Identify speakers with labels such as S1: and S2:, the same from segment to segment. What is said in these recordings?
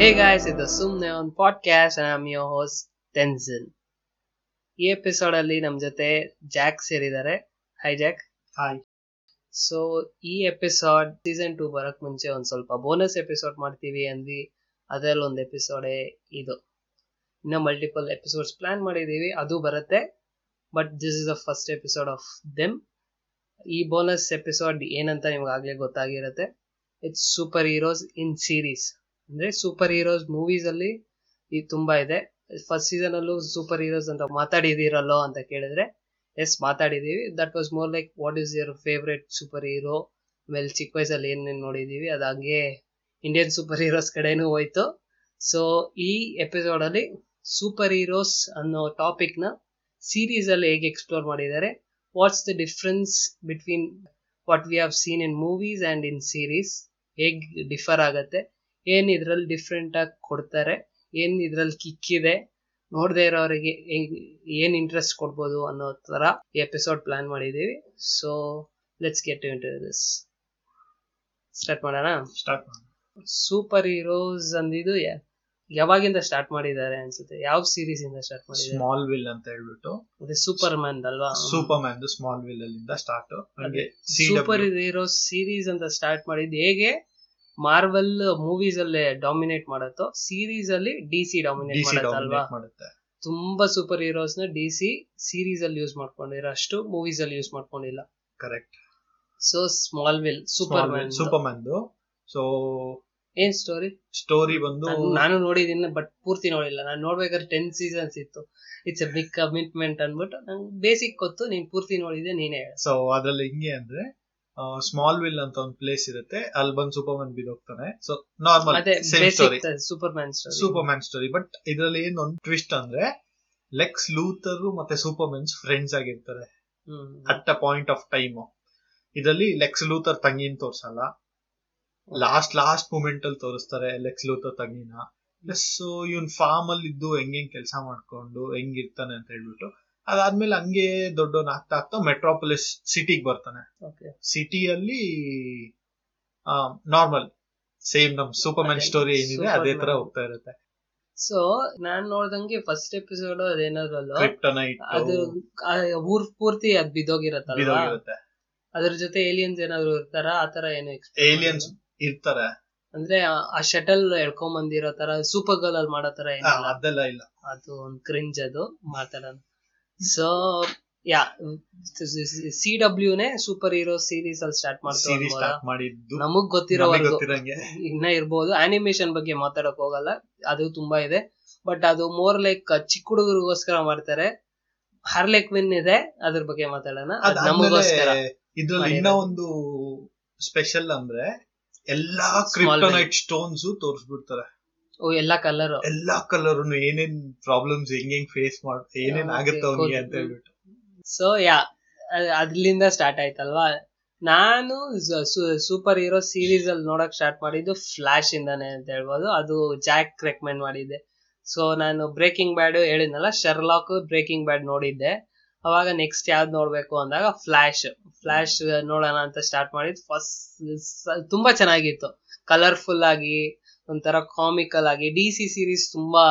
S1: Hey guys, ಇದು ಸುಮ್ನೆ ಒಂದು ಪಾಡ್ಕ್ಯಾಸ್ಟ್ ಐ your host ಟೆನ್ಸನ್ ಈ ಎಪಿಸೋಡ್ ಅಲ್ಲಿ ನಮ್ ಜೊತೆ ಜಾಕ್ ಸೇರಿದ್ದಾರೆ ಹೈ ಜಾಕ್
S2: ಹಾಯ್
S1: ಸೊ ಈ ಎಪಿಸೋಡ್ ಸೀಸನ್ ಟೂ ಬರಕ್ ಮುಂಚೆ ಒಂದ್ ಸ್ವಲ್ಪ ಬೋನಸ್ ಎಪಿಸೋಡ್ ಮಾಡ್ತೀವಿ ಅಂದ್ವಿ ಅದ್ರಲ್ಲಿ ಒಂದ್ ಎಪಿಸೋಡೇ ಇದು ಇನ್ನ ಮಲ್ಟಿಪಲ್ ಎಪಿಸೋಡ್ಸ್ ಪ್ಲಾನ್ ಮಾಡಿದೀವಿ ಅದು ಬರುತ್ತೆ but this is the first episode of them ಈ ಬೋನಸ್ ಎಪಿಸೋಡ್ ಏನಂತ ನಿಮ್ಗೆ ಆಗ್ಲೇ ಗೊತ್ತಾಗಿರುತ್ತೆ it's superheroes in series ಅಂದ್ರೆ ಸೂಪರ್ ಹೀರೋಸ್ ಮೂವೀಸ್ ಅಲ್ಲಿ ಇದು ತುಂಬಾ ಇದೆ ಫಸ್ಟ್ ಸೀಸನ್ ಅಲ್ಲೂ ಸೂಪರ್ ಹೀರೋಸ್ ಅಂತ ಮಾತಾಡಿದಿರಲ್ಲೋ ಅಂತ ಕೇಳಿದ್ರೆ ಎಸ್ ಮಾತಾಡಿದೀವಿ that was more like what is your favourite superhero ಆಮೇಲೆ ಚಿಕ್ಕ ವಯಸ್ಸಲ್ಲಿ ಏನೇನು ನೋಡಿದೀವಿ ಅದು ಹಂಗೆ ಇಂಡಿಯನ್ ಸೂಪರ್ ಹೀರೋಸ್ ಕಡೆನೂ ಹೋಯ್ತು ಸೊ ಈ ಎಪಿಸೋಡ್ ಅಲ್ಲಿ ಸೂಪರ್ ಹೀರೋಸ್ ಅನ್ನೋ ಟಾಪಿಕ್ ನ ಸೀರೀಸ್ ಅಲ್ಲಿ ಹೇಗೆ ಎಕ್ಸ್ಪ್ಲೋರ್ ಮಾಡಿದ್ದಾರೆ what's the difference between what we have seen in movies and in series ಹೇಗ್ ಡಿಫರ್ ಆಗತ್ತೆ ಏನ್ ಇದ್ರಲ್ಲಿ ಡಿಫ್ರೆಂಟ್ ಆಗಿ ಕೊಡ್ತಾರೆ ಏನ್ ಇದ್ರಲ್ಲಿ ಕಿಕ್ಕಿದೆ ನೋಡದೆ ಇರೋರಿಗೆ ಹೆಂಗ್- ಏನ್ ಇಂಟ್ರೆಸ್ಟ್ ಕೊಡ್ಬೋದು ಅನ್ನೋ ತರ ಎಪಿಸೋಡ್ ಪ್ಲಾನ್ ಮಾಡಿದೀವಿ so let's get into this start ಮಾಡೋಣ
S2: ಸ್ಟಾರ್ಟ್
S1: ಸೂಪರ್ ಹೀರೋಸ್ ಅಂದಿದ್ದು ಯಾ- ಯಾವಾಗಿಂದ ಸ್ಟಾರ್ಟ್ ಮಾಡಿದ್ದಾರೆ ಅನ್ಸುತ್ತೆ ಯಾವ ಸೀರೀಸ್ ಇಂದ ಸ್ಟಾರ್ಟ್ ಮಾಡಿದ್ದಾರೆ
S2: ಸ್ಮಾಲ್ ವಿಲ್ ಅಂತ ಹೇಳ್ಬಿಟ್ಟು
S1: ಅದೇ ಸೂಪರ್ ಮ್ಯಾನ್ ಅಲ್ವಾ
S2: ಸೂಪರ್ ಮ್ಯಾನ್ ಸ್ಮಾಲ್ ವಿಲ್ ಅಲ್ಲಿಂದ ಸ್ಟಾರ್ಟ್ ಹಂಗೆ
S1: ಸೂಪರ್ ಹೀರೋ ಸೀರೀಸ್ ಅಂತ ಸ್ಟಾರ್ಟ್ ಮಾಡಿದ್ದು ಹೇಗೆ ಮಾರ್ವೆಲ್ ಮೂವೀಸ್ ಅಲ್ಲೇ ಡಾಮಿನೇಟ್ ಮಾಡತ್ತೋ ಸೀರೀಸ್ ಅಲ್ಲಿ ಡಿ ಸಿ ಡಾಮಿನೇಟ್ ಮಾಡತ್ತಲ್ವಾ
S2: ಮಾಡುತ್ತೆ
S1: ತುಂಬಾ ಸೂಪರ್ ಹೀರೋಸ್ ನ ಡಿ ಸಿ ಸೀರೀಸ್ ಅಲ್ಲಿ ಯೂಸ್ ಮಾಡ್ಕೊಂಡಿರೋ ಅಷ್ಟು ಮೂವೀಸ್ ಅಲ್ಲಿ ಯೂಸ್ ಮಾಡ್ಕೊಂಡಿಲ್ಲ
S2: correct
S1: so Smallville Superman
S2: Superman so
S1: ಏನ್ ಸ್ಟೋರಿ
S2: ಸ್ಟೋರಿ ಬಂದು
S1: ನಾನು ನೋಡಿದೀನಿ ಬಟ್ ಪೂರ್ತಿ ನೋಡಿಲ್ಲ ನಾನು ನೋಡ್ಬೇಕಾದ್ರೆ ಟೆನ್ ಸೀಸನ್ಸ್ ಇತ್ತು ಇಟ್ಸ್ ಎ ಬಿಗ್ ಕಮಿಟ್ಮೆಂಟ್ ಅನ್ಬಿಟ್ಟು ನಂಗೆ ಬೇಸಿಕ್ ಗೊತ್ತು ನೀನ್ ಪೂರ್ತಿ ನೋಡಿದ್ದೆ ನೀನೇ ಹೇಳ
S2: ಸೊ ಅದ್ರಲ್ಲಿ ಹಿಂಗೆ ಅಂದ್ರೆ ಸ್ಮಾಲ್ ವಿಲ್ ಅಂತ ಒಂದು ಪ್ಲೇಸ್ ಇರುತ್ತೆ ಅಲ್ಲಿ ಬಂದು ಸೂಪರ್ ಮ್ಯಾನ್ ಬಿದ್ದೋಗ್ತಾನೆ ಸೊ ನಾರ್ಮಲ್
S1: ಅದೇ
S2: same story
S1: basic Superman story
S2: Superman story but ಇದರಲ್ಲಿ ಏನೊಂದು ಟ್ವಿಸ್ಟ್ ಅಂದ್ರೆ ಲೆಕ್ಸ್ ಲೂಥರ್ ಮತ್ತೆ ಸೂಪರ್ ಮ್ಯಾನ್ಸ್ ಫ್ರೆಂಡ್ಸ್ ಆಗಿರ್ತಾರೆ at a point of time ಇದರಲ್ಲಿ ಲೆಕ್ಸ್ ಲೂಥರ್ ತಂಗಿನ ತೋರ್ಸಲ್ಲ ಲಾಸ್ಟ್ ಲಾಸ್ಟ್ ಮೂಮೆಂಟ್ ಅಲ್ಲಿ ತೋರಿಸ್ತಾರೆ ಲೆಕ್ಸ್ ಲೂಥರ್ ತಂಗಿನ ಪ್ಲಸ್ ಇವನ್ ಫಾರ್ಮ್ ಅಲ್ಲಿ ಇದ್ದು ಹೆಂಗ್ ಕೆಲಸ ಮಾಡ್ಕೊಂಡು ಹೆಂಗಿರ್ತಾನೆ ಅಂತ ಹೇಳ್ಬಿಟ್ಟು ಅದಾದ್ಮೇಲೆ ಹಂಗೆ ದೊಡ್ಡವನ್ ಆಗ್ತಾ ಆಗ್ತಾ ಮೆಟ್ರೋಪೊಲಿಸ್ ಸಿಟಿಗೆ ಬರ್ತಾನೆ
S1: ಓಕೆ
S2: ಸಿಟಿಯಲ್ಲಿ ನಾರ್ಮಲ್ ಸೇಮ್ ನಮ್ ಸೂಪರ್ಮ್ಯಾನ್
S1: ಅದೇ,
S2: ಸ್ಟೋರಿ ಏನಿದೆ ಅದೇ ತರ
S1: Superman.
S2: ಹೋಗ್ತಾ ಇರುತ್ತೆ
S1: ಸೊ ನಾನ್ ನೋಡ್ದಂಗೆ ಫಸ್ಟ್ ಎಪಿಸೋಡ್ ಅದೇನಾದ್ರಲ್ಲ
S2: ಕ್ರಿಪ್ಟನೈಟ್
S1: ಅದು ಆ ಊರ್ ಪೂರ್ತಿ ಅದ್ ಬಿದೋಗಿರತ್ತಲ್ಲ
S2: ಬಿದೋಗಿರುತ್ತೆ
S1: ಅದ್ರ ಜೊತೆ ಏಲಿಯನ್ಸ್ ಏನಾದ್ರು ಇರ್ತಾರ ಆತರ ಏನು explore
S2: ಏಲಿಯನ್ಸ್
S1: ಮಾಡಿಲ್ಲ?
S2: ಇರ್ತಾರೆ
S1: ಅಂದ್ರೆ ಆ- ಆ ಶಟಲ್ ಎಳ್ಕೊಂಡ್ ಬಂದಿರೋ ತರ ಸೂಪರ್ ಗರ್ಲ್ ಅಲ್ಲಿ ಮಾಡೋ ತರ
S2: ಆ,
S1: ಏನಿಲ್ಲ
S2: ಅದೆಲ್ಲ ಇಲ್ಲ
S1: ಅದು ಒಂದ್ ಕ್ರಿಂಜ್ ಅದು ಮಾತಾಡೋಣ ಸೊ ಯಾ ಸಿ ಡಬ್ಲ್ಯೂ ನೇ ಸೂಪರ್ ಹೀರೋ ಸೀರೀಸ್ ಅಲ್ಲಿ ಸ್ಟಾರ್ಟ್
S2: ಸೀರಿ
S1: ಮಾಡ್ತಾರೆ
S2: ಸ್ಟಾರ್ಟ್ ಮಾಡಿದ್ದು
S1: ನಮಗ್
S2: ನಮಿಗ್
S1: ಗೊತ್ತಿರೋವರೆಗೂ
S2: ಗೊತ್ತಿರಂಗೆ
S1: ಇನ್ನ ಇರ್ಬೋದು ಅನಿಮೇಷನ್ ಬಗ್ಗೆ ಮಾತಾಡಕ್ ಹೋಗಲ್ಲ ಅದು ತುಂಬಾ ಇದೆ ಬಟ್ ಅದು ಮೋರ್ ಲೈಕ್ ಚಿಕ್ಕ ಹುಡುಗರಿಗೋಸ್ಕರ ಮಾಡ್ತಾರೆ ಹಾರ್ಲೆ ಕ್ವಿನ್ ಇದೆ ಅದ್ರ ಬಗ್ಗೆ ಮಾತಾಡೋಣ ಅದ್ ನಮಗೋಸ್ಕರ
S2: ಅದಾದ್ಮೇಲೆ ಇದ್ರಲ್ಲಿ ಇನ್ನ ಒಂದು ಸ್ಪೆಷಲ್ ಅಂದ್ರೆ ಎಲ್ಲಾ ಕ್ರಿಪ್ಟೋನೈಟ್ ಸ್ಟೋನ್ಸ್ ತೋರಿಸ್ಬಿಡ್ತಾರೆ
S1: ಓ ಎಲ್ಲಾ ಕಲರ್
S2: ಎಲ್ಲಾ ಕಲರ್ ಏನೇನ್ ಪ್ರಾಬ್ಲಮ್ಸ್ ಹೆಂಗ್ ಹೆಂಗ್ ಫೇಸ್ ಮಾಡ್ ಏನೇನ್
S1: ಯಾವ್ದು
S2: ಆಗುತ್ತೆ ಅವ್ನಿಗೆ
S1: ಗೊತ್ತು.
S2: ಅಂತ ಹೇಳ್ಬಿಟ್ಟು
S1: ಸೊ ಯಾ ಅದ್- ಅದ್ರಿಂದ ಸ್ಟಾರ್ಟ್ ಆಯ್ತಲ್ವಾ ನಾನು ಸೂಪರ್ ಹೀರೋ ಸೀರೀಸ್ ಅಲ್ಲಿ ನೋಡಕ್ ಸ್ಟಾರ್ಟ್ ಮಾಡಿದ್ದು ಫ್ಲಾಶ್ ಇಂದಾನೆ ಅಂತ ಹೇಳ್ಬೋದು ಅದು ಜಾಕ್ ರೆಕಮೆಂಡ್ ಮಾಡಿದ್ದೆ ಸೊ ನಾನು ಬ್ರೇಕಿಂಗ್ ಬ್ಯಾಡ್ ಹೇಳಿದ್ನಲ್ಲ ಶರ್ಲಾಕ್ ಬ್ರೇಕಿಂಗ್ ಬ್ಯಾಡ್ ನೋಡಿದ್ದೆ ಅವಾಗ ನೆಕ್ಸ್ಟ್ ಯಾವ್ದು ನೋಡ್ಬೇಕು ಅಂದಾಗ ಫ್ಲಾಶ್ ಫ್ಲಾಶ್ ನೋಡೋಣ ಅಂತ ಸ್ಟಾರ್ಟ್ ಮಾಡಿದ್ ಫಸ್ಟ್ ತುಂಬಾ ಚೆನ್ನಾಗಿತ್ತು ಕಲರ್ಫುಲ್ ಆಗಿ ಒಂಥರ ಕಾಮಿಕಲ್ ಆಗಿ ಡಿ ಸಿ ಸೀರೀಸ್ ತುಂಬಾ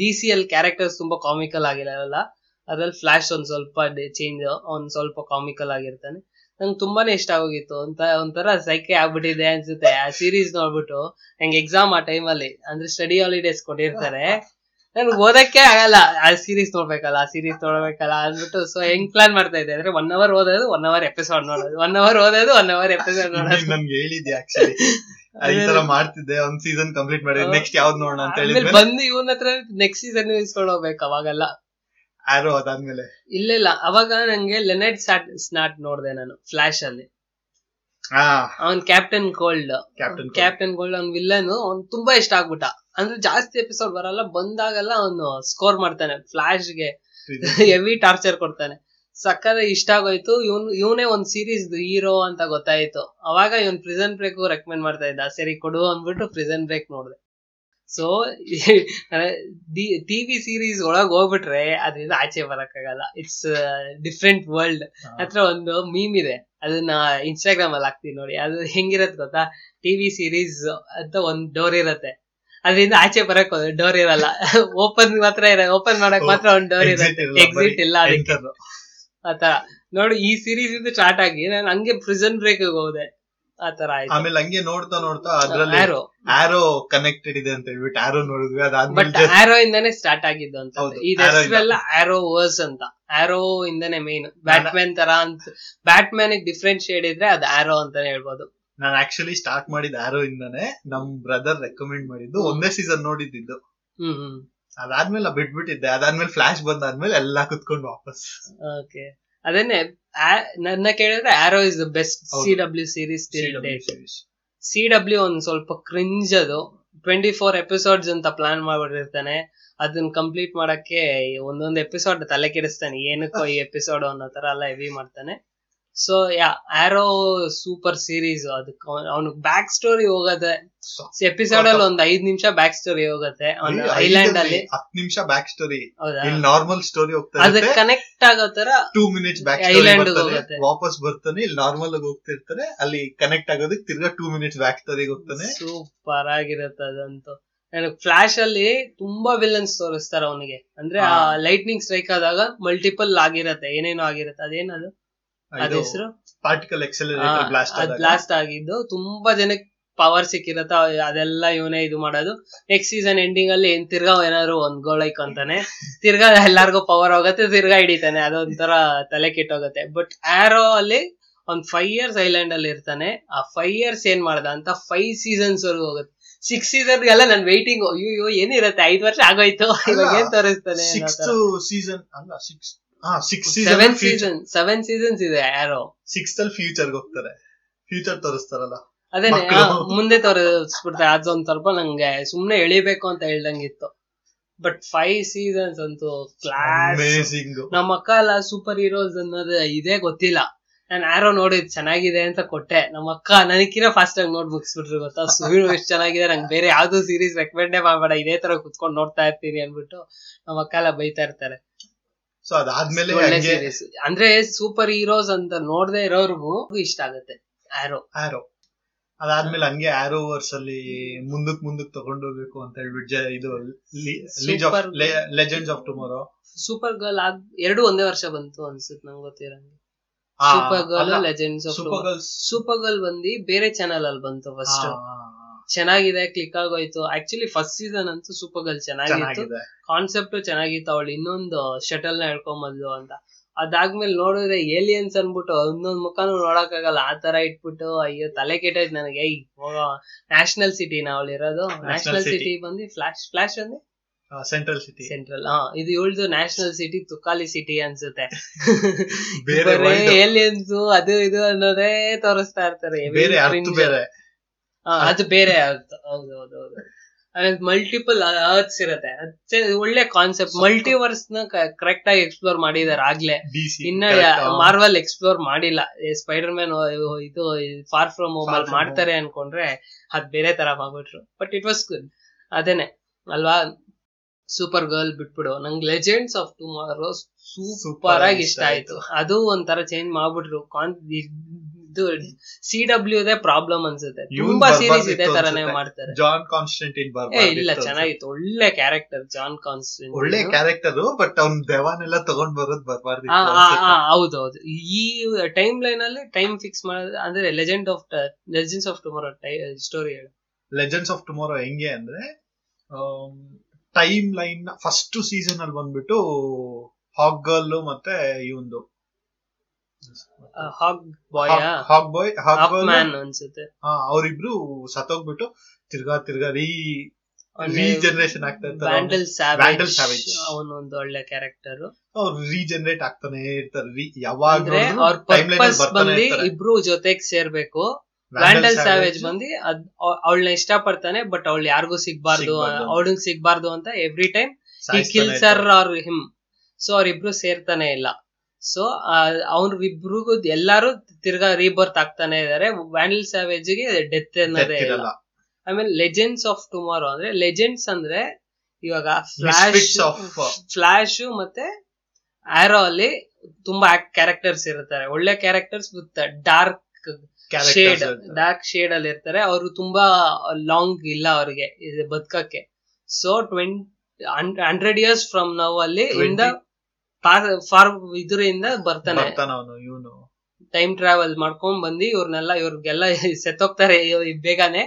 S1: ಡಿ ಸಿ ಅಲ್ಲಿ ಕ್ಯಾರೆಕ್ಟರ್ಸ್ ತುಂಬಾ ಕಾಮಿಕಲ್ ಆಗಿರಲ್ಲ ಅದ್ರಲ್ಲಿ ಫ್ಲಾಶ್ ಒಂದ್ ಸ್ವಲ್ಪ ಚೇಂಜ್ ಒಂದ್ ಸ್ವಲ್ಪ ಕಾಮಿಕಲ್ ಆಗಿರ್ತಾನೆ ನಂಗೆ ತುಂಬಾನೇ ಇಷ್ಟ ಆಗೋಗಿತ್ತು ಅಂತ ಒಂಥರ ಸೈಕೆ ಆಗ್ಬಿಟ್ಟಿದೆ ಅನ್ಸುತ್ತೆ ಆ ಸೀರೀಸ್ ನೋಡ್ಬಿಟ್ಟು ನಂಗೆ ಎಕ್ಸಾಮ್ ಆ ಟೈಮಲ್ಲಿ ಅಂದ್ರೆ ಸ್ಟಡಿ ಹಾಲಿಡೇಸ್ ಕೊಟ್ಟಿರ್ತಾರೆ ನನ್ಗೆ ಓದಕ್ಕೆ ಆಗಲ್ಲ ಆ ಸೀರೀಸ್ ನೋಡ್ಬೇಕಲ್ಲ ಆ ಸೀರೀಸ್ ನೋಡ್ಬೇಕಲ್ಲ ಅಂದ್ಬಿಟ್ಟು ಸೊ ಹೆಂಗ್ ಪ್ಲಾನ್ ಮಾಡ್ತಾ ಇದ್ದೆ ಅಂದ್ರೆ ಒನ್ ಅವರ್ ಓದೋದು ಒನ್ ಅವರ್ ಎಪಿಸೋಡ್ ನೋಡೋದು ಒನ್ ಅವರ್ ಓದೋದು ಒನ್ ಅವರ್ ಎಪಿಸೋಡ್
S2: ಇನ್ನೇನ್
S1: ನೋಡೋದು
S2: ನನ್ಗೆ ಹೇಳಿದ್ದೆ ಆಕ್ಚುಲಿ ಈ ತರ
S1: ಅದೇ-
S2: ಮಾಡ್ತಿದ್ದೆ ಒಂದ್ ಸೀಸನ್ ಕಂಪ್ಲೀಟ್ ಮಾಡಿ
S1: ಹಾ.
S2: ನೆಕ್ಸ್ಟ್ ಯಾವ್ದ್ ನೋಡೋಣ ಅಂತ
S1: ಆಮೇಲೆ
S2: ಹೇಳಿದ್ಮೇಲೆ
S1: ಬಂದು ಇವನ್ ಹತ್ರ ನೆಕ್ಸ್ಟ್ ಸೀಸನ್ ಇಸ್ಕೊಂಡು ಹೋಗ್ಬೇಕು ಅವಾಗೆಲ್ಲ
S2: ಆರೋ ಅದಾದ್ಮೇಲೆ
S1: ಇಲ್ಲ ಇಲ್ಲ ಅವಾಗ ನಂಗೆ ಲೆನೆಡ್ ಸ್ಟಾಟ್ ಸ್ನಾಟ್ ನೋಡ್ದೆ ನಾನು ಫ್ಲಾಶ್ ಅಲ್ಲಿ
S2: ಹಾ
S1: ಅವ್ನ್ Captain Cold
S2: Captain
S1: Captain Gold ಅವ್ನ್ ವಿಲ್ಲನ್ ಅವ್ನ್ ತುಂಬಾ ಇಷ್ಟ ಆಗ್ಬಿಟ್ಟ ಅಂದ್ರೆ ಜಾಸ್ತಿ ಎಪಿಸೋಡ್ ಬರಲ್ಲ ಬಂದಾಗೆಲ್ಲ ಅವನು ಸ್ಕೋರ್ ಮಾಡ್ತಾನೆ ಫ್ಲಾಶ್ ಗೆ ಹೆವಿ ಟಾರ್ಚರ್ ಕೊಡ್ತಾನೆ ಸಕ್ಕರೆ ಇಷ್ಟ ಆಗೋಯ್ತು ಇವನ್ ಇವನೇ ಒಂದ್ ಸೀರೀಸ್ ಹೀರೋ ಅಂತ ಗೊತ್ತಾಯ್ತು ಅವಾಗ ಇವನ್ ಪ್ರಿಸನ್ ಬ್ರೇಕ್ ರೆಕಮೆಂಡ್ ಮಾಡ್ತಾ ಇದ್ದ ಸರಿ ಕೊಡು ಅಂದ್ಬಿಟ್ಟು ಪ್ರಿಸನ್ ಬ್ರೇಕ್ ನೋಡಿದೆ ಸೊ ಟಿವಿ ಸೀರೀಸ್ ಒಳಗ್ ಹೋಗ್ಬಿಟ್ರೆ ಅದರಿಂದ ಆಚೆ ಬರಕ್ಕಾಗಲ್ಲ ಇಟ್ಸ್ ಡಿಫ್ರೆಂಟ್ ವರ್ಲ್ಡ್ ಹತ್ರ ಒಂದು ಮೀಮ್ ಇದೆ ಅದನ್ನ ಇನ್ಸ್ಟಾಗ್ರಾಮ್ ಅಲ್ಲಿ ಹಾಕ್ತೀನಿ ನೋಡಿ ಅದು ಹೆಂಗಿರತ್ ಗೊತ್ತಾ ಟಿವಿ ಸೀರೀಸ್ ಅಂತ ಒಂದ್ ಡೋರ್ ಇರತ್ತೆ ಅದರಿಂದ ಆಚೆ ಬರಕ್ ಒಂದು ಡೋರ್ ಇರಲ್ಲ ಓಪನ್ ಮಾತ್ರ ಇರ ಓಪನ್ ಮಾಡಕ್ ಮಾತ್ರ ಒಂದು ಡೋರ್
S2: Exit
S1: ಇರುತ್ತೆ
S2: ಇರಲ್ಲ,
S1: ಎಕ್ಸಿಟ್
S2: ಬರೀ
S1: ಇಲ್ಲ ಅದಕ್ಕೆ
S2: enter.
S1: ಆತರ ನೋಡು ಈ ಸೀರೀಸ್ ಇಂದ ಸ್ಟಾರ್ಟ್ ಆಗಿ ನಾನು ಹಂಗೆ ಪ್ರಿಸನ್ ಬ್ರೇಕ್ ಹೋದೆ ಆತರ ಆಯ್ತು
S2: ಆಮೇಲೆ ಹಂಗೆ ನೋಡ್ತಾ ನೋಡ್ತಾ ಅದ್ರಲ್ಲಿ
S1: ಆರೋ
S2: ಆರೋ ಕನೆಕ್ಟೆಡ್ ಇದೆ ಅಂತ ಹೇಳ್ಬಿಟ್ಟು ಆರೋ ನೋಡಿದ್ವಿ ಅದಾದ್ಮೇಲೆ
S1: ಬಟ್ ಆರೋ ಇಂದಾನೆ ಸ್ಟಾರ್ಟ್ ಆಗಿದ್ದು ಅಂತ
S2: ಹೌದು, Arrow ಇಂದ.
S1: ಇದೆಲ್ಲ ಆರೋ ವರ್ಸ್ ಅಂತ ಆರೋ ಇಂದಾನೆ ಮೇನ್ ಬ್ಯಾಟ್ಮ್ಯಾನ್ ತರ ಅಂತ ಬ್ಯಾಟ್ಮ್ಯಾನ್ ಡಿಫ್ರೆಂಟ್ ಶೇಡ್ ಇದ್ರೆ ಅದು ಆರೋ ಅಂತಾನೆ ಹೇಳ್ಬೋದು
S2: ನಾನು ಆಕ್ಚುಲಿ ಸ್ಟಾರ್ಟ್ ಮಾಡಿದ ಆರೋ ಇಂದಾನೆ ನಮ್ ಬ್ರದರ್ ರೆಕಮೆಂಡ್ ಮಾಡಿದ್ದು
S1: ಹ್ಮ್.
S2: ಒಂದೇ ಸೀಸನ್ ನೋಡಿದ್ದಿದ್ದು
S1: ಹ್ಮ್ ಹ್ಮ್
S2: ಅದಾದ್ಮೇಲೆ ಬಿಟ್ಬಿಟ್ಟಿದ್ದೆ ಅದಾದ್ಮೇಲೆ ಫ್ಲಾಶ್ ಬಂದಾದ್ಮೇಲೆ ಎಲ್ಲಾ ಕುತ್ಕೊಂಡು ವಾಪಸ್
S1: ಓಕೆ ಅದನ್ನೇ ಆ- ನನ್ನ ಕೇಳಿದ್ರೆ ಆರೋ ಇಸ್ ದ ಬೆಸ್ಟ್
S2: ಹೌದು.
S1: C W series till date
S2: CW.
S1: C W ಒಂದ್ ಸ್ವಲ್ಪ ಕ್ರಿಂಜ್ ಅದು ಟ್ವೆಂಟಿ ಫೋರ್ ಎಪಿಸೋಡ್ಸ್ ಅಂತ ಪ್ಲಾನ್ ಮಾಡ್ಬಿಟ್ಟಿರ್ತಾನೆ ಅದನ್ನ ಕಂಪ್ಲೀಟ್ ಮಾಡಕ್ಕೆ ಒಂದೊಂದು ಎಪಿಸೋಡ್ ತಲೆ ಕೆಡಿಸ್ತಾನೆ ಏನಕ್ಕೋ ಈ ಎಪಿಸೋಡ್ ಅನ್ನೋ ತರ ಎಲ್ಲ ಹೆವಿ ಮಾಡ್ತಾನೆ ಸೊ ಯಾ ಆರೋ ಸೂಪರ್ ಸೀರೀಸ್ ಅದಕ್ಕೆ ಅವ್ನು ಬ್ಯಾಕ್ ಸ್ಟೋರಿ ಹೋಗತ್ತೆ ಎಪಿಸೋಡ್ ಅಲ್ಲಿ ಒಂದ್ ಐದ್ ನಿಮಿಷ ಬ್ಯಾಕ್ ಸ್ಟೋರಿ ಹೋಗತ್ತೆ
S2: ಬರೀ
S1: ಅವ್ನ
S2: ಐದರಲ್ಲಿ
S1: ಐಲ್ಯಾಂಡ್ ಅಲ್ಲಿ
S2: ಹತ್ತು ನಿಮಿಷ ಬ್ಯಾಕ್ ಸ್ಟೋರಿ
S1: ಹೌದಾ
S2: ಇಲ್ಲಿ ನಾರ್ಮಲ್ ಸ್ಟೋರಿ ಹೋಗ್ತಾ
S1: ಅದಕ್ಕೆ
S2: ಇರುತ್ತೆ
S1: ಕನೆಕ್ಟ್ ಆಗೋ ತರ
S2: ಟೂ ಮಿನಿಟ್ಸ್ ಬ್ಯಾಕ್
S1: Island ಗೆ ಹೋಗುತ್ತೆ.
S2: ಸ್ಟೋರಿ ವಾಪಸ್ ಬರ್ತಾನೆ ಇಲ್ಲಿ ನಾರ್ಮಲ್ ಆಗಿ ಹೋಗ್ತಿರ್ತಾನೆ ಅಲ್ಲಿ ಕನೆಕ್ಟ್ ಆಗೋದಕ್ಕೆ ತಿರ್ಗಾ ಟೂ ಮಿನಿಟ್ಸ್ ಬ್ಯಾಕ್ ಸ್ಟೋರಿಗೆ ಹೋಗ್ತಾನೆ
S1: ಸೂಪರ್ ಆಗಿರತ್ತೆ ಅದಂತೂ ನನಗೆ ಫ್ಲಾಶ್ ಅಲ್ಲಿ ತುಂಬಾ ವಿಲನ್ಸ್ ತೋರಿಸ್ತಾರ ಅವನಿಗೆ ಅಂದ್ರೆ ಆ
S2: ಹಾ.
S1: ಲೈಟ್ನಿಂಗ್ ಸ್ಟ್ರೈಕ್ ಆದಾಗ ಮಲ್ಟಿಪಲ್ ಆಗಿರತ್ತೆ ಏನೇನೋ ಆಗಿರತ್ತೆ ಅದೇನದು ಅದ ಹೆಸರು
S2: ಪಾರ್ಟಿಕಲ್ ಎಕ್ಸೆಲರೇಟರ್ ಬ್ಲಾಸ್ಟ್
S1: ಅದ್ ಬ್ಲಾಸ್ಟ್ ಆಗಿದ್ದು ತುಂಬಾ ಜನಕ್ಕೆ ಪವರ್ ಸಿಕ್ಕಿರತ್ತ ಅದೆಲ್ಲ ಇವನೇ ಇದು ಮಾಡೋದು ನೆಕ್ಸ್ಟ್ ಸೀಸನ್ ಎಂಡಿಂಗ್ ಅಲ್ಲಿ ಏನ್ ತಿರ್ಗಾ ಏನಾದ್ರು ಒಂದ್ ಗೋಲ್ ಅಂತಾನೆ ತಿರ್ಗಾ ಎಲ್ಲಾರ್ಗು ಪವರ್ ಹೋಗತ್ತೆ ತಿರ್ಗಾ ಹಿಡಿತಾನೆ ಅದೊಂಥರ ತಲೆ ಕೆಟ್ಟೋಗತ್ತೆ ಬಟ್ ಆರೋ ಅಲ್ಲಿ ಒಂದ್ ಫೈವ್ ಇಯರ್ಸ್ ಐಲ್ಯಾಂಡ್ ಅಲ್ಲಿ ಇರ್ತಾನೆ ಆ ಫೈವ್ ಇಯರ್ಸ್ ಏನ್ ಮಾಡ್ದ ಅಂತ ಫೈವ್ ಸೀಸನ್ಸ್ ವರ್ಗು ಹೋಗುತ್ತೆ ಸಿಕ್ಸ್ ಸೀಸನ್ ಎಲ್ಲ ನಾನ್ ವೈಟಿಂಗ್ ಅಯ್ಯೋ ಏನಿರತ್ತೆ ಐದ್ ವರ್ಷ ಆಗೋಯ್ತು ಇವಾಗ ಏನ್ ತೋರಿಸ್ತಾನೆ
S2: ಸಿಕ್ಸ್ ಸೀಸನ್ ಅಲ್ಲ ಸಿಕ್ಸ್ ಹಾ six
S1: seven
S2: season
S1: season seven seasons ಇದೆ ಆರೋ
S2: ಸಿಕ್ಸ್ ಅಲ್ಲಿ ಫ್ಯೂಚರ್ ಹೋಗ್ತಾರೆ ಫ್ಯೂಚರ್ ತೋರಿಸ್ತಾರಲ್ಲ
S1: ಅದೇನೆ
S2: ಮಕ್ಳು.
S1: ಆ, ಮುಂದೆ ತೋರಿಸ್ಬಿಡ್ತಾರೆ ಅದೊಂದ್ ಸ್ವಲ್ಪ ನಂಗೆ ಸುಮ್ನೆ ಎಳಿಬೇಕು ಅಂತ ಹೇಳ್ದಂಗಿತ್ತು ಬಟ್ ಫೈವ್ ಸೀಸನ್ಸ್ ಅಂತೂ ಕ್ಲಾಸ್
S2: ಅಮೇಸಿಂಗ್
S1: ನಮ್ಮ ಅಕ್ಕ ಎಲ್ಲ ಸೂಪರ್ ಹೀರೋಸ್ ಅನ್ನೋದು ಇದೇ ಗೊತ್ತಿಲ್ಲ ನಾನು ಯಾರೋ ನೋಡಿದ್ ಚೆನ್ನಾಗಿದೆ ಅಂತ ಕೊಟ್ಟೆ ನಮ್ಮ ಅಕ್ಕ ನನಗಿರೋ ಫಾಸ್ಟ್ ಆಗಿ ನೋಡ್ ಮುಗಿಸ್ಬಿಟ್ರು ಗೊತ್ತಾ ಸುಳ್ಳು ಎಷ್ಟು ಚೆನ್ನಾಗಿದೆ ನಂಗೆ ಬೇರೆ ಯಾವ್ದು ಸೀರೀಸ್ ರೆಕಮೆಂಡೇ ಮಾಡಬೇಡ ಇದೇ ತರ ಕುತ್ಕೊಂಡು ನೋಡ್ತಾ ಇರ್ತೀನಿ ಅನ್ಬಿಟ್ಟು ನಮ್ಮ ಅಕ್ಕ ಎಲ್ಲ ಬೈತಾ ಇರ್ತಾರೆ
S2: ಸೊ ಅದಾದ್ಮೇಲೆ
S1: ಒಳ್ಳೆ
S2: ಹಂಗೆ
S1: series. ಅಂದ್ರೆ ಸೂಪರ್ ಹೀರೋಸ್ ಅಂತ ನೋಡದೆ ಇರೋರ್ಗೂ ಇಷ್ಟ ಆಗುತ್ತೆ ಯಾರೋ
S2: ಆರೋ ಅದಾದ್ಮೇಲೆ ಹಂಗೆ ಆರೋ ವರ್ಸ್ ಅಲ್ಲಿ ಮುಂದಕ್ ಮುಂದಕ್ ತಗೊಂಡೋಗ್ಬೇಕು ಅಂತ ಹೇಳ್ಬಿಟ್ಟು ಜ- ಇದು
S1: Super-
S2: Legends of Tomorrow
S1: Supergirl ಆಗ್ ಎರಡು ಒಂದೇ ವರ್ಷ ಬಂತು ಅನ್ಸುತ್ತೆ ನಂಗೆ ಗೊತ್ತಿರಂಗೆ Supergirl Legends of
S2: Supergirls
S1: Supergirl ಬಂದು ಬೇರೆ ಚಾನಲ್ ಅಲ್ಲಿ ಬಂತು ಫಸ್ಟ್ ಚೆನ್ನಾಗಿದೆ ಕ್ಲಿಕ್ ಆಗೋಯ್ತು ಆಕ್ಚುಲಿ ಫಸ್ಟ್ ಸೀಸನ್ ಅಂತೂ ಸೂಪರ್ ಗರ್ಲ್ ಚೆನ್ನಾಗಿತ್ತು
S2: ಚೆನ್ನಾಗಿದೆ
S1: ಕಾನ್ಸೆಪ್ಟ್ ಚೆನ್ನಾಗಿತ್ತು ಅವಳು ಇನ್ನೊಂದು ಶಟಲ್ ನ ಹೇಳ್ಕೊಂಬಂದ್ಲು ಅಂತ ಅದಾದ್ಮೇಲೆ ನೋಡಿದ್ರೆ ಏಲಿಯನ್ಸ್ ಅನ್ಬಿಟ್ಟು ಇನ್ನೊಂದ್ ಮುಖಾನು ನೋಡಕ್ಕಾಗಲ್ಲ ಆ ತರ ಇಟ್ಬಿಟ್ಟು ಅಯ್ಯೋ ತಲೆ ಕೆಟ್ಟೋಯ್ತು ನನಗೆ ಏಯ್ ಹೋಗೋ ನ್ಯಾಷನಲ್ ಸಿಟಿನ ಅವಳು ಇರೋದು ನ್ಯಾಷನಲ್
S2: City.
S1: ಸಿಟಿ ಬಂದು ಫ್ಲಾಶ್ ಫ್ಲಾಶ್ ಅಂದ್ರೆ
S2: ಸೆಂಟ್ರಲ್ ಸಿಟಿ
S1: ಸೆಂಟ್ರಲ್ ಹಾ ಇದು ಇವಳ್ದು ನ್ಯಾಷನಲ್ ಸಿಟಿ ತುಕಾಲಿ ಸಿಟಿ ಅನ್ಸುತ್ತೆ
S2: ಬೇರೆ
S1: ಬರೀ
S2: world.
S1: aliens ಅದು ಇದು ಅನ್ನೋದೇ ತೋರಿಸ್ತಾ ಇರ್ತಾರೆ
S2: ಬೇರೆ ಅರ್ಥ
S1: Fringe.
S2: ಬೇರೆ
S1: ಹಾ, ಅದು ಬೇರೆ ಅರ್ಥ ಹೌದು ಹೌದು ಹೌದು ಆಮೇಲೆ ಮಲ್ಟಿಪಲ್ ಅರ್ತ್ಸ್ ಇರತ್ತೆ ಅದ್ಕೆ ಒಳ್ಳೆ ಕಾನ್ಸೆಪ್ಟ್ ಮಲ್ಟಿವರ್ಸ್ ನ ಕರೆಕ್ಟ್ ಆಗಿ ಎಕ್ಸ್ಪ್ಲೋರ್ ಮಾಡಿದಾರೆ ಆಗ್ಲೇ
S2: ಡಿಸಿ
S1: ಇನ್ನ ಮಾರ್ವಲ್ ಎಕ್ಸ್ಪ್ಲೋರ್ ಮಾಡಿಲ್ಲ ಸ್ಪೈಡರ್ ಮ್ಯಾನ್ ಇದು ಫಾರ್ ಫ್ರಮ್ ಹೋಮ್
S2: Far
S1: ಅಲ್ಲಿ
S2: From
S1: ಮಾಡ್ತಾರೆ ಅನ್ಕೊಂಡ್ರೆ ಅದ್ ಬೇರೆ ತರ ಮಾಡ್ಬಿಟ್ರು ಬಟ್ ಇಟ್ ವಾಸ್ ಗುಡ್ ಅದೇನೆ ಅಲ್ವಾ ಸೂಪರ್ ಗರ್ಲ್ ಬಿಟ್ಬಿಡು ನಂಗೆ ಲೆಜೆಂಡ್ಸ್ ಆಫ್ ಟುಮಾರೋ ಸೂಪರ್ ಆಗಿ ಇಷ್ಟ ಆಯ್ತು ಅದು ಒಂಥರ ಚೇಂಜ್ ಮಾಡ್ಬಿಟ್ರು ಕಾನ್ ಇದು ಸಿ ಡಬ್ಲ್ಯೂ ದೇ ಪ್ರಾಬ್ಲಮ್ ಅನ್ಸುತ್ತೆ
S2: ಇವ್ನ್
S1: ತುಂಬಾ ಸೀರೀಸ್
S2: ಬರ್ಬಾರ್ದಿತ್ತು
S1: ಇದೇ ತರನೇ
S2: ಅನ್ಸುತ್ತೆ.
S1: ಮಾಡ್ತಾರೆ
S2: ಜಾನ್ ಕಾನ್ಸ್ಟೆಂಟಿನ್
S1: ಏ
S2: ಬರ್ಬಾರ್ದು
S1: ಇಲ್ಲ ಚೆನ್ನಾಗಿತ್ತು ಒಳ್ಳೆ ಕ್ಯಾರೆಕ್ಟರ್ ಜಾನ್ ಕಾನ್ಸ್ಟೆಂಟ್
S2: ಒಳ್ಳೆ ಕ್ಯಾರೆಕ್ಟರ್ ಬಟ್ ಅವ್ನ್ ದೆವಾನೆಲ್ಲ ತಗೊಂಡ್ ಬರೋದ್ ಬರ್ಬಾರ್ದು
S1: ಆ, ಆ, ಆ, ಹೌದು ಹೌದು ಈ ಟೈಮ್ ಲೈನ್ ಅಲ್ಲಿ ಟೈಮ್ ಫಿಕ್ಸ್ ಮಾಡೋದು ಅಂದ್ರೆ legend of Legends of Tomorrow story ಹೇಳು
S2: ಲೆಜೆಂಡ್ಸ್ ಆಫ್ ಟುಮಾರೋ ಹೆಂಗೆ ಅಂದ್ರೆ um, timeline first season ಅಲ್ಲಿ ಬಂದ್ಬಿಟ್ಟು ಹಾಕ್ ಗರ್ಲ್ ಮತ್ತೆ ಇವಂದು
S1: ಹಾಗ್ ಬಾಯ್
S2: ಹಾಕ್ ಬಾಯ್ ಹಾಕ್
S1: ಹಾಕ್
S2: ಗರ್ಲ್
S1: ಮ್ಯಾನ್ ಅನ್ಸುತ್ತೆ
S2: ಅವರಿಬ್ರು ಸತ್ತೋಗ್ಬಿಟ್ಟು ತಿರ್ಗಾ ತಿರ್ಗಾ ರೀ Regeneration ಆಗ್ತಾ ಇರ್ತಾರೆ
S1: ಬ್ಯಾಂಡಲ್
S2: Vandal
S1: ಸ್ಯಾವೇಜ್
S2: Savage.
S1: ಅವನೊಂದು ಒಳ್ಳೆ ಕ್ಯಾರೆಕ್ಟರ್
S2: ಅವ್ರು ರೀಜನರೇಟ್ ಆಗ್ತಾನೆ ಇರ್ತಾರೆ ಯಾವಾಗ
S1: ಅಂದ್ರೆ ಅವ್ರ
S2: ಟೈಮ್ ಲೈನ್
S1: ಪರ್ಪಸ್
S2: ಬರ್ತಾನೆ
S1: ಬಂದು
S2: ಇರ್ತಾರೆ
S1: ಇಬ್ರು ಜೊತೆಗ್ ಸೇರ್ಬೇಕು
S2: Vandal
S1: ವ್ಯಾಂಡಲ್ ಸ್ಯಾವೇಜ್
S2: Savage.
S1: ಬಂದು ಅದ್ ಅವಳನ್ನ ಇಷ್ಟ ಪಡ್ತಾನೆ ಬಟ್ ಅವಳು ಯಾರಿಗೂ ಸಿಗ್ಬಾರ್ದು
S2: ಸಿಗ್ಬಾರ್ದು.
S1: ಅವಳಿಗೆ ಸಿಗ್ಬಾರ್ದು ಅಂತ ಎವ್ರಿ ಟೈಮ್ ಈ
S2: ಸಾಯಿಸ್ತಾನೆ
S1: ಕಿಲ್ಸ್
S2: ಇರ್ತಾರೆ.
S1: ಆರ್ ಆರ್ ಹಿಮ್ ಸೊ ಅವ್ರಿಬ್ರು ಸೇರ್ತಾನೆ ಇಲ್ಲ ಸೊ ಅವ್ರಿಬ್ರಿಗೂ ಎಲ್ಲಾರು ತಿರ್ಗಾ ರೀಬರ್ತ್ ಆಗ್ತಾನೆ ಇದಾರೆ ವ್ಯಾಂಡಲ್ ಸ್ಯಾವೇಜ್ ಗೆ ಡೆತ್ ಅನ್ನೋದೇ
S2: Death
S1: ಇಲ್ಲ
S2: ಇರಲ್ಲ
S1: ಆಮೇಲೆ ಲೆಜೆಂಡ್ಸ್ ಆಫ್ ಟುಮಾರೋ ಅಂದ್ರೆ ಲೆಜೆಂಡ್ಸ್ ಅಂದ್ರೆ ಇವಾಗ Flash
S2: Misfits of- uh,
S1: Flash ಮತ್ತೆ ಆರೋ ಅಲ್ಲಿ ತುಂಬಾ ಕ್ಯಾರೆಕ್ಟರ್ಸ್ ಇರ್ತಾರೆ ಒಳ್ಳೆ characters with dark shade
S2: character
S1: dark shade ಅಲ್ಲಿ ಇರ್ತಾರೆ ಅವರು ತುಂಬಾ ಲಾಂಗ್ ಇಲ್ಲ ಅವ್ರಿಗೆ ಇದು ಬದುಕಕ್ಕೆ so twenty hundred years from ನಾವು ಅಲ್ಲಿ ಇಂದ ಫಾರ್ ಇದರಿಂದ ಬರ್ತಾನೆ
S2: ಬರ್ತಾನ ಅವನು ಇವನು
S1: ಟೈಮ್ ಟ್ರಾವೆಲ್ ಮಾಡ್ಕೊಂಡ್ ಬಂದು ಇವ್ರನ್ನೆಲ್ಲ ಇವ್ರಿಗೆಲ್ಲ ಸೆತ್ತೋಗ್ತಾರೆ ಇವ್- ಬೇಗನೆ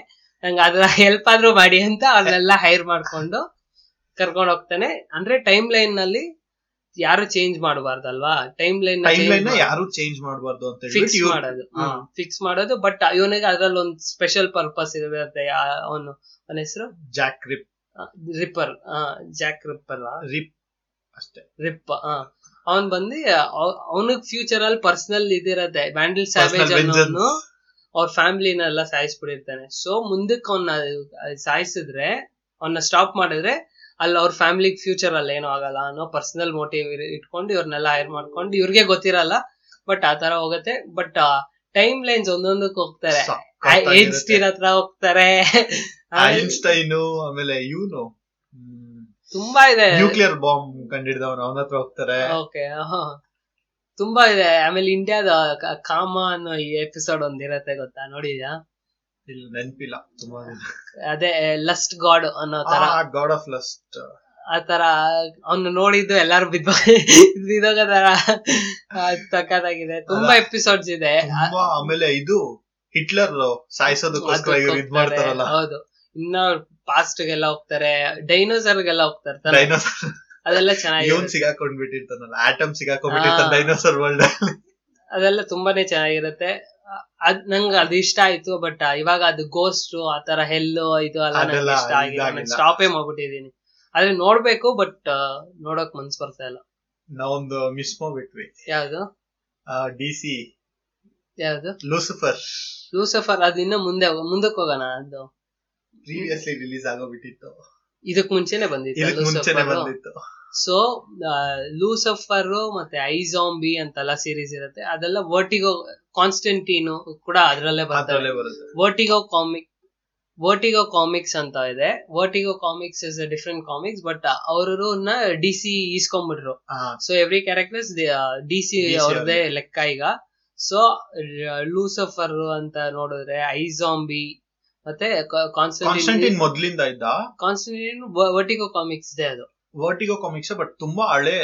S1: ನಂಗೆ ಅದ್ರ ಹೆಲ್ಪ್ ಆದ್ರೂ ಮಾಡಿ ಅಂತ ಅವ್ರನ್ನೆಲ್ಲ ಹೈರ್ ಮಾಡ್ಕೊಂಡು ಕರ್ಕೊಂಡು ಹೋಗ್ತಾನೆ ಅಂದ್ರೆ ಟೈಮ್ ಲೈನ್ ನಲ್ಲಿ ಯಾರು ಚೇಂಜ್ ಮಾಡಬಾರ್ದಲ್ವಾ ಟೈಮ್ ಲೈನ್
S2: ಟೈಮ್ ಲೈನ್ ನ ಯಾರು ಚೇಂಜ್ ಮಾಡಬಾರ್ದು ಅಂತ
S1: ಫಿಕ್ಸ್
S2: ಹೇಳ್ಬಿಟ್ಟು ಇವ್ರು-
S1: ಮಾಡೋದು
S2: ಹಾ.
S1: ಫಿಕ್ಸ್ ಮಾಡೋದು ಬಟ್ ಇವನಿಗೆ ಅದ್ರಲ್ಲಿ ಒಂದು ಸ್ಪೆಷಲ್ ಪರ್ಪಸ್ ಇರುತ್ತೆ ಅವನು ಅವನ ಹೆಸರು
S2: Jack Rip
S1: Ripper Jack Ripper
S2: Rip ಅಷ್ಟೇ
S1: ರಿಪ್ ಅವನ್ ಬಂದು ಅವನಿಗೆ ಫ್ಯೂಚರ್ ಅಲ್ಲಿ ಪರ್ಸನಲ್ ಇದಿರತ್ತೆ ಬ್ಯಾಂಡಲ್
S2: Personal
S1: ಸ್ಯಾವೇಜ್ ಅನ್ನೋನು
S2: vengeance.
S1: ಅವ್ರ ಫ್ಯಾಮಿಲಿನೆಲ್ಲ ಸಾಯಿಸ್ಬಿಟ್ಟಿರ್ತಾನೆ ಸೊ ಮುಂದಕ್ಕೆ ಅವನ್ನ ಸಾಯಿಸಿದ್ರೆ ಅವನ್ನ ಸ್ಟಾಪ್ ಮಾಡಿದ್ರೆ ಅಲ್ಲಿ ಅವ್ರ ಫ್ಯಾಮಿಲಿ ಫ್ಯೂಚರ್ ಅಲ್ಲಿ ಏನೂ ಆಗಲ್ಲ ಅನ್ನೋ ಪರ್ಸನಲ್ ಮೋಟಿವ್ ಇಟ್ಕೊಂಡು ಇವ್ರನ್ನೆಲ್ಲ ಹೈರ್ ಮಾಡ್ಕೊಂಡು ಇವ್ರಿಗೆ ಗೊತ್ತಿರಲ್ಲ ಬಟ್ ಆ ತರ ಹೋಗತ್ತೆ ಬಟ್ ಟೈಮ್ ಲೈನ್ಸ್ ಒಂದೊಂದಕ್ಕೆ ಹೋಗ್ತಾರೆ ಐನ್ಸ್ಟೀನ್ ಹತ್ರ ಹೋಗ್ತಾರೆ
S2: ಐನ್ಸ್ಟೈನ್ ಆಮೇಲೆ ಇವನು
S1: ತುಂಬಾ ಇದೆ
S2: ನ್ಯೂಕ್ಲಿಯರ್ ಬಾಂಬ್ ಕಂಡಿಡ್ದವನು ಅವನ ಹತ್ರ ಹೋಗ್ತಾರೆ
S1: ಓಕೆ ತುಂಬಾ ಇದೆ ಆಮೇಲೆ ಇಂಡಿಯಾದ ಕ- ಕಾಮ ಅನ್ನೋ ಈ ಎಪಿಸೋಡ್ ಒಂದಿರತ್ತೆ ಗೊತ್ತಾ ನೋಡಿದ್ಯಾ
S2: ಇಲ್ಲ ನೆನ್ಪಿಲ್ಲ ತುಂಬಾ
S1: ಅದೇ ಲಸ್ಟ್ ಗಾಡ್ ಅನ್ನೋ ತರ
S2: ಗಾಡ್ ಆಫ್ ಲಸ್ಟ್
S1: ಆ ತರ ಅವ್ನು ನೋಡಿದ್ದು ಎಲ್ಲಾರು ಬಿದ್ದೋ ಬಿದ್ದೋಗ ತರ ತಕ್ಕದಾಗಿದೆ ತುಂಬಾ ಎಪಿಸೋಡ್ಸ್ ಇದೆ
S2: ತುಂಬಾ ಆಮೇಲೆ ಇದು ಹಿಟ್ಲರ್ ಸಾಯಿಸೋದಕ್ಕೋಸ್ಕರ ಇವ್ರು ಇದ್ ಮಾಡ್ತಾರಲ್ಲ
S1: ಹೌದು ಇನ್ನ ಪಾಸ್ಟ್ ಗೆಲ್ಲ ಹೋಗ್ತಾರೆ ಡೈನೋಸರ್ ಗೆಲ್ಲ ಹೋಗ್ತಾರೆ ತಾನೆ?
S2: ಡೈನೋಸರ್
S1: ಅದೆಲ್ಲ
S2: ಇವನ್
S1: ಚೆನ್ನಾಗಿದೆ
S2: ಸಿಗಾಕೊಂಡ್ ಬಿಟ್ಟಿರ್ತಾನಲ್ಲ ಆಟಮ್ ಸಿಗಾಕೊಂಡ್ಬಿಟ್ಟಿರ್ತಾನೆ
S1: ಆ.
S2: ಡೈನೋಸರ್ ವರ್ಲ್ಡ್
S1: ಅದೆಲ್ಲ ತುಂಬಾನೇ ಚೆನ್ನಾಗಿರುತ್ತೆ ಅ- ಅದ್ ನಂಗೆ ಅದು ಇಷ್ಟ ಆಯ್ತು ಬಟ್ ಇವಾಗ ಅದು ಗೋಸ್ಟ್ ಆ ತರ ಹೆಲ್ಲು ಇದು ಎಲ್ಲ
S2: ಅದೆಲ್ಲ
S1: ನಂಗೆ ಇಷ್ಟ ಆಗಿಲ್ಲ
S2: ಇದಾಗಿಲ್ಲ.
S1: ಸ್ಟಾಪೇ ಮಾಡ್ಬಿಟ್ಟಿದೀನಿ ಆದ್ರೆ ನೋಡ್ಬೇಕು ಬಟ್ ನೋಡಕ್ ಮನ್ಸ್ ಬರ್ತಾ ಇಲ್ಲ
S2: ನಾವೊಂದು ಮಿಸ್ ಮಾಡ್ಬಿಟ್ವಿ
S1: ಯಾವ್ದು
S2: ಡಿ ಸಿ
S1: ಯಾವ್ದು
S2: ಲೂಸಿಫರ್
S1: ಲೂಸಫರ್ ಅದು ಇನ್ನ ಮುಂದೆ ಮುಂದಕ್ಕೆ ಹೋಗೋಣ ಅದು
S2: ಪ್ರೀವಿಯಸ್ಲಿ ರಿಲೀಸ್ ಆಗೋಗ್ಬಿಟ್ಟಿತ್ತು
S1: ಇದಕ್ ಮುಂಚೆನೆ ಬಂದಿತ್ತು
S2: ಇದಕ್ ಮುಂಚೆನೆ
S1: ಲೂಸಫರ್
S2: ಬಂದಿತ್ತು
S1: ಸೊ ಲೂಸಫರ್ ಮತ್ತೆ ಐ ಜಾಂಬಿ ಅಂತೆಲ್ಲ ಸೀರೀಸ್ ಇರುತ್ತೆ ಅದೆಲ್ಲ ವರ್ಟಿಗೋ ಕಾನ್ಸ್ಟೆಂಟೀನು ಕೂಡ ಅದ್ರಲ್ಲೇ ಬರ್ತದೆ
S2: ಅದ್ರಲ್ಲೇ ಬರುತ್ತೆ
S1: ವರ್ಟಿಗೋ ಕಾಮಿಕ್ ವರ್ಟಿಗೋ ಕಾಮಿಕ್ಸ್ ಅಂತ ಇದೆ Vertigo comics is different comics but ಅವ್ರನ್ನ ಡಿ ಸಿ ಈಸ್ಕೊಂಡ್ಬಿಟ್ರು
S2: ಆ,
S1: so every characters D C
S2: DC
S1: ಅವ್ರದೇ ಲೆಕ್ಕ ಈಗ ಸೊ ಲೂಸಫರ್ ಅಂತ ನೋಡಿದ್ರೆ ಐ ಜಾಂಬಿ ಮತ್ತೆ
S2: ಕಾನ್ಸ್ಟಂಟಿನ್
S1: ಕಾನ್ಸ್ಟಂಟಿನ್
S2: ಮೊದ್ಲಿಂದ ಇದ್ದ
S1: ಕಾನ್ಸ್ಟಂಟಿನ್ ವರ್ಟಿಗೋ ಕಾಮಿಕ್ಸ್ ಇದೆ ಅದು
S2: ವರ್ಟಿಗೋ ಕಾಮಿಕ್ಸ್ ಬಟ್ ತುಂಬಾ ಹಳೆ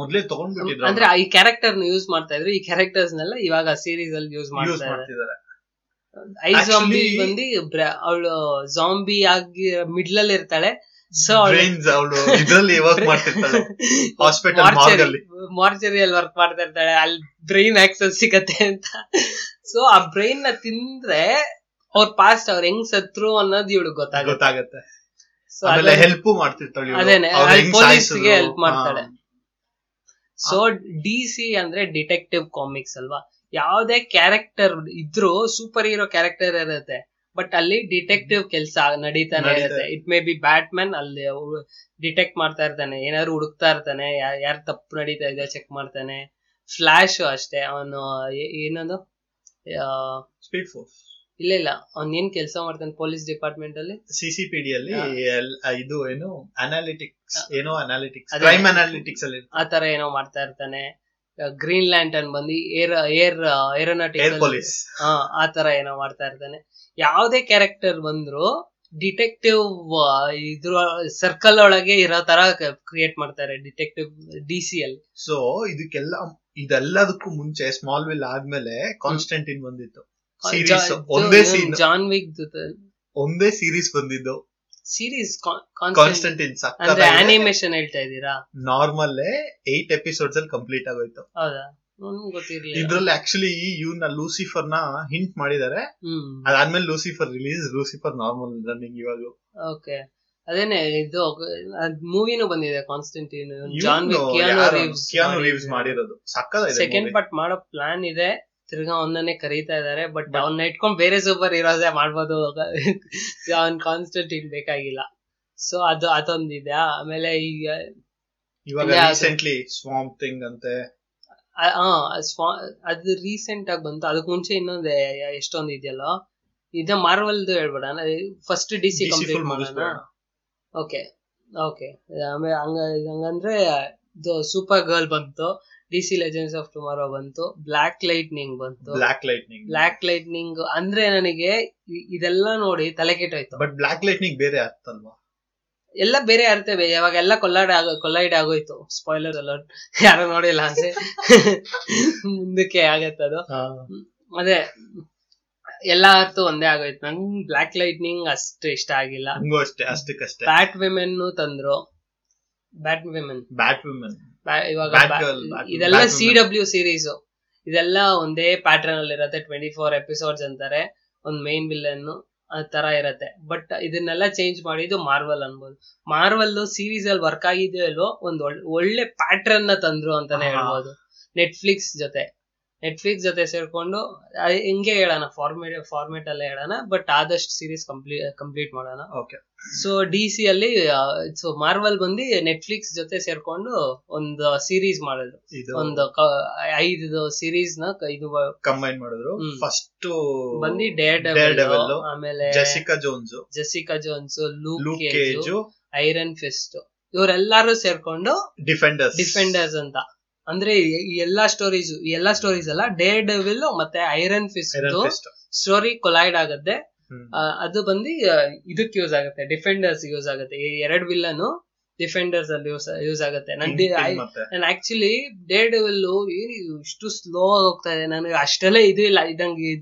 S2: ಮೊದ್ಲೇ
S1: ಅಂದ್ರೆ
S2: ತಗೊಂಡ್ಬಿಟ್ಟಿದ್ರು
S1: ಈ ಕ್ಯಾರೆಕ್ಟರ್ ಯೂಸ್ ಮಾಡ್ತಾ ಇದ್ರು ಈ ಕ್ಯಾರೆಕ್ಟರ್ಸ್ ನೆಲ್ಲ ಇವಾಗ ಸೀರೀಸ್ ಅಲ್ಲಿ ಯೂಸ್
S2: ಯೂಸ್
S1: ಮಾಡ್ತಾ ಇದ್ದಾರೆ
S2: ಮಾಡ್ತಿದ್ದಾರೆ
S1: ಐ
S2: Actually-
S1: ಜಾಂಬಿ ಬಂದು ಅವಳು ಜಾಂಬಿ ಆಗಿ ಮಿಡ್ಲ್ ಅಲ್ಲಿ ಇರ್ತಾಳೆ ಸೊ
S2: ಬ್ರೈನ್ಸ್ ಅವಳು ಇದ್ರಲ್ಲಿ ವರ್ಕ್ ಮಾಡ್ತಿರ್ತಾಳೆ Hospital morgue ಅಲ್ಲಿ.
S1: ಮಾರ್ಚರಿ ಅಲ್ಲಿ ವರ್ಕ್ ಮಾಡ್ತಾ ಇರ್ತಾಳೆ ಅಲ್ಲಿ ಬ್ರೈನ್ ಆಕ್ಸೆಸ್ ಸಿಗತ್ತೆ ಅಂತ ಸೊ ಆ ಬ್ರೈನ್ ನ ತಿಂದ್ರೆ ಅವ್ರ ಪಾಸ್ಟ್ ಅವ್ರ ಹೆಂಗ್ ಸತ್ರು ಅನ್ನೋದು ಇವಳು ಗೊತ್ತಾಗುತ್ತೆ
S2: ಗೊತ್ತಾಗತ್ತೆ
S1: So
S2: ಆಮೇಲೆ
S1: ಅದನ್ನ-
S2: ಹೆಲ್ಪ್ ಮಾಡ್ತಿರ್ತಾಳೆ ಇವ್ಳು.
S1: ಅದೇನೆ,
S2: ಅವ್ರು
S1: ಅಲ್ಲಿ
S2: ಹೆಂಗ್
S1: police
S2: ಸಾಯ್ಸಿದ್ರು.
S1: ಗೆ help
S2: ಆ,
S1: ಮಾಡ್ತಾಳೆ. ಸೊ ಡಿ ಸಿ ಅಂದ್ರೆ ಡಿಟೆಕ್ಟಿವ್ ಕಾಮಿಕ್ಸ್ ಅಲ್ವಾ ಯಾವ್ದೇ ಕ್ಯಾರೆಕ್ಟರ್ ಇದ್ರೂ ಸೂಪರ್ ಹೀರೋ ಕ್ಯಾರೆಕ್ಟರ್ ಇರುತ್ತೆ ಬಟ್ ಅಲ್ಲಿ ಡಿಟೆಕ್ಟಿವ್ ಕೆಲಸ ನಡೀತಾನೆ
S2: ನಡೀತಾ
S1: ಇರುತ್ತೆ ಇಟ್ ಮೇ ಬಿ ಬ್ಯಾಟ್ಮನ್ ಅಲ್ಲಿ ಡಿಟೆಕ್ಟ್ ಮಾಡ್ತಾ ಇರ್ತಾನೆ ಏನಾದ್ರು ಹುಡುಕ್ತಾ ಇರ್ತಾನೆ ಯಾರು ತಪ್ಪು ನಡೀತಾ ಇದೆ ಚೆಕ್ ಮಾಡ್ತಾನೆ ಫ್ಲಾಶ್ ಅಷ್ಟೇ ಅವನು ಏನದು ಆ,
S2: ಸ್ಪೀಡ್ ಫೋರ್ಸ್
S1: ಇಲ್ಲ ಇಲ್ಲ ಅವ್ನ್ ಏನ್ ಕೆಲಸ ಮಾಡ್ತಾನೆ ಪೊಲೀಸ್ ಡಿಪಾರ್ಟ್ಮೆಂಟ್ ಅಲ್ಲಿ
S2: ಸಿಸಿಪಿಡಿ ಅಲ್ಲಿ
S1: ಹಾ.
S2: ಎಲ್- ಇದು ಏನು ಅನಾಲಿಟಿಕ್ಸ್ ಏನೋ ಅನಾಲಿಟಿಕ್ಸ್
S1: ಅದೇ.
S2: ಕ್ರೈಮ್ ಅನಾಲಿಟಿಕ್ಸ್ ಅಲ್ಲಿ
S1: ಆ ತರ ಏನೋ ಮಾಡ್ತಾ ಇರ್ತಾನೆ ಗ್ರೀನ್ ಲ್ಯಾಂಟನ್ ಬಂದು air air
S2: air
S1: aeronautic
S2: police
S1: ಆ, ಆ ತರ ಏನೋ ಮಾಡ್ತಾ ಇರ್ತಾನೆ ಯಾವ್ದೇ ಕ್ಯಾರೆಕ್ಟರ್ ಬಂದ್ರು ಡಿಟೆಕ್ಟಿವ್ ಇದ್ರ ಸರ್ಕಲ್ ಒಳಗೆ ಇರೋ ತರ ಕ್ರಿಯೇಟ್ ಮಾಡ್ತಾರೆ ಡಿಟೆಕ್ಟಿವ್ ಡಿ ಸಿ ಅಲ್ಲಿ
S2: ಸೊ ಇದಕ್ಕೆಲ್ಲ ಇದೆಲ್ಲದಕ್ಕೂ ಮುಂಚೆ ಸ್ಮಾಲ್ ವಿಲ್ ಆದ್ಮೇಲೆ ಕಾನ್ಸ್ಟೆಂಟಿನ್ ಬಂದಿತ್ತು ಸೀರೀಸ್ ಒಂದೇ ಸೀನ್
S1: ಜಾನ್ ವಿಕ್
S2: ಒಂದೇ ಸೀರೀಸ್ ಬಂದಿದ್ದು
S1: ಸೀರೀಸ್
S2: ಕಾನ್ಸ್ಟೆಂಟಿನ್
S1: ಅಂದ್ರೆ
S2: ಸಕ್ಕ
S1: ಅನಿಮೇಷನ್ ಹೇಳ್ತಾ ಇದ್ದೀರಾ
S2: ನಾರ್ಮಲ್ ಏಟ್ ಎಪಿಸೋಡ್ಸ್ ಅಲ್ಲಿ ಕಂಪ್ಲೀಟ್ ಆಗೋಯ್ತು
S1: ಹೌದಾ ನನ್ಗ್ ಗೊತ್ತಿರ್ಲಿಲ್ಲ
S2: ಇದ್ರಲ್ಲಿ ಆಕ್ಚುಲಿ ಇವ್ನ ಲೂಸಿಫರ್ ನ ಹಿಂಟ್ ಮಾಡಿದ್ದಾರೆ
S1: ಹ್ಮ್
S2: ಅದಾದ್ಮೇಲೆ Lucifer release Lucifer normal running ಇವಾಗ
S1: ಓಕೆ ಅದೇನೆ ಇದು ಮೂವಿನೂ ಬಂದಿದೆ Constantine John Wick
S2: Keanu Reeves
S1: ಮಾಡಿರೋ
S2: ಮಾಡಿರೋದು ಸಕ್ಕದಾಗಿದೆ
S1: ಸೆಕೆಂಡ್
S2: movie.
S1: ಪಾರ್ಟ್ ಮಾಡೋ ಪ್ಲಾನ್ ಇದೆ ತಿರ್ಗಾ ಅವನನ್ನೇ ಕರೀತಾ ಇದಾರೆ ಬಟ್ ಅವನ್ನ ಇಟ್ಕೊಂಡ್ ಬೇರೆ ಸೂಪರ್ ಹೀರೋಸೇ ಮಾಡ್ಬೋದು ಅವನ್ ಕಾನ್ಸ್ಟೆಂಟಿನ್ ಬೇಕಾಗಿಲ್ಲ ಸೊ ಅದು ಅದೊಂದಿದೆ ಆಮೇಲೆ ಈಗ
S2: ಇವಾಗ
S1: ಇಲ್ಲ, ಅದು-
S2: ರೀಸೆಂಟ್ಲಿ ಸ್ವಾಂಪ್ ಥಿಂಗ್ ಅಂತೆ
S1: ಆ- ಆ, ಸ್ವಾ- ಅದು ರೀಸೆಂಟ್ ಆಗಿ ಬಂತು ಅದಕ್ ಮುಂಚೆ ಇನ್ನೊಂದ್ ಎ- ಎಷ್ಟೊಂದ್ ಇದೆಯಲ್ಲ ಇದ ಮಾರ್ವಲ್ದು ಹೇಳ್ಬೇಡ first D C
S2: DC full
S1: complete ಮಾಡೋಣ
S2: ಮುಗಿಸ್ಬಿಡೋಣ.
S1: ಓಕೆ ಓಕೆ ಆಮೇಲೆ ಹಂಗ ಹಂಗಂದ್ರೆ ಇದು ಸೂಪರ್ ಗರ್ಲ್ ಬಂತು D C Legends of Tomorrow ಬಂತು ಬ್ಲಾಕ್ ಲೈಟ್ನಿಂಗ್ ಬಂತು
S2: ಬ್ಲಾಕ್ ಲೈಟ್ನಿಂಗ್
S1: ಬ್ಲಾಕ್ ಲೈಟ್ನಿಂಗ್ ಅಂದ್ರೆ ನನಗೆ ಇ- ಇದೆಲ್ಲ ನೋಡಿ ತಲೆ ಕೆಟ್ಟೋಯ್ತು
S2: ಬಟ್ ಬ್ಲಾಕ್ ಲೈಟ್ನಿಂಗ್ ಬೇರೆ ಅರ್ಥಲ್ವಾ
S1: ಎಲ್ಲ ಬೇರೆ ಅರ್ಥವೆ ಯಾವಾಗ ಎಲ್ಲ ಕೊಲ್ಲಾಡ ಆಗೋ ಕೊಲ್ಲೈಡ್ ಆಗೋಯ್ತು ಸ್ಪಾಯ್ಲರ್ ಅಲರ್ಟ್ ಯಾರು ನೋಡಿಲ್ಲ ಅಂದ್ರೆ ಮುಂದಕ್ಕೆ ಆಗತ್ತೆ ಅದು ಅದೇ ಎಲ್ಲ ಅರ್ಥ ಒಂದೇ ಆಗೋಯ್ತು ನಂಗೆ ಬ್ಲಾಕ್ ಲೈಟ್ನಿಂಗ್ ಅಷ್ಟು ಇಷ್ಟ ಆಗಿಲ್ಲ
S2: ಹಂಗೂ ಅಷ್ಟೇ ಅಷ್ಟಕ್ಕಷ್ಟೇ
S1: ಬ್ಯಾಟ್ ವಿಮೆನ್ ತಂದ್ರು ಬ್ಯಾಟ್ ವಿಮೆನ್
S2: ಬ್ಯಾಟ್ ವುಮೆನ್
S1: ಬ್ಯಾ- ಇವಾಗ
S2: Bat
S1: ಬ್ಯಾ-
S2: Girl, Bat-
S1: ಇದೆಲ್ಲ
S2: Batwoman.
S1: ಸಿ ಡಬ್ಲ್ಯೂ ಸೀರೀಸ್ ಇದೆಲ್ಲ ಒಂದೇ ಪ್ಯಾಟರ್ನ್ ಅಲ್ಲಿ ಇರತ್ತೆ ಟ್ವೆಂಟಿ ಫೋರ್ ಎಪಿಸೋಡ್ಸ್ ಅಂತಾರೆ ಒಂದ್ ಮೈನ್ ವಿಲನ್ ಆ ತರ ಇರತ್ತೆ ಬಟ್ ಇದನ್ನೆಲ್ಲ ಚೇಂಜ್ ಮಾಡಿದ್ದು ಮಾರ್ವಲ್ ಅನ್ಬೋದು ಮಾರ್ವಲ್ ಸೀರೀಸ್ ಅಲ್ಲಿ ವರ್ಕ್ ಆಗಿದೆಯೋ ಇಲ್ವೋ ಒಂದ್ ಒಳ್- ಒಳ್ಳೆ ಪ್ಯಾಟರ್ನ್ ನ ತಂದ್ರು ಅಂತಾನೆ
S2: ಹಾ.
S1: ಹೇಳ್ಬೋದು ನೆಟ್ಫ್ಲಿಕ್ಸ್ ಜೊತೆ ನೆಟ್ಫ್ಲಿಕ್ಸ್ ಜೊತೆ ಸೇರ್ಕೊಂಡು ಆ, ಹಿಂಗೆ ಹೇಳೋಣ ಫಾರ್ಮೇಟ್ ಫಾರ್ಮೇಟ್ ಅಲ್ಲೇ ಹೇಳೋಣ ಬಟ್ ಆದಷ್ಟು ಸೀರೀಸ್ ಕಂಪ್ಲೀಟ್ ಕಂಪ್ಲೀಟ್ ಮಾಡೋಣ
S2: ಓಕೆ
S1: ಸೊ ಡಿ ಸಿ ಅಲ್ಲಿ ಸೊ ಮಾರ್ವಲ್ ಬಂದು ನೆಟ್ಫ್ಲಿಕ್ಸ್ ಜೊತೆ ಸೇರ್ಕೊಂಡು ಒಂದು ಸೀರೀಸ್ ಮಾಡಿದ್ರು
S2: ಇದು
S1: ಒಂದು ಐದು ಸೀರೀಸ್ ನ ಕ- ಇದು ಬ-
S2: ಕಂಬೈನ್ ಮಾಡಿದ್ರು
S1: ಹ್ಮ್.
S2: ಫಸ್ಟ್
S1: ಬಂದು ಡೇರ್
S2: Daredevil,
S1: ಆಮೇಲೆ
S2: Jessica Jones
S1: Jessica Jones
S2: Luke
S1: Luke
S2: Cage
S1: Iron Fist ಇವರೆಲ್ಲಾರು ಸೇರ್ಕೊಂಡು
S2: ಡಿಫೆಂಡರ್ಸ್
S1: ಡಿಫೆಂಡರ್ಸ್ ಅಂತ ಅಂದ್ರೆ ಈ- ಈ ಎಲ್ಲಾ ಸ್ಟೋರೀಸ್ ಎಲ್ಲಾ ಸ್ಟೋರೀಸ್ ಅಲ್ಲ ಡೇರ್ ಡೆವಿಲ್ ಮತ್ತೆ ಐರನ್ ಫಿಸ್ಟ್ ಸ್ಟೋರಿ ಕೊಲೈಡ್ ಆಗುತ್ತೆ ಆ, ಅದು ಬಂದು ಆ, ಇದಕ್ಕೆ ಯೂಸ್ ಆಗುತ್ತೆ ಡಿಫೆಂಡರ್ಸ್ ಯೂಸ್ ಆಗುತ್ತೆ ಈ ಎರಡು ವಿಲ್ಲನು ಡಿಫೆಂಡರ್ಸ್ ಅಲ್ಲಿ ಯೂಸ್ ಯೂಸ್ ಆಗುತ್ತೆ ನನ್
S2: ಮತ್ತೆ
S1: ನಾನು ಆಕ್ಚುಲಿ ಡೇರ್ ಡೆವಿಲ್ ಏನಿದು ಇಷ್ಟು ಸ್ಲೋ ಹೋಗ್ತಾ ಇದೆ ನನಗೆ ಅಷ್ಟೆಲ್ಲ ಇದು ಇಲ್ಲ ಇದಂಗೆ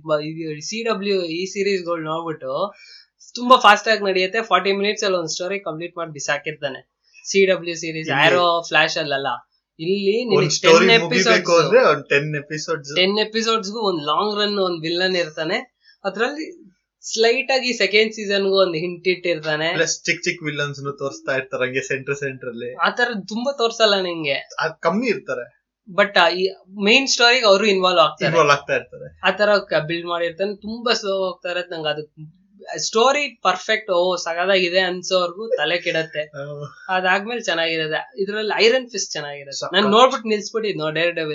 S1: ಸಿ ಡಬ್ಲ್ಯೂ ಈ series ಗಳು ನೋಡ್ಬಿಟ್ಟು ತುಂಬಾ ಫಾಸ್ಟ್ ಆಗಿ ನಡೆಯುತ್ತೆ ಫಾರ್ಟಿ ಮಿನಿಟ್ಸ್ ಅಲ್ಲಿ ಒಂದು ಸ್ಟೋರಿ ಕಂಪ್ಲೀಟ್ ಮಾಡಿ ಬಿಸಾಕಿರ್ತಾನೆ ಸಿ ಡಬ್ಲ್ಯೂ ಸೀರೀಸ್
S2: ಇಲ್ಲಿ-
S1: ಆರೋ ಫ್ಲಾಶ್ ಅಲ್ಲಲ್ಲ ಇಲ್ಲಿ
S2: ಒಂದ್ ಸ್ಟೋರಿ
S1: ಟೆನ್
S2: ಮುಗಿಬೇಕು
S1: ಎಪಿಸೋಡ್
S2: ಅಂದ್ರೆ ಒಂದ್ ಟೆನ್ ಎಪಿಸೋಡ್ಸ್
S1: ಟೆನ್ ಎಪಿಸೋಡ್ಸ್ಗೂ ಒಂದು ಲಾಂಗ್ ರನ್ ಒಂದು ವಿಲ್ಲನ್ ಇರ್ತಾನೆ ಅದ್ರಲ್ಲಿ ಸ್ಲೈಟ್ ಆಗಿ ಸೆಕೆಂಡ್ ಸೀಸನ್ಗೂ ಒಂದು ಹಿಂಟ್ ಇಟ್ಟಿರ್ತಾನೆ
S2: ಪ್ಲಸ್ ಚಿಕ್ ಚಿಕ್ ವಿಲನ್ಸ್ ತೋರಿಸ್ತಾ ಇರ್ತಾರೆ ಹಂಗೆ ಸೆಂಟರ್ ಸೆಂಟರ್ ಅಲ್ಲಿ
S1: ಆ ತರ ತುಂಬಾ ತೋರ್ಸಲ್ಲ ನಿಂಗೆ
S2: ಅದ್ ಕಮ್ಮಿ ಇರ್ತಾರೆ
S1: ಬಟ್ ಈ ಮೇನ್ ಸ್ಟೋರಿಗೆ ಅವರು ಇನ್ವಾಲ್ವ್ ಆಗ್ತಾರೆ
S2: ಇನ್ವಾಲ್ವ್ ಆಗ್ತಾ ಇರ್ತಾರೆ
S1: ಆ ತರ ಬಿಲ್ಡ್ ಮಾಡಿರ್ತಾನೆ ತುಂಬಾ ಸ್ಲೋ ಹೋಗ್ತಾ ಇರತ್ತೆ ನಂಗೆ ಅದು ಸ್ಟೋರಿ ಪರ್ಫೆಕ್ಟ್ ಓ ಸಗದಾಗಿದೆ ಅನ್ಸೋವರ್ಗು ತಲೆ ಕೆಡತ್ತೆ ಅದಾದ್ಮೇಲೆ ಚೆನ್ನಾಗಿರುತ್ತೆ ಇದ್ರಲ್ಲಿ ಐರನ್ ಫಿಸ್ಟ್ ಚೆನ್ನಾಗಿರುತ್ತೆ
S2: ಸಖತ್.
S1: ನಾನು ನೋಡ್ಬಿಟ್ಟು ನಿಲ್ಸ್ಬಿಟ್ಟಿದ್ ನೋಡಿ ಡೇರ್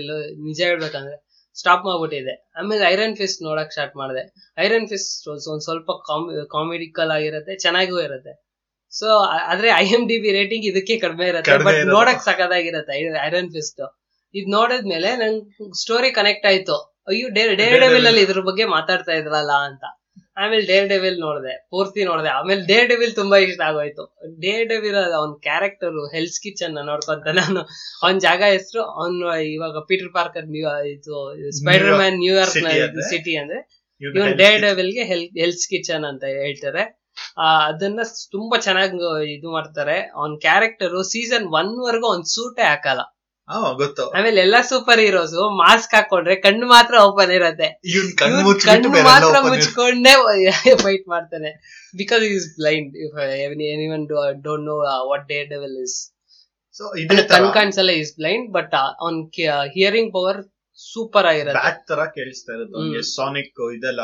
S1: ನಿಜ ಹೇಳ್ಬೇಕಂದ್ರೆ ಸ್ಟಾಪ್ ಮಾಡ್ಬಿಟ್ಟಿದೆ ಆಮೇಲೆ ಐರನ್ ಫಿಸ್ಟ್ ನೋಡಕ್ ಸ್ಟಾರ್ಟ್ ಮಾಡಿದೆ ಐರನ್ ಫಿಸ್ಟ್ ಒಂದ್ ಸ್ವಲ್ಪ ಕಾಮಿಡಿಕಲ್ ಆಗಿರುತ್ತೆ ಚೆನ್ನಾಗೂ ಇರುತ್ತೆ ಸೊ ಆದ್ರೆ I M D B rating ಇದಕ್ಕೆ ಕಡಿಮೆ ಇರುತ್ತೆ
S2: ಕಡ್ಮೆ
S1: ಬಟ್
S2: ಇರುತ್ತೆ.
S1: ನೋಡಕ್ ಸಖತ್ತಾಗಿರುತ್ತೆ ಐರನ್ ಫಿಸ್ಟ್ ಇದ್ ನೋಡಿದ್ಮೇಲೆ ನಂಗೆ ಸ್ಟೋರಿ ಕನೆಕ್ಟ್ ಆಯ್ತು ಅಯ್ಯೋ ಡೇರ್ ಡೇರ್
S2: Daredevil.
S1: ಡೆವಿಲ್ ಅಲ್ಲಿ ಇದ್ರ ಬಗ್ಗೆ ಮಾತಾಡ್ತಾ ಇದ್ರಲ್ಲ ಅಂತ ಆಮೇಲೆ ಡೇರ್ ಡೆವಿಲ್ ನೋಡಿದೆ ಪೂರ್ತಿ ನೋಡಿದೆ ಆಮೇಲೆ ಡೇರ್ ಡೆವಿಲ್ ತುಂಬಾ ಇಷ್ಟ ಆಗೋಯ್ತು ಡೇರ್ ಡೆವಿಲ್ ಅವ್ನ ಕ್ಯಾರೆಕ್ಟರ್ ಹೆಲ್ಸ್ ಕಿಚನ್ ನೋಡ್ಕೊಂತ ನಾನು ಅವನ ಜಾಗ ಹೆಸರು ಅವ್ನು ಇವಾಗ ಪೀಟರ್ ಪಾರ್ಕರ್ ನ್ಯೂ ಇದು ಸ್ಪೈಡರ್ ಮ್ಯಾನ್ ನ್ಯೂಯಾರ್ಕ್
S2: City ಅಂದ್ರೆ?
S1: ಸಿಟಿ ಅಂದ್ರೆ
S2: ಇವ್ನ
S1: ಇವನ್
S2: health
S1: ಡೇರ್
S2: ಕಿಚನ್.
S1: ಡೆವಿಲ್ಗೆ ಹೆಲ್ಸ್ ಕಿಚನ್ ಅಂತ ಹೇಳ್ತಾರೆ ಆ, ಅದನ್ನ ಸ್- ತುಂಬಾ ಚೆನ್ನಾಗಿ ಇದು ಮಾಡ್ತಾರೆ ಅವ್ನ ಕ್ಯಾರೆಕ್ಟರ್ ಸೀಸನ್ ಒನ್ ವರ್ಗೂ ಅವ್ನ್ ಸೂಟೇ ಹಾಕಲ್ಲ
S2: ಹಾ ಗೊತ್ತು
S1: ಆಮೇಲೆ ಎಲ್ಲಾ ಸೂಪರ್ ಹೀರೋಸ್ ಮಾಸ್ಕ್ ಹಾಕೊಂಡ್ರೆ ಕಣ್ಣು ಮಾತ್ರ ಓಪನ್ ಇರತ್ತೆ
S2: ಇವನ್ ಕಣ್ಣು
S1: ಇವ್ನ್
S2: ಮುಚ್ಚಿಬಿಟ್ಟು
S1: ಕಣ್ಣು
S2: ಬೇರೆ ಎಲ್ಲ
S1: ಮಾತ್ರ
S2: open ಇರುತ್ತೆ.
S1: ಮುಚ್ಕೊಂಡೇ ಫೈಟ್ ಮಾಡ್ತಾನೆ because is blind anyone don't know what Daredevil is
S2: So, ಇದೇ ತರ
S1: ಕಣ್ ಕಾಣಿಸಲ್ಲ ಈಸ್ ಬ್ಲೈಂಡ್ ಬಟ್ ಅವ್ನ್ ಹಿಯರಿಂಗ್ ಪವರ್ ಸೂಪರ್ ಆಗಿರತ್ತೆ
S2: ಬ್ಯಾಟ್ ತರ ಕೇಳಿಸ್ತಾ ಇರುತ್ತೆ ಅವ್ನಿಗೆ
S1: ಹ್ಮ್.
S2: ಸಾನಿಕ್ ಇದೆಲ್ಲ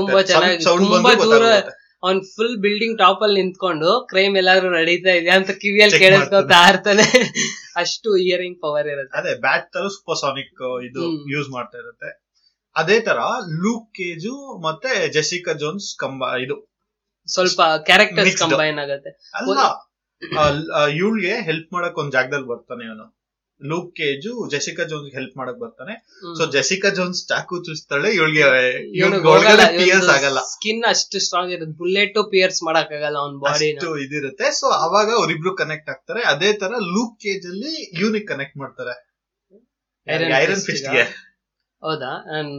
S1: ತುಂಬಾ ಚೆನ್ನಾಗಿ-
S2: ಸೌಂಡ್
S1: ತುಂಬಾ
S2: ಬಂದ್ರೆ
S1: ದೂರ
S2: ಗೊತ್ತಾಗುತ್ತೆ
S1: ಅವ್ನ್ ಫುಲ್ ಬಿಲ್ಡಿಂಗ್ ಟಾಪ್ ಅಲ್ಲಿ ನಿಂತ್ಕೊಂಡು ಕ್ರೈಮ್ ಎಲ್ಲಾದ್ರೂ ನಡೀತಾ ಇದೆ ಅಂತ ಕಿವಿಯಲ್ಲಿ
S2: Check
S1: ಕೇಳಿಸ್ಕೊತಾ ಇರ್ತಾನೆ ಅಷ್ಟು ಹಿಯರಿಂಗ್ ಪವರ್ ಇರತ್ತೆ
S2: ಅದೇ ಬ್ಯಾಟ್ ತರ ಸೂಪರ್ ಸಾನಿಕ್ ಇದು
S1: ಹ್ಮ್.
S2: ಯೂಸ್ ಮಾಡ್ತಾ ಇರುತ್ತೆ ಅದೇ ತರ ಲೂಕ್ ಕೇಜು ಮತ್ತೆ ಜೆಸಿಕಾ ಜೋನ್ಸ್ ಕಂಬ ಇದು
S1: ಸ್ವಲ್ಪ ಕ್ಯಾರೆಕ್ಟರ್ಸ್
S2: Mixed.
S1: ಕಂಬೈನ್ ಆಗತ್ತೆ
S2: ಅಲ್ಲ ಇವಳ್ಗೆ ಹೆಲ್ಪ್ ಮಾಡಕ್ ಒಂದ್ ಜಾಗದಲ್ಲಿ ಬರ್ತಾನೆ ಇವನು Luke Cage Jessica Jones help ಮಾಡಕ್ ಬರ್ತಾನೆ
S1: ಹ್ಮ್.
S2: ಸೊ ಜೆಸಿಕಾ ಜೋನ್ಸ್ ಚಾಕು ಚುಚ್ತಾಳೆ ಇವಳಿಗೆ
S1: ಇವ್ನಿಗ್
S2: ಒಳಗಡೆ
S1: ಹೋಗಲ್ಲ,
S2: ಪಿಯರ್ಸ್
S1: ಇವ್ನ್ದು
S2: ಆಗಲ್ಲ
S1: ಸ್ಕಿನ್ ಅಷ್ಟು ಸ್ಟ್ರಾಂಗ್ ಇರುತ್ತೆ ಬುಲೆಟ್ ಪಿಯರ್ಸ್ ಮಾಡಕ್ ಆಗಲ್ಲ ಅವ್ನ್ ಬಾಡಿನ
S2: ಅಷ್ಟು ಇದಿರುತ್ತೆ ಸೊ ಅವಾಗ ಅವರಿಬ್ರು ಕನೆಕ್ಟ್ ಆಗ್ತಾರೆ ಅದೇ ತರ ಲೂಕ್ ಕೇಜ್ ಅಲ್ಲಿ ಯೂನಿಕ್ ಕನೆಕ್ಟ್ ಮಾಡ್ತಾರೆ
S1: Iron
S2: ಐರನ್
S1: Fist
S2: ಫಿಸ್ಟ್ ಗೆ
S1: ಹೌದಾ uh, ನಾನು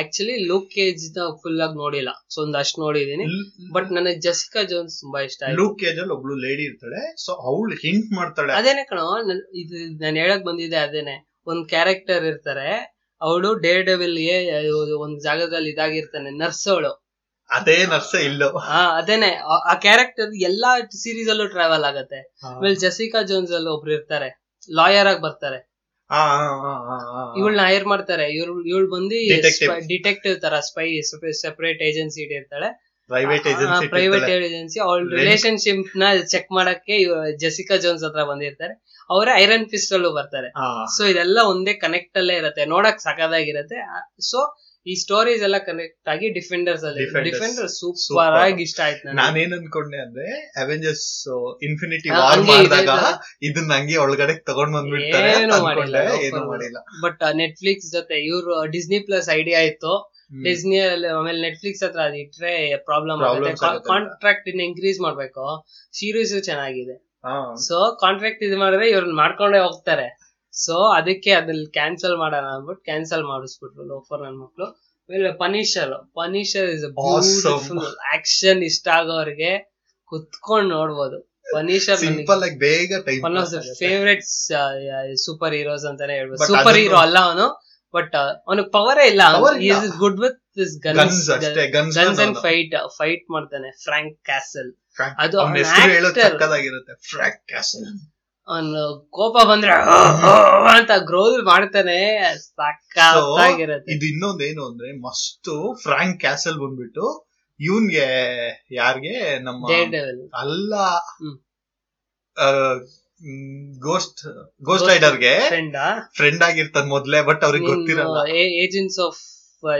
S1: ಆಕ್ಚುಲಿ ಲೂಕ್ ಕೇಜ್ ಫುಲ್ ಆಗಿ ನೋಡಿಲ್ಲ ಸೊ ಒಂದ್ ಅಷ್ಟು ನೋಡಿದೀನಿ ಬಟ್ ನನಗೆ ಜೆಸಿಕಾ ಜೋನ್ಸ್ ತುಂಬಾ ಇಷ್ಟ ಆಯ್ತು
S2: ಲೂಕ್ ಕೇಜ್ ಅಲ್ಲಿ ಒಬ್ಳು ಲೇಡಿ ಇರ್ತಾಳೆ ಸೊ ಅವಳು ಹಿಂಟ್ ಮಾಡ್ತಾಳೆ
S1: ಅದೇನೆ ಕಣೋ ನನ್- ಇದು ನಾನು ಹೇಳಕ್ ಬಂದಿದ್ದೆ ಅದೇನೆ ಒಂದ್ ಕ್ಯಾರೆಕ್ಟರ್ ಇರ್ತಾರೆ ಅವಳು ಡೇರ್ ಡೆವಿಲ್ ಗೆ ಇವ್ರು ಒಂದ್ ಜಾಗದಲ್ಲಿ ಇದಾಗಿರ್ತಾನೆ ನರ್ಸ್ ಅವಳು
S2: ಅದೇ ನರ್ಸ ಇಲ್ಲೋ
S1: ಹಾ ಅದೇನೆ ಆ- ಆ ಕ್ಯಾರೆಕ್ಟರ್ ಎಲ್ಲಾ ಸೀರೀಸ್ ಅಲ್ಲೂ ಟ್ರಾವೆಲ್ ಆಗತ್ತೆ ಆಮೇಲೆ ಜೆಸಿಕಾ ಜೋನ್ಸ್ ಅಲ್ಲಿ ಒಬ್ರು ಇರ್ತಾರೆ ಲಾಯರ್ ಆಗಿ ಬರ್ತಾರೆ ಇವಳನ್ನ ಹೈರ್ ಮಾಡ್ತಾರೆ ಇವ್ರು ಇವಳು ಬಂದು
S2: Detective.
S1: ಡಿಟೆಕ್ಟಿವ್ ತರ ಸ್ಪೈ ಸೆಪರೇಟ್ ಏಜೆನ್ಸಿ ಇಟ್ಟಿರ್ತಾಳೆ
S2: ಪ್ರೈವೇಟ್ ಏಜೆನ್ಸಿ
S1: ಪ್ರೈವೇಟ್ ಏಜೆನ್ಸಿ ಅವ್ರ
S2: Rent.
S1: ರಿಲೇಶನ್ಶಿಪ್ ನ ಚೆಕ್ ಮಾಡಕ್ಕೆ ಇವ್ರು ಜೆಸಿಕಾ ಜೋನ್ಸ್ ಹತ್ರ ಬಂದಿರ್ತಾರೆ ಅವರೇ ಐರನ್ ಫಿಸ್ಟ್ ಅಲ್ಲೂ ಬರ್ತಾರೆ ಸೊ ಇದೆಲ್ಲ ಒಂದೇ ಕನೆಕ್ಟ್ ಅಲ್ಲೇ ಇರತ್ತೆ ನೋಡಕ್ ಸಖತ್ತಾಗಿರತ್ತೆ ಸೊ ಈ ಸ್ಟೋರೀಸ್ ಎಲ್ಲ ಕನೆಕ್ಟ್ ಆಗಿ ಡಿಫೆಂಡರ್ಸ್ ಅಲ್ಲಿ
S2: Defenders.
S1: Defender super
S2: Super.
S1: ಆಗಿ ಇಷ್ಟ ಆಯ್ತು ನನಗೆ
S2: ನಾನೇನ್ ಅನ್ಕೊಂಡೆ ಅಂದ್ರೆ ಅವೆಂಜರ್ಸ್ ಇನ್ಫಿನಿಟಿ
S1: ಹಾ,
S2: ವಾರ್
S1: ಹಂಗೆ
S2: ಮಾಡಿದಾಗ
S1: ಇದೆ,
S2: ಇದನ್ನ ಹಂಗೆ ಒಳಗಡೆ ತಗೊಂಡ್ ಬಂದ್ಬಿಡ್ತಾರೆ
S1: ಏನೂ
S2: ಅಂತ
S1: ಮಾಡಿಲ್ಲ,
S2: ಅನ್ಕೊಂಡೆ ಏನು
S1: open
S2: ಮಾಡಿಲ್ಲ
S1: ಬಟ್ ನೆಟ್ಫ್ಲಿಕ್ಸ್ ಜೊತೆ ಇವರು ಡಿಸ್ನಿ ಪ್ಲಸ್ ಐಡಿಯಾ ಇತ್ತು ಡಿಸ್ನಿ ಅಲ್ಲಿ ಆಮೇಲೆ ನೆಟ್ಫ್ಲಿಕ್ಸ್ ಹತ್ರ ಅದು ಇಟ್ರೆ ಪ್ರಾಬ್ಲಮ್ ಆಗುತ್ತೆ
S2: Problems ಆಗುತ್ತೆ.
S1: ಕಾಂಟ್ರಾಕ್ಟ್ ಇನ್ನ ಇನ್ಕ್ರೀಸ್ ಮಾಡ್ಬೇಕು ಸೀರೀಸ್ ಚೆನ್ನಾಗಿದೆ
S2: ಹಾ.
S1: ಸೊ ಕಾಂಟ್ರಾಕ್ಟ್ ಇದು ಮಾಡಿದ್ರೆ ಇವ್ರನ್ನ ಮಾಡ್ಕೊಂಡೇ ಹೋಗ್ತಾರೆ ಸೊ ಅದಕ್ಕೆ ಅದ್ರಲ್ಲಿ ಕ್ಯಾನ್ಸಲ್ ಮಾಡೋಣ ಅಂದ್ಬಿಟ್ಟು ಕ್ಯಾನ್ಸಲ್ ಮಾಡಿಸ್ಬಿಟ್ರು ಲೋಫರ್ ನನ್ ಮಕ್ಳು ಆಮೇಲೆ Punisher Punisher is
S2: Awesome.
S1: Beautiful action ಇಷ್ಟ ಆಗೋರಿಗೆ ಕುತ್ಕೊಂಡ್ ನೋಡ್ಬೋದು ಪನಿಷರ್
S2: ಸಿಂಪಲ್ ಆಗಿ ಬೇಗ time
S1: one of the favourite superheroes ಅಂತಾನೆ ಹೇಳ್ಬೋದು
S2: But
S1: ಸೂಪರ್
S2: ಅದನ್ನು-
S1: ಹೀರೋ ಅಲ್ಲ ಅವನು ಬಟ್ ಅವನಿಗೆ ಪವರೇ ಇಲ್ಲ
S2: Power ಇಲ್ಲ.
S1: Is good with this guns
S2: guns ಅಷ್ಟೇ guns
S1: guns and fight fight ಮಾಡ್ತಾನೆ ಫ್ರಾಂಕ್ ಕ್ಯಾಸಲ್ ಅದು
S2: ಅವ್ನ
S1: ಅವ್ನ
S2: ಹೆಸರು ಹೇಳೋದ್
S1: actor.
S2: ಸಕ್ಕದಾಗಿರುತ್ತೆ ಫ್ರಾಂಕ್ ಕ್ಯಾಸಲ್
S1: ಅವನು ಕೋಪ ಬಂದ್ರೆ "ಆ, ಆ, ಆ" ಅಂತ ಗ್ರೋಲ್ ಮಾಡ್ತಾನೆ ಸಾಕಾಗಿರತ್ತೆ
S2: ಇದು ಇನ್ನೊಂದೇನು ಅಂದ್ರೆ ಮಸ್ತ್ ಫ್ರಾಂಕ್ ಕ್ಯಾಸಲ್ ಬಂದ್ಬಿಟ್ಟು ಇವನ್ಗೆ ಯಾರ್ಗೆ ನಮ್ಮ
S1: ಡೇರ್ ಡೆವಿಲ್
S2: ಅಲ್ಲ
S1: ಹ್ಮ್.
S2: ಗೋಸ್ಟ್ ಗೋಸ್ಟ್
S1: Ghost-
S2: ರೈಡರ್ಗೆ
S1: ಫ್ರೆಂಡ್
S2: ಫ್ರೆಂಡ್ ಆಗಿರ್ತಾನೆ ಮೊದ್ಲೇ ಬಟ್ ಅವ್ರಿಗೆ ಗೊತ್ತಿರಲ್ಲ
S1: ಏಜೆಂಟ್ಸ್ ಆಫ್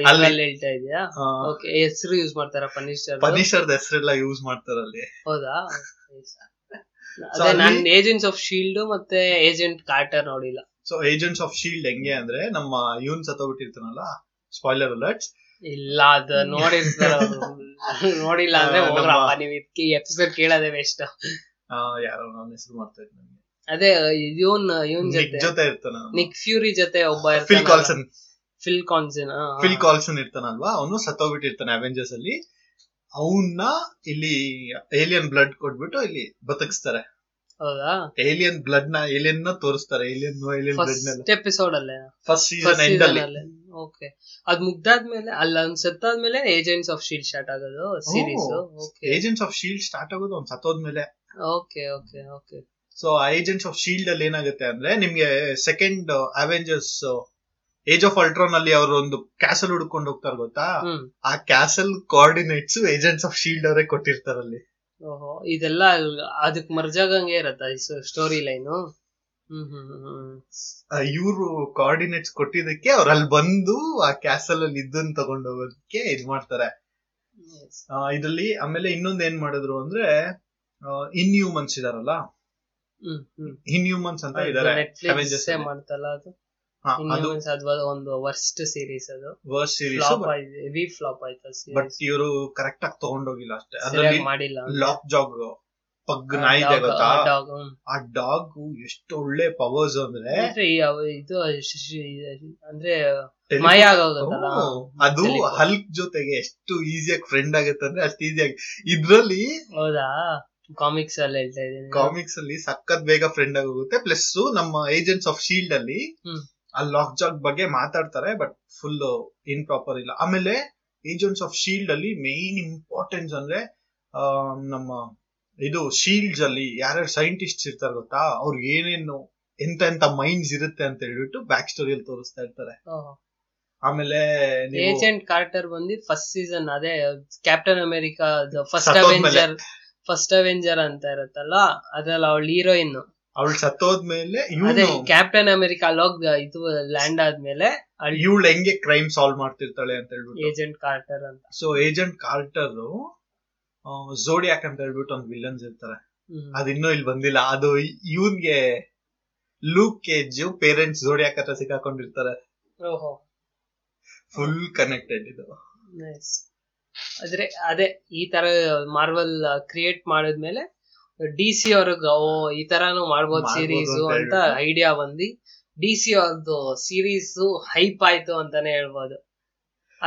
S2: ಅಲ್ಲಿ-
S1: ಇದ್ರಲ್ಲಿ uh, ಹೇಳ್ತಾ ಇದೀಯಾ ಓಕೆ ಹೆಸರು ಯೂಸ್ ಮಾಡ್ತಾರ ಪನಿಷರ್
S2: ಪನಿಷರ್ದ ಹೆಸರೆಲ್ಲ ಯೂಸ್ ಮಾಡ್ತಾರಲ್ಲಿ
S1: ಹೌದಾ
S2: So
S1: ಅದೇ ನಾನ್
S2: ಅಲ್ಲಿ-
S1: ಏಜೆಂಟ್ಸ್ ಆಫ್ ಶೀಲ್ಡ್ ಮತ್ತೆ ಏಜೆಂಟ್ ಕಾರ್ಟರ್ ನೋಡಿಲ್ಲ
S2: so Agents of SHIELD E ಹೆಂಗೆ ಅಂದ್ರೆ ನಮ್ಮ ಇವನ್ ಸತ್ತೋಗ್ಬಿಟ್ಟಿರ್ತಾನಲ್ಲ ಸ್ಪಾಯ್ಲರ್ ಅಲರ್ಟ್
S1: ಇಲ್ಲ ಅದ ನೋಡಿರ್ತಾರ ಅವ್ರು. ನೋಡಿಲ್ಲ ಅಂದ್ರೆ
S2: ಆ,
S1: ಹೋಗ್ರಪ್ಪ
S2: ನಮ್ಮ-
S1: ನೀವ್ ಇದಕ್ಕೆ ಎಪಿಸೋಡ್ ಕೇಳೋದೇ ವೇಸ್ಟ್
S2: ಯಾರೋ ನನ್ನ ಹೆಸರು ಮಾಡ್ತಾ ಇದ್ದ
S1: ಅದೇ ಇವನ್ ಇವನ್
S2: ನಿಕ್
S1: ಜೊತೆ
S2: ಜೊತೆ ಇರ್ತಾನ
S1: ನಿಕ್ ಫ್ಯೂರಿ ಜೊತೆ ಒಬ್ಬ
S2: ಫಿಲ್
S1: ಇರ್ತಾನಲ್ಲ.
S2: Coulson
S1: Phil Coulson
S2: Phil Coulson ಇರ್ತಾನಲ್ವಾ ಅವನು ಸತ್ತೋಗ್ಬಿಟ್ಟಿರ್ತಾನೆ ಅವೆಂಜರ್ಸ್ ಅಲ್ಲಿ ಅವನ್ನ ಇಲ್ಲಿ ಏಲಿಯನ್ ಬ್ಲಡ್ ಕೊಟ್ಬಿಟ್ಟು ಇಲ್ಲಿ ಬದುಕಿಸ್ತಾರೆ
S1: ಹೌದಾ
S2: ಏಲಿಯನ್ ಬ್ಲಡ್ ನ ಏಲಿಯನ್ ನ ತೋರಿಸ್ತಾರೆ ಏಲಿಯನ್ ಏಲಿಯನ್ ಬ್ಲಡ್ ನೆಲ್ಲ
S1: ಫಸ್ಟ್ ಎಪಿಸೋಡ್ ಅಲ್ಲೇ
S2: ಫಸ್ಟ್ ಸೀಸನ್ ಎಂಡ್ ಅಲ್ಲಿ
S1: ಓಕೆ ಅದ್ ಮುಗ್ದಾದ್ಮೇಲೆ ಅಲ್ಲ ಅವ್ನ್ ಸತ್ತಾದ್ಮೇಲೆ ಏಜೆಂಟ್ಸ್ ಆಫ್ ಶೀಲ್ಡ್ ಸ್ಟಾರ್ಟ್ ಆಗೋದು series okay
S2: Agents of SHIELD start ಆಗೋದು ಅವ್ನು ಸತ್ತೋದ್ಮೇಲೆ
S1: ಓಕೆ ಓಕೆ ಓಕೆ
S2: ಸೊ ಆ ಏಜೆಂಟ್ಸ್ ಆಫ್ ಶೀಲ್ಡ್ E ಅಲ್ಲಿ ಏನಾಗುತ್ತೆ ಅಂದ್ರೆ ನಿಮ್ಗೆ second Avengers Age of Ultron ಅಲ್ಲಿ ಅವರು ಒಂದು ಕ್ಯಾಸಲ್ ಹುಡ್ಕೊಂಡು ಹೋಗ್ತಾರೆ ಗೊತ್ತಾ
S1: ಹ್ಮ್
S2: ಆ castle coordinates Agents of SHIELD E ಅವರೇ ಕೊಟ್ಟಿರ್ತಾರಲ್ಲಿ
S1: ಓಹೋ ಇದೆಲ್ಲ ಅಲ್- ಅದಕ್ ಮರ್ಜ್ ಆಗಂಗೆ ಇರತ್ತ ಸ್ಟೋರಿ ಲೈನ್ ಹ್ಮ್ ಹ್ಮ್ ಹ್ಮ್, ಹ್ಮ್
S2: ಇವರು ಕೋಆರ್ಡಿನೇಟ್ಸ್ ಕೊಟ್ಟಿದ್ದಕ್ಕೆ ಅವ್ರು ಅಲ್ಲಿ ಬಂದು ಆ ಕ್ಯಾಸಲ್ ಅಲ್ಲಿ ಇದ್ದನ್ ತಗೊಂಡು ಹೋಗೋದಕ್ಕೆ ಇದ್ ಮಾಡ್ತಾರೆ
S1: Yes.
S2: ಆ, ಇದ್ರಲ್ಲಿ ಆಮೇಲೆ ಇನ್ನೊಂದ್ ಏನ್ ಮಾಡಿದ್ರು ಅಂದ್ರೆ ಇನ್ಹ್ಯೂಮನ್ಸ್ ಇದಾರಲ್ಲ
S1: ಹ್ಮ್ ಹ್ಮ್
S2: ಇನ್ಹ್ಯೂಮನ್ಸ್ ಅಂತ ಇದಾರೆ Avengers
S1: ನೆಟ್ಫ್ಲಿಕ್ಸ್
S2: ಅಲ್ಲಿ.
S1: ಮಾಡ್ತಲ್ಲ ಅದು
S2: ಹಾ, ಅದು
S1: Inhumans ಅದು ಒಂದು ವರ್ಸ್ಟ್ ಸೀರೀಸ್ ಅದು
S2: ವರ್ಸ್ಟ್ ಸೀರೀಸ್
S1: ಫ್ಲಾಪ್ ಆಯ್ತು ವಿ ಫ್ಲಾಪ್ ಆಯ್ತು
S2: ಬಟ್
S1: ಸೀರೀಸ್
S2: ಇವರು ಕರೆಕ್ಟ್ ಆಗಿ ತಗೊಂಡೋಗಿಲ್ಲ ಅಷ್ಟೇ ಅದ್ರಲ್ಲಿ
S1: ಮಾಡಿಲ್ಲ
S2: ಲಾಕ್ ಜಾಗ್ ಪಗ್ ನಾಯಿ ಇದೆ ಗೊತ್ತಾ
S1: ಡಾಗ್ ಹ್ಮ್
S2: ಆ ಡಾಗ್ ಎಷ್ಟು ಒಳ್ಳೆ ಪವರ್ಸ್ ಅಂದ್ರೆ
S1: ಅಂದ್ರೆ ಈ ಅವ್- ಇದು ಶ್- ಶ್- ಇದು ಅಂದ್ರೆ
S2: tele-
S1: ಮಾಯ ಆಗೋಗುತ್ತಲ್ಲ
S2: ಓ, ಅದು
S1: Teleport.
S2: ಹಲ್ಕ್ ಜೊತೆಗೆ ಎಷ್ಟು ಈಸಿಯಾಗಿ ಫ್ರೆಂಡ್ ಆಗುತ್ತೆ ಅಂದ್ರೆ ಅಷ್ಟು ಈಸಿಯಾಗಿ ಇದ್ರಲ್ಲಿ
S1: ಹೌದಾ ಕಾಮಿಕ್ಸ್ ಅಲ್ಲಿ ಹೇಳ್ತಾ ಇದೀನಿ
S2: ಕಾಮಿಕ್ಸ್ ಅಲ್ಲಿ ಸಖತ್ ಬೇಗ ಫ್ರೆಂಡ್ ಆಗಿ ಹೋಗುತ್ತೆ ಪ್ಲಸ್ ನಮ್ಮ ಏಜೆಂಟ್ಸ್ ಆಫ್ ಶೀಲ್ಡ್ E ಅಲ್ಲಿ
S1: ಹ್ಮ್.
S2: ಆ ಲಾಕ್ ಜಾಗ್ ಬಗ್ಗೆ ಮಾತಾಡ್ತಾರೆ ಬಟ್ ಫುಲ್ ಇನ್ ಪ್ರಾಪರ್ ಇಲ್ಲ ಆಮೇಲೆ ಏಜೆಂಟ್ಸ್ ಆಫ್ ಶೀಲ್ಡ್ E ಅಲ್ಲಿ ಮೇನ್ ಇಂಪಾರ್ಟೆನ್ಸ್ ಅಂದ್ರೆ ಆ, ನಮ್ಮ ಇದು ಶೀಲ್ಡ್ಸ್ E ಅಲ್ಲಿ ಯಾರ್ಯಾರು ಸೈಂಟಿಸ್ಟ್ ಇರ್ತಾರೆ ಗೊತ್ತಾ ಅವ್ರಿಗೆ ಏನೇನು ಎಂತ ಎಂತ ಮೈಂಡ್ಸ್ ಇರುತ್ತೆ ಅಂತ ಹೇಳ್ಬಿಟ್ಟು ಬ್ಯಾಕ್ ಸ್ಟೋರಿಯಲ್ಲಿ ತೋರಿಸ್ತಾ ಇರ್ತಾರೆ ಆಮೇಲೆ ನೀವು
S1: ಏಜೆಂಟ್ ಕಾರ್ಟರ್ ಬಂದು ಫಸ್ಟ್ ಸೀಸನ್ ಅದೇ ಕ್ಯಾಪ್ಟನ್ ಅಮೆರಿಕಾ ಫಸ್ಟ್
S2: ಸತ್ತೋದ್ಮೇಲೆ.
S1: ಅವೆಂಜರ್ ಫಸ್ಟ್ ಅವೆಂಜರ್ ಅಂತ ಇರತ್ತಲ್ಲ ಅದ್ರಲ್ಲಿ ಅವಳು ಹೀರೋಯಿನ್
S2: ಅವಳು ಸತ್ತೋದ್ಮೇಲೆ
S1: ಅದೇ
S2: ಇವನು
S1: ಕ್ಯಾಪ್ಟನ್ ಅಮೆರಿಕಾ ಅಲ್ಲೋಗ್ ಇದು ಲ್ಯಾಂಡ್ ಆದ್ಮೇಲೆ
S2: ಇವಳು ಹೆಂಗೆ ಕ್ರೈಮ್ ಸಾಲ್ವ್ ಮಾಡ್ತಿರ್ತಾಳೆ ಅಂತ ಹೇಳ್ಬಿಟ್ಟು
S1: ಏಜೆಂಟ್ ಕಾರ್ಟರ್ ಅಂತ
S2: ಸೊ ಏಜೆಂಟ್ ಕಾರ್ಟರ್ ಜೋಡಿಯಾಕ್ ಅಂತ ಹೇಳ್ಬಿಟ್ಟು ಒಂದು ವಿಲನ್ಸ್ ಇರ್ತಾರೆ
S1: ಹ್ಮ್.
S2: ಅದಿನ್ನೂ ಇಲ್ಲಿ ಬಂದಿಲ್ಲ ಅದು ಇವನ್ಗೆ ಲೂಕ್ ಕೇಜ್ ಪೇರೆಂಟ್ಸ್ ಜೋಡಿಯಾಕ್ ಹತ್ರ ಸಿಕ್ಕಾಕೊಂಡಿರ್ತಾರೆ
S1: ಓಹೋ
S2: ಫುಲ್ ಕನೆಕ್ಟೆಡ್ ಇದು
S1: ನೈಸ್ ಆದ್ರೆ ಅದೇ ಈ ತರ ಮಾರ್ವಲ್ ಕ್ರಿಯೇಟ್ ಮಾಡಿದ್ಮೇಲೆ ಡಿ ಸಿ ಅವ್ರಿಗೆ ಓ ಈ ತರಾನು ಮಾಡ್ಬೋದು
S2: ಮಾಡ್ಬೋದು
S1: ಸೀರೀಸ್
S2: ಅಂತ
S1: ಅಂತ
S2: ಹೇಳ್ಬಿಟ್ಟು.
S1: ಐಡಿಯಾ ಬಂದು ಡಿ ಸಿ ಅವ್ರದ್ದು ಸೀರೀಸ್ ಹೈಪ್ ಆಯ್ತು ಅಂತಾನೆ ಹೇಳ್ಬೋದು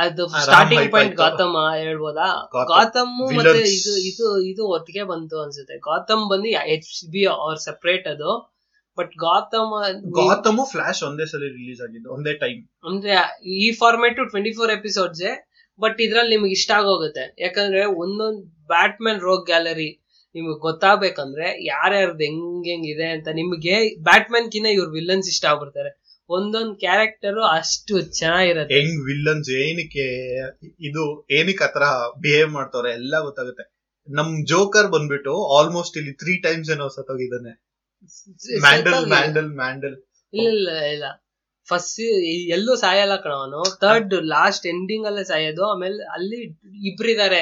S1: ಅದು
S2: ಆರಾಮ್
S1: ಸ್ಟಾರ್ಟಿಂಗ್
S2: hype
S1: ಪಾಯಿಂಟ್
S2: ಆಯ್ತು.
S1: ಗಾತಮ್ ಹೇಳ್ಬೋದಾ
S2: Gotham.
S1: ಗಾತಮ್ ಮತ್ತೆ
S2: Villains.
S1: ಇದು ಇದು ಇದು ಒಟ್ಟಿಗೆ ಬಂತು ಅನ್ಸುತ್ತೆ ಗಾತಮ್ ಬಂದು ಎಚ್ ಬಿ ಅವ್ರ ಸಪ್ರೇಟ್ ಅದು ಬಟ್ ಗಾತಮ್
S2: ಗಾತಮು ಫ್ಲಾಶ್ ಒಂದೇ ಸಲ ರಿಲೀಸ್ ಆಗಿದ್ದು ಒಂದೇ ಟೈಮ್
S1: ಅಂದ್ರೆ ಈ format twenty four episodes but ಇದ್ರಲ್ಲಿ ನಿಮ್ಗೆ ಇಷ್ಟ ಆಗೋಗುತ್ತೆ ಯಾಕಂದ್ರೆ ಒಂದೊಂದು ಬ್ಯಾಟ್ಮ್ಯಾನ್ ರೋಗ್ ಗ್ಯಾಲರಿ ನಿಮ್ಗೆ ಗೊತ್ತಾಗ್ಬೇಕಂದ್ರೆ ಯಾರ್ಯಾರ್ದು ಹೆಂಗ್ ಹೆಂಗ್ ಇದೆ ಅಂತ ನಿಮ್ಗೆ ಬ್ಯಾಟ್ಮ್ಯಾನ್ ಕಿನ್ನ ಇವ್ರ ವಿಲನ್ಸ್ ಇಷ್ಟ ಆಗ್ಬಿಡ್ತಾರೆ ಒಂದೊಂದ್ ಕ್ಯಾರೆಕ್ಟರು ಅಷ್ಟು ಚೆನ್ನಾಗಿರತ್ತೆ
S2: ಹೆಂಗ್ ವಿಲ್ಲನ್ಸ್ ಏನಕ್ಕೆ ಇದು ಏನಕ್ಕೆ ಆತರ ಬಿಹೇವ್ ಮಾಡ್ತಾವ್ರೆ ಎಲ್ಲ ಗೊತ್ತಾಗುತ್ತೆ ನಮ್ ಜೋಕರ್ ಬಂದ್ಬಿಟ್ಟು ಆಲ್ಮೋಸ್ಟ್ ಇಲ್ಲಿ ತ್ರೀ ಟೈಮ್ಸ್ ಏನೋ ಸತ್ತೋಗಿದ್ದಾನೆ ಮ್ಯಾಂಡಲ್ ಮ್ಯಾಂಡಲ್ ಮ್ಯಾಂಡಲ್
S1: ಇಲ್ಲ ಇಲ್ಲ ಇಲ್ಲ ಫಸ್ಟ್ ಎಲ್ಲೂ ಸಾಯಲ್ಲ ಕಣ ಅವನು ಥರ್ಡ್ ಲಾಸ್ಟ್ ಎಂಡಿಂಗ್ ಅಲ್ಲೇ ಸಾಯೋದು ಆಮೇಲೆ ಅಲ್ಲಿ ಇಬ್ರಿದ್ದಾರೆ